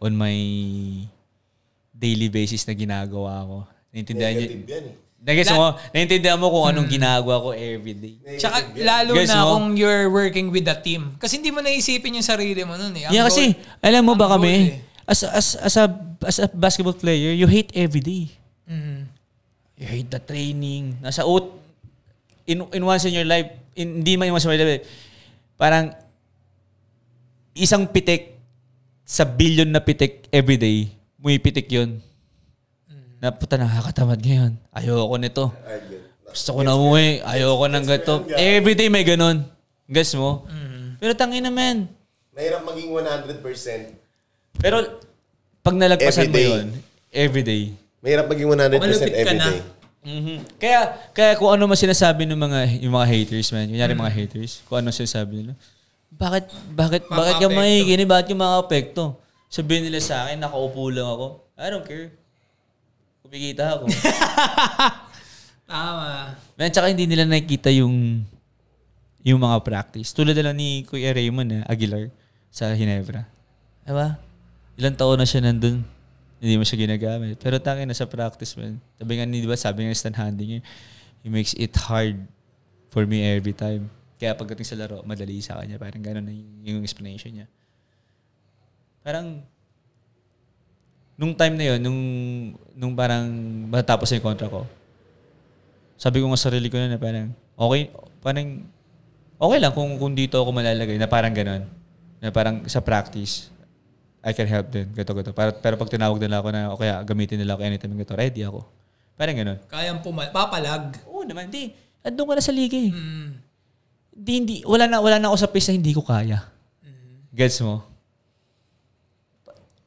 Speaker 1: on my daily basis na ginagawa ko naiintindihan niyo
Speaker 3: Negative yan eh.
Speaker 1: Nagets mo naiintindihan mo kung anong ginagawa ko everyday
Speaker 2: Tsaka lalo
Speaker 1: Guys,
Speaker 2: na
Speaker 1: no?
Speaker 2: kung you're working with a team. Kasi hindi mo naisipin yung sarili mo nun eh. Ang
Speaker 1: yeah kasi
Speaker 2: goal-
Speaker 1: alam mo ba
Speaker 2: ang goal
Speaker 1: kami
Speaker 2: eh.
Speaker 1: as as as a as a basketball player you hate everyday
Speaker 2: Mm.
Speaker 1: you hate the training. Nasa out, in, in once in your life, in, hindi man in once in your life, parang isang pitik sa billion na pitik everyday, may pitik yun.
Speaker 2: Mm-hmm.
Speaker 1: Na puta, nakakatamad ngayon. Ayoko nito. Gusto ko na umuwi. Ayoko ng ganito. Everyday may ganun. Guess mo?
Speaker 2: Mm-hmm.
Speaker 1: Pero tangin naman.
Speaker 3: Nahirap maging 100%.
Speaker 1: Pero pag nalagpasan mo
Speaker 3: Everyday.
Speaker 1: yun, everyday,
Speaker 3: Mahirap maging 100%
Speaker 2: Malupit ka
Speaker 3: every
Speaker 2: na.
Speaker 3: day.
Speaker 1: Mhm. Kaya kaya kung ano man sinasabi ng mga yung mga haters man, kunyari mga haters, kung ano sinasabi nila. Bakit bakit bakit ka
Speaker 2: Makaapekto.
Speaker 1: makikinig? Bakit yung mga apekto? Sabihin nila sa akin, nakaupo lang ako. I don't care. Kumikita ako.
Speaker 2: Tama.
Speaker 1: Man, tsaka hindi nila nakikita yung yung mga practice. Tulad na lang ni Kuya Raymond eh, Aguilar sa Ginebra. Diba? Ilang taon na siya nandun. Hindi mo siya ginagamit. Pero tangin na sa practice man. Sabi nga ni, di ba, sabi nga ni Stan Handy niya, he makes it hard for me every time. Kaya pagdating sa laro, madali sa kanya. Parang gano'n na yung- yung explanation niya. Parang, nung time na yun, nung, nung parang matapos na yung kontra ko, sabi ko nga sa sarili ko na, na parang, okay, parang, okay lang kung, kung dito ako malalagay, na parang ganun. Na parang sa practice, I can help din, gato, gato. Para, pero pag tinawag nila ako na, o kaya gamitin nila ako anytime, gato, ready ako. Parang ganun.
Speaker 2: Kayang pumal... Papalag.
Speaker 1: Oo naman, di. Andun ka na sa liga eh.
Speaker 2: Mm.
Speaker 1: Di, hindi, wala na, wala na ako sa pace na hindi ko kaya. Gets mo?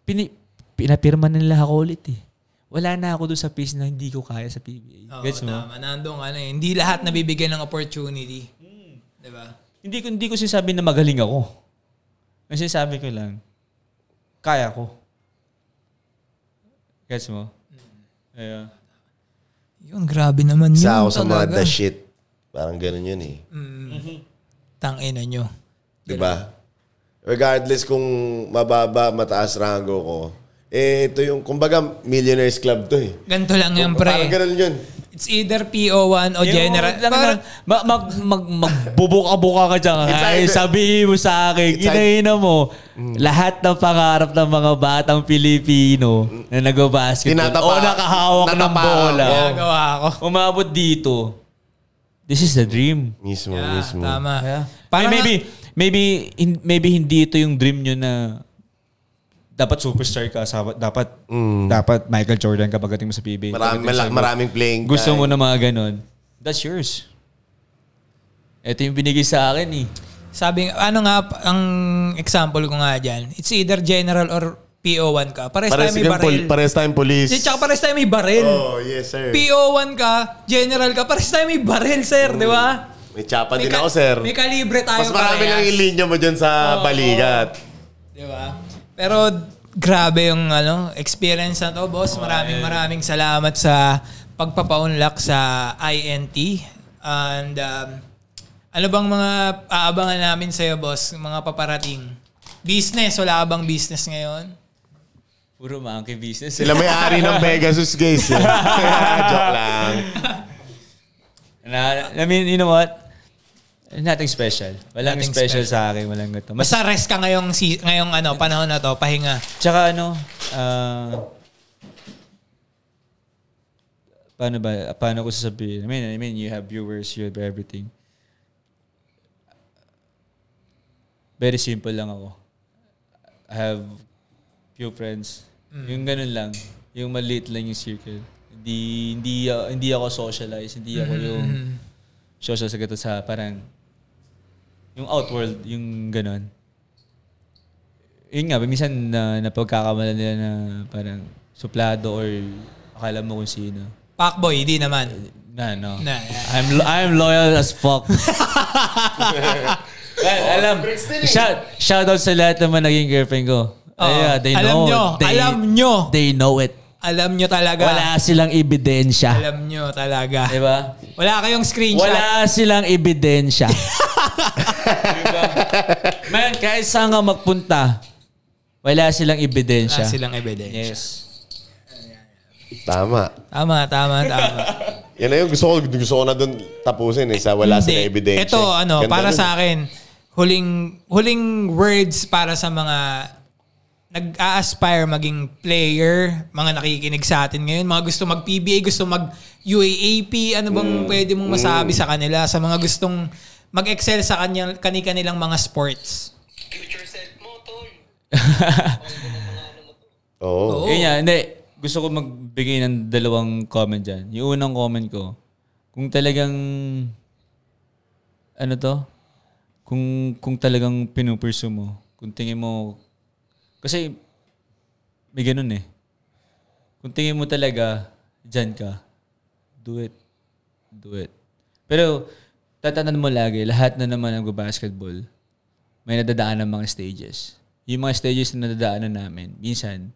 Speaker 1: Pini, pinapirma nila ako ulit eh. Wala na ako doon sa pace na hindi ko kaya sa PBA.
Speaker 2: Oo,
Speaker 1: Gets mo?
Speaker 2: tama. Nandun ka na eh. Hindi lahat nabibigyan ng opportunity. Diba?
Speaker 1: Hindi ko hindi ko sinasabi na magaling ako. Ang sinasabi ko lang, kaya ko. Gets mo?
Speaker 2: Mm.
Speaker 1: Yeah.
Speaker 2: Yun, grabe naman yun.
Speaker 3: Isa ako sa mga
Speaker 2: talaga. Mm,
Speaker 3: the shit. Parang ganun yun eh.
Speaker 2: Tangina nyo.
Speaker 3: Di ba? Regardless kung mababa, mataas rango ko, eh ito yung, kumbaga, millionaires club to eh.
Speaker 2: Ganito lang yung pre.
Speaker 3: Parang ganun yun.
Speaker 2: It's either PO1 o Oh, general.
Speaker 1: Yung lang
Speaker 2: Parang,
Speaker 1: na- ma- mag, mag, magbubuka-buka ka dyan.
Speaker 3: It's
Speaker 1: Ay,
Speaker 3: either-
Speaker 1: sabihin mo sa akin,
Speaker 3: It's either-
Speaker 1: kinahina mo,
Speaker 2: Mm.
Speaker 1: lahat ng pangarap ng mga batang Pilipino na nag-basketball
Speaker 3: Tinatapa-
Speaker 1: o nakahawak ng
Speaker 3: natapa-
Speaker 1: bola,
Speaker 2: ginagawa ko.
Speaker 1: umabot dito. This is the dream.
Speaker 3: Mismo,
Speaker 2: Ah,
Speaker 3: mismo.
Speaker 2: tama.
Speaker 1: Parang maybe maybe hin- maybe hindi ito yung dream nyo na dapat superstar ka sa dapat
Speaker 3: Mm.
Speaker 1: dapat Michael Jordan ka pagdating mo sa PBA.
Speaker 3: Maraming,
Speaker 1: Pagdating
Speaker 3: mala-
Speaker 1: sa-
Speaker 3: maraming playing
Speaker 1: Gusto mo
Speaker 3: time.
Speaker 1: na mga ganun. That's yours. Ito yung binigay sa akin eh.
Speaker 2: Sabi, ano nga, p- ang example ko nga dyan, it's either general or PO1 ka. Pares, tayo
Speaker 3: Pares
Speaker 2: may
Speaker 3: tayong
Speaker 2: baril.
Speaker 3: pol- pares tayong police.
Speaker 2: Di, tsaka pares tayo may baril.
Speaker 3: Oh, yes, sir.
Speaker 2: PO1 ka, general ka, pares tayo may baril, sir, di ba?
Speaker 3: May tsapa
Speaker 2: May
Speaker 3: din
Speaker 2: ka-
Speaker 3: ako, sir.
Speaker 2: May kalibre tayo
Speaker 3: Mas marami lang yung linya mo dyan sa balikat.
Speaker 2: Di ba? Pero grabe yung ano, experience na to, boss. Maraming maraming salamat sa pagpapaunlak sa INT. And um, ano bang mga aabangan namin sa'yo, boss? Mga paparating. Business, wala ka bang business ngayon?
Speaker 1: Puro monkey business.
Speaker 3: Sila may ari ng Pegasus, guys. eh. Joke lang.
Speaker 1: Na, I mean, you know what? Nothing special. Walang
Speaker 2: Nothing
Speaker 1: special, sa akin. Walang ganito. Mas,
Speaker 2: Basta rest ka ngayong, si, ngayong ano, panahon na to, pahinga.
Speaker 1: tsaka ano, ah, paano ba, paano ko sasabihin? I mean, I mean, you have viewers, you have everything. Very simple lang ako. I have few friends. Yung ganun lang. Yung maliit lang yung circle. Hindi, hindi, ah, hindi ako socialize. Hindi ako yung social sa gato sa parang yung outworld, yung ganun. Yun nga, minsan na napagkakamalan nila na parang suplado or Akala mo kung sino.
Speaker 2: Pacboy, di naman.
Speaker 1: Na, no.
Speaker 2: Na,
Speaker 1: I'm, lo- I'm loyal as fuck. Well, alam, shout, shout out sa lahat naman naging girlfriend ko.
Speaker 2: eh. Oo.
Speaker 1: Ay, Eh, yeah, they
Speaker 2: Oh, Alam
Speaker 1: know.
Speaker 2: nyo,
Speaker 1: They,
Speaker 2: alam nyo.
Speaker 1: They know it.
Speaker 2: Alam nyo talaga.
Speaker 1: Wala silang ebidensya.
Speaker 2: Alam nyo talaga.
Speaker 1: Diba?
Speaker 2: Wala kayong screenshot.
Speaker 1: Wala silang ebidensya. Diba? Man, kahit saan ka magpunta, wala silang
Speaker 2: Wala
Speaker 1: ebidensya.
Speaker 2: silang evidence.
Speaker 1: Yes.
Speaker 3: Tama.
Speaker 2: Tama, tama, tama.
Speaker 3: Yan na yung gusto ko, gusto ko na doon tapusin eh, sa wala
Speaker 2: Hindi.
Speaker 3: sila evidence.
Speaker 2: Ito, ano, para sa akin, huling, huling words para sa mga nag-a-aspire maging player, mga nakikinig sa atin ngayon, mga gusto mag-PBA, gusto mag-UAAP, ano bang
Speaker 3: Mm,
Speaker 2: pwede mong masabi sa kanila, sa mga gustong mag-excel sa kanyang, kani-kanilang mga sports.
Speaker 5: Future self mo, tol.
Speaker 3: Oo.
Speaker 2: Oo.
Speaker 1: Yun nga, hindi. Gusto ko magbigay ng dalawang comment dyan. Yung unang comment ko, kung talagang, ano to? Kung, kung talagang pinupursu mo, kung tingin mo, kasi may ganun eh. Kung tingin mo talaga, dyan ka, do it. Do it. Pero, tatanan mo lagi, lahat na naman ng basketball, may nadadaan ng mga stages. Yung mga stages na nadadaanan namin, minsan,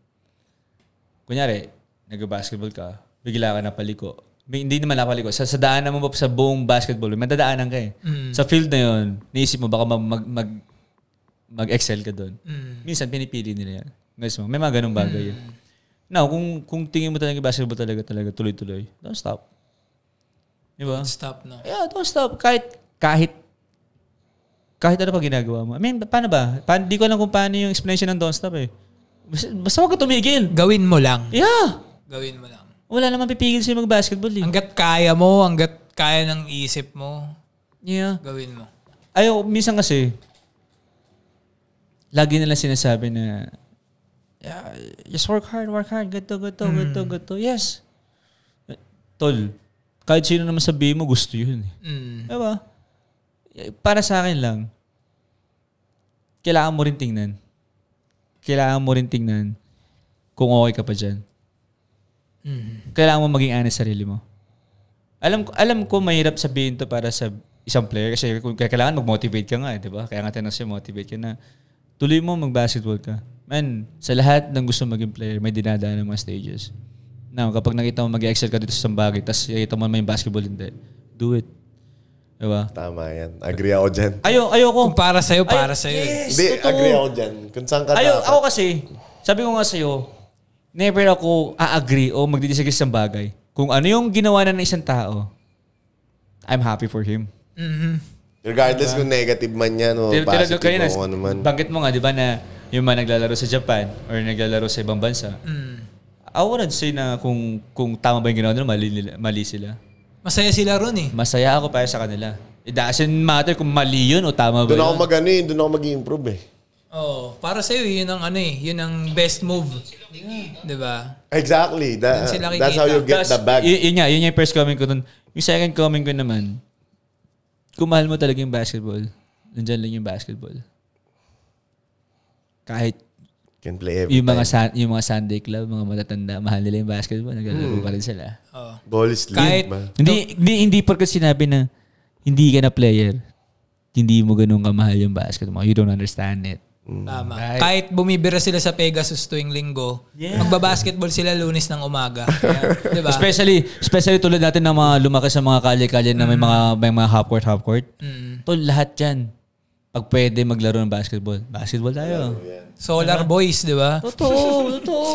Speaker 1: kunyari, nag-basketball ka, bigla ka napaliko. May- Hindi naman napaliko. Sa, sa daanan mo pa sa buong basketball, may dadaanan ka eh.
Speaker 2: Mm,
Speaker 1: Sa field na yun, naisip mo baka mag, mag, mag, mag-excel ka doon.
Speaker 2: mm.
Speaker 1: Minsan, pinipili nila yan. Guys mo, may mga ganong bagay yun. Now, kung, kung tingin mo talaga yung basketball talaga, talaga, tuloy-tuloy, don't stop. Di ba?
Speaker 2: Stop, no?
Speaker 1: Yeah, don't stop. Kahit, kahit, kahit ano pa ginagawa mo. I mean, paano ba? Pa- di ko alam kung paano yung explanation ng don't stop eh. Basta, basta huwag ka tumigil.
Speaker 2: Gawin mo lang.
Speaker 1: Yeah.
Speaker 2: Gawin mo lang.
Speaker 1: Wala naman pipigil sa'yo mag-basketball eh.
Speaker 2: Hanggat kaya mo, hanggat kaya ng isip mo,
Speaker 1: Yeah.
Speaker 2: gawin mo.
Speaker 1: Ayaw, oh, minsan kasi, lagi nila sinasabi na, yeah, just work hard, work hard, ganito, ganito, ganito, ganito. Yes. Tol, kahit sino naman sabihin mo, gusto yun eh.
Speaker 2: Mm.
Speaker 1: Diba? Para sa akin lang, kailangan mo rin tingnan. Kailangan mo rin tingnan kung okay ka pa dyan. Kailangan mo maging honest sa sarili mo. Alam ko, alam ko mahirap sabihin to para sa isang player kasi kung kaya kailangan mag-motivate ka nga, eh, 'di ba? Kaya nga tinanong siya motivate ka na tuloy mo mag-basketball ka. Man, sa lahat ng gusto maging player, may dinadaan ng mga stages. Now, kapag nakita mo mag-excel ka dito sa isang bagay, tapos nakita mo may basketball hindi, do it. 'Di ba?
Speaker 3: Tama yan. Agree ako dyan.
Speaker 1: Ayo, ayoko.
Speaker 2: Kung para sa'yo,
Speaker 1: Ay-
Speaker 2: para sa'yo. eh.
Speaker 1: Yes,
Speaker 3: Hindi,
Speaker 1: totoo.
Speaker 3: agree ako dyan. Kung saan ka
Speaker 1: Ayaw,
Speaker 3: dapat.
Speaker 2: oh,
Speaker 1: ako kasi, sabi ko nga sa'yo, never ako a-agree o magdidisagree sa bagay. Kung ano yung ginawa na ng isang tao, I'm happy for him.
Speaker 3: Regardless kung
Speaker 2: Diba?
Speaker 3: negative man yan o
Speaker 1: Til-
Speaker 3: Oh,
Speaker 1: Tinanong ko
Speaker 3: positive o
Speaker 1: kanina,
Speaker 3: ano man.
Speaker 1: banggit mo nga, di ba, na yung mga naglalaro sa Japan or naglalaro sa ibang bansa, I wouldn't say na kung kung tama ba yung ginawa nila, mali, nila, mali sila.
Speaker 2: Masaya sila ron eh.
Speaker 1: Masaya ako para sa kanila. It doesn't matter kung mali yun o tama ba
Speaker 3: Doon ako
Speaker 1: yun.
Speaker 3: mag ano eh, doon ako mag-improve eh.
Speaker 2: Oo. Oh, para sa yun ang ano eh, yun ang best move. 'Di ba?
Speaker 3: Exactly. That,
Speaker 2: Doon sila
Speaker 3: that's how you get
Speaker 1: Tas,
Speaker 3: the bag.
Speaker 1: Y- yun nga, yun yung first comment ko dun. Yung second comment ko naman, kung mahal mo talaga yung basketball, nandyan lang yung basketball. Kahit
Speaker 3: Can play every
Speaker 1: yung mga, Sun- yung mga Sunday club, mga matatanda, mahal nila yung basketball, naglalaro
Speaker 3: Hmm.
Speaker 1: pa rin sila.
Speaker 2: Oo.
Speaker 3: Ball is
Speaker 2: Oh. Kahit-
Speaker 3: league ba?
Speaker 1: Hindi, hindi, hindi porkat sinabi na hindi ka na player, hindi mo ganun kamahal yung basketball. You don't understand it.
Speaker 2: Mm. Tama. Kahit bumibira sila sa Pegasus tuwing linggo, magba-basketball sila lunes ng umaga. 'Di ba?
Speaker 1: Especially, especially tulad natin ng mga lumaki sa mga kalye-kalye na may
Speaker 2: Mm.
Speaker 1: mga, may mga half court, half court. Tol, lahat yan. Pag pwede maglaro ng basketball, basketball tayo.
Speaker 2: Solar Boys, 'di ba?
Speaker 1: Diba? Totoo, totoo.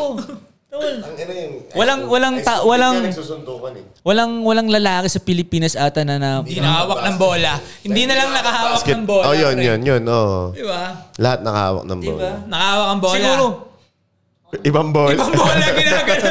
Speaker 3: Ang ina eh. yung...
Speaker 1: Walang, walang, ta- walang,
Speaker 3: Susundukan eh.
Speaker 1: walang, walang lalaki sa Pilipinas ata na na,
Speaker 2: Hindi nakahawak ng bola. Hindi na lang nakahawak ng bola.
Speaker 3: Oh, yun,
Speaker 2: pre.
Speaker 3: yun, yun. Oh.
Speaker 2: 'Di ba?
Speaker 3: Lahat nakahawak ng
Speaker 1: Diba?
Speaker 3: bola.
Speaker 2: Nakahawak ng bola.
Speaker 1: Siguro.
Speaker 3: Ibang bola.
Speaker 2: Ibang bola ginagano.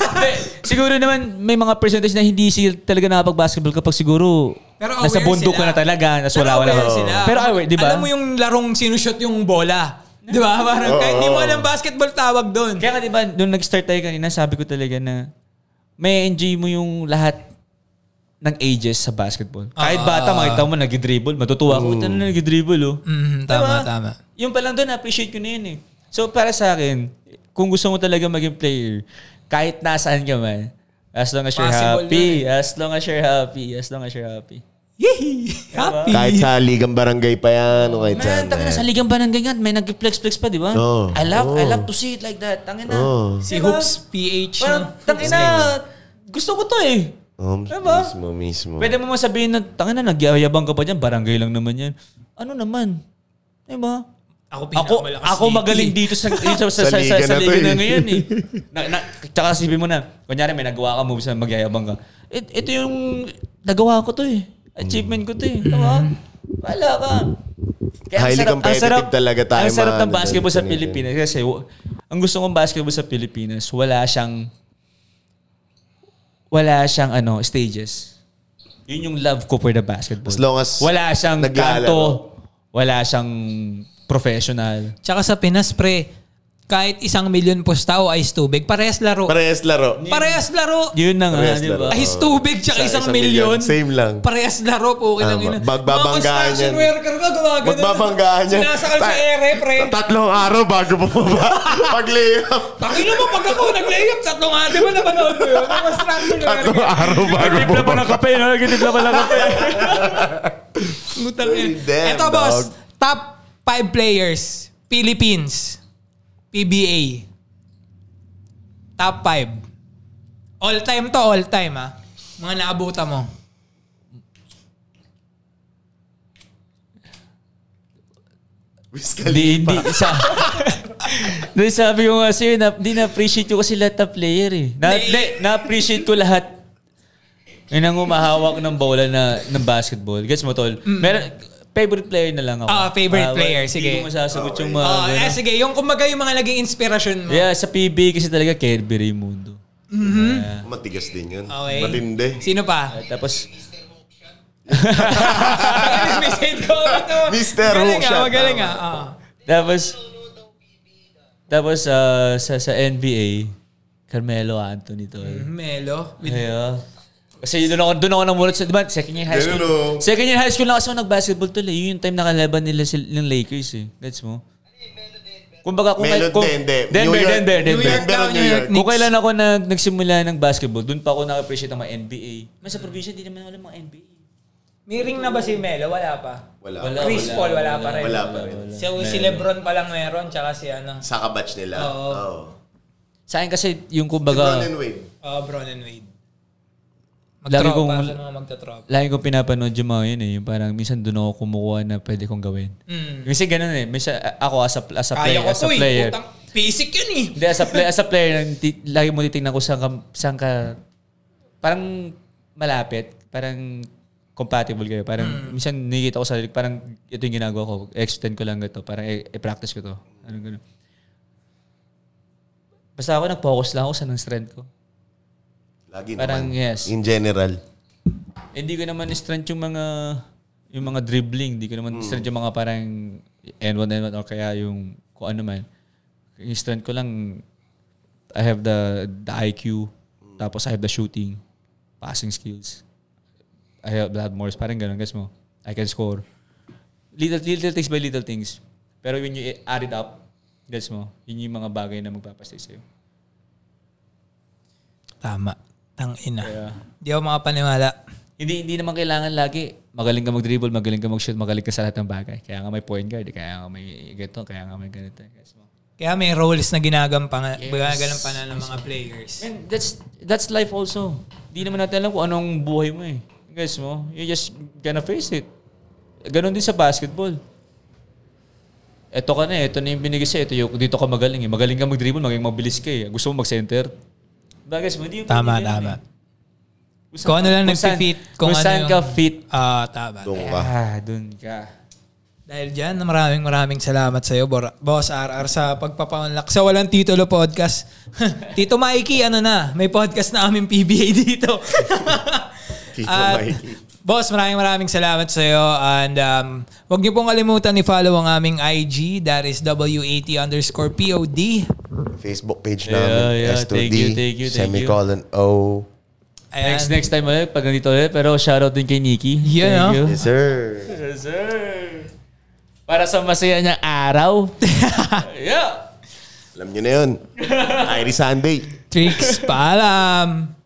Speaker 1: Hindi, siguro naman may mga percentage na hindi sila talaga nakapag-basketball kapag siguro
Speaker 2: Pero
Speaker 1: nasa
Speaker 2: aware
Speaker 1: bundok ka
Speaker 2: sila.
Speaker 1: na talaga, nasa
Speaker 2: Pero
Speaker 1: wala wala.
Speaker 2: aware sila.
Speaker 1: Pero aware, di ba?
Speaker 2: Alam mo yung larong sinushoot yung bola. Di ba? Parang kahit hindi mo alam basketball tawag doon.
Speaker 1: Kaya nga diba, nung nag-start tayo kanina, sabi ko talaga na may enjoy mo yung lahat ng ages sa basketball. Kahit bata, makita mo, nag-dribble. Matutuwa ko, mm. na nag-dribble, oh.
Speaker 2: Mm, tama,
Speaker 1: Diba?
Speaker 2: tama.
Speaker 1: Yung pa lang doon, appreciate ko na yun, eh. So, para sa akin, kung gusto mo talaga maging player, kahit nasaan ka man, As long as you're
Speaker 2: Possible
Speaker 1: happy. As long as you're happy. As long as you're happy.
Speaker 2: Yee! Happy!
Speaker 3: Kahit sa ligang barangay pa yan. o
Speaker 1: Man,
Speaker 3: Kahit saan
Speaker 1: tangin na sa ligang ba ng ganyan? May nag-flex-flex pa, di ba?
Speaker 3: Oo.
Speaker 1: I love, I love to see it like that. Tangin na.
Speaker 3: Oo.
Speaker 2: si
Speaker 1: Diba?
Speaker 2: Hoops PH.
Speaker 1: Parang,
Speaker 2: no?
Speaker 1: tangin na. Gusto ko to eh.
Speaker 3: Um,
Speaker 1: Diba?
Speaker 3: Mismo, mismo.
Speaker 1: Pwede mo man sabihin na, tangin na, nagyayabang ka pa dyan. Barangay lang naman yan. Ano naman? Di ba?
Speaker 2: Ako
Speaker 1: Ako,
Speaker 2: pinakamalakas
Speaker 1: ako
Speaker 2: dito
Speaker 1: magaling
Speaker 2: eh.
Speaker 1: dito sa dito sa sa, sa,
Speaker 3: Sa liga
Speaker 1: sa,
Speaker 3: na to
Speaker 1: liga na
Speaker 3: eh.
Speaker 1: ngayon eh. Na, na, tsaka isipin mo na, kunyari may nagawa ka moves na magyayabang ka. It, ito yung nagawa ko to eh. Achievement ko to eh. Diba? Wala ka.
Speaker 3: Mm. Highly competitive talaga tayo,
Speaker 1: Ang sarap
Speaker 3: mga
Speaker 1: ng basketball
Speaker 3: ano,
Speaker 1: sa Pilipinas. Kasi w- ang gusto kong basketball sa Pilipinas, wala siyang wala siyang ano, stages. Yun yung love ko for the basketball.
Speaker 3: As long as
Speaker 1: wala siyang
Speaker 3: naglalaro.
Speaker 1: kanto, wala siyang professional.
Speaker 2: Tsaka sa Pinas, pre, kahit isang milyon posta o ice tubig, parehas laro.
Speaker 3: Parehas laro.
Speaker 2: parehas laro!
Speaker 1: Yun na nga,
Speaker 3: Parehas
Speaker 1: di ba?
Speaker 3: laro.
Speaker 1: Ay,
Speaker 2: Ice tubig tsaka
Speaker 3: Sa-
Speaker 2: isang,
Speaker 3: isang
Speaker 2: milyon.
Speaker 3: milyon. Same lang.
Speaker 2: Parehas laro po. Okay lang
Speaker 3: Tama.
Speaker 2: yun.
Speaker 3: Bagbabanggaan
Speaker 2: Mga construction
Speaker 3: yan.
Speaker 2: worker ka, gumagano.
Speaker 3: Magbabanggaan yan.
Speaker 2: Sinasakal sa
Speaker 3: Ta-
Speaker 2: ere, pre.
Speaker 3: Tatlong araw bago bumaba. Pag layup.
Speaker 2: Pakino mo pag ako nag-layup, tatlong ate mo napanood ko yun. Mga construction worker.
Speaker 4: Tatlong araw bago
Speaker 1: Nagtipla pa ng
Speaker 4: bumaba.
Speaker 1: kape, no? Nagtipla pa ng kape.
Speaker 2: Mutal yan.
Speaker 3: Damn,
Speaker 2: Eto, boss.
Speaker 3: dog.
Speaker 2: Top 5 players. Philippines. PBA. Top 5. All time to all time, ha? Mga naabutan mo.
Speaker 1: Hindi, hindi. Sa, Doon sabi ko nga sa'yo, na, hindi na-appreciate ko kasi lahat na player eh. Na, hindi, na-appreciate ko lahat. Yun ang humahawak ng bola na, ng basketball. Gets mo, Tol? Meron, favorite player na lang ako.
Speaker 2: Ah,
Speaker 1: Mm.
Speaker 2: favorite
Speaker 1: Ah, wa-
Speaker 2: player, sige.
Speaker 1: Hindi ko masasagot yung mga...
Speaker 2: Ah, eh,
Speaker 1: ganun.
Speaker 2: sige, yung kumbaga yung mga naging inspirasyon mo.
Speaker 1: yeah, sa PBA kasi talaga Kirby Raimundo.
Speaker 3: Matigas din yun.
Speaker 2: Okay.
Speaker 3: Matindi.
Speaker 2: Sino pa?
Speaker 1: Ah, tapos,
Speaker 2: May side comment ako.
Speaker 3: Mr.
Speaker 2: Magaling ah,
Speaker 3: Hookshot,
Speaker 2: magaling
Speaker 3: tama.
Speaker 2: ah. Ah.
Speaker 1: Tapos, tapos ah, sa, sa NBA, Carmelo Anthony to.
Speaker 2: Melo. With
Speaker 1: Kaya, kasi doon ako, doon ako namulat sa, di ba, second year high school.
Speaker 3: Ganun, oh.
Speaker 1: Second year high school na kasi ako nag-basketball tol. eh. Yun yung time nakalaban nila sil, ng Lakers eh. That's mo. Kumbaga, kung
Speaker 3: Melo,
Speaker 1: kung,
Speaker 3: hindi, hindi.
Speaker 1: Denver,
Speaker 3: New York.
Speaker 1: Denver,
Speaker 2: New
Speaker 1: Denver.
Speaker 2: York
Speaker 3: Denver
Speaker 2: daw,
Speaker 3: o
Speaker 2: New York.
Speaker 1: Kung
Speaker 2: Knicks.
Speaker 1: kailan ako nag, nagsimula ng basketball, doon pa ako naka-appreciate ng mga NBA. Mas sa probinsya, hindi naman alam mga NBA.
Speaker 2: May ring na ba si Melo? Wala pa.
Speaker 3: Wala.
Speaker 1: Wala,
Speaker 2: Chris
Speaker 1: wala,
Speaker 2: Paul, wala, pa rin.
Speaker 3: Wala pa rin.
Speaker 2: So, si Lebron pa lang meron, tsaka si ano.
Speaker 3: Sa kabatch nila.
Speaker 2: Oo.
Speaker 3: Oo.
Speaker 1: Sa akin kasi, yung
Speaker 3: Brown
Speaker 1: kumbaga,
Speaker 3: and Wade.
Speaker 2: Oh, Bron and Wade.
Speaker 1: Lagi
Speaker 2: Magtropa,
Speaker 1: kong-
Speaker 2: sa mga magtatropa.
Speaker 1: lagi ko pinapanood yung mga yun eh. Yung parang minsan doon ako kumukuha na pwede kong gawin.
Speaker 2: Mm.
Speaker 1: Kasi ganun eh. Minsan a- ako as a, as a
Speaker 2: Kaya
Speaker 1: player,
Speaker 2: ko
Speaker 1: as
Speaker 2: to
Speaker 1: a
Speaker 2: eh.
Speaker 1: player.
Speaker 2: Putang basic yun eh.
Speaker 1: Hindi, as a, play, as a player, nanti- lagi mo titingnan kung saan ka, saan ka, parang malapit, parang compatible kayo. Parang
Speaker 2: Hmm.
Speaker 1: minsan nakikita ko sa sarili, parang ito yung ginagawa ko. Extend ko lang ito. Parang i- i-practice ko to. Anong ganun. Basta ako nag-focus lang ako sa ng strength ko.
Speaker 3: Lagi
Speaker 1: Parang
Speaker 3: naman.
Speaker 1: yes.
Speaker 3: In general.
Speaker 1: Hindi ko naman strength yung mga yung mga dribbling, hindi ko naman strength yung mga parang N1 N1 or kaya yung kung ano man. Yung strength ko lang I have the the IQ, tapos I have the shooting, passing skills. I have that more. Parang ganun, guys mo. I can score. Little, little things by little things. Pero when you add it up, guys mo, yun yung mga bagay na magpapastay sa'yo.
Speaker 2: Tama. Tang ina. Hindi ako makapaniwala.
Speaker 1: Hindi hindi naman kailangan lagi magaling ka mag-dribble, magaling ka mag-shoot, magaling ka sa lahat ng bagay. Kaya nga may point guard, eh. kaya nga may ganito, kaya nga may ganito. eh, Guys mo.
Speaker 2: Kaya may roles na ginagampan, ginagampanan ng mga players.
Speaker 1: And that's that's life also. Hindi naman natin alam kung anong buhay mo eh. Guys mo, you just gonna face it. Ganon din sa basketball. Eto ka na eh, eto na yung binigay sa'yo, ito yung, dito ka magaling eh. Magaling ka mag-dribble, magaling mabilis ka eh. Gusto mo mag-center? Diba guys mo, hindi yung
Speaker 2: Tama,
Speaker 1: pwede ganun
Speaker 2: tama.
Speaker 1: eh. Kung
Speaker 2: Kung ano lang
Speaker 1: saan-
Speaker 2: nag-fit.
Speaker 1: Kung, saan ka fit,
Speaker 2: Ah, tama.
Speaker 3: Doon ka.
Speaker 1: ah, dun ka.
Speaker 2: Dahil dyan, maraming maraming salamat sa iyo, Boss RR, sa pagpapaunlak sa Walang Titulo Podcast. Tito Mikey, ano na, may podcast na aming PBA dito.
Speaker 3: Tito
Speaker 2: At,
Speaker 3: Mikey.
Speaker 2: Boss, maraming maraming salamat sa iyo. And um, huwag niyo pong kalimutan i-follow ang aming IG. That is WAT underscore POD.
Speaker 3: Facebook page
Speaker 1: Yeah,
Speaker 3: namin.
Speaker 1: yeah.
Speaker 3: S2D.
Speaker 1: Thank you, thank you, thank you.
Speaker 3: Semicolon O.
Speaker 2: Ayan.
Speaker 1: Next next time ulit, pag nandito ulit. Pero shoutout din kay Nikki.
Speaker 2: Yeah, no?
Speaker 1: you.
Speaker 3: Yes, sir.
Speaker 1: Para sa masaya niyang araw. yeah!
Speaker 3: Alam nyo na yun. Irish Sunday.
Speaker 2: Tricks, paalam!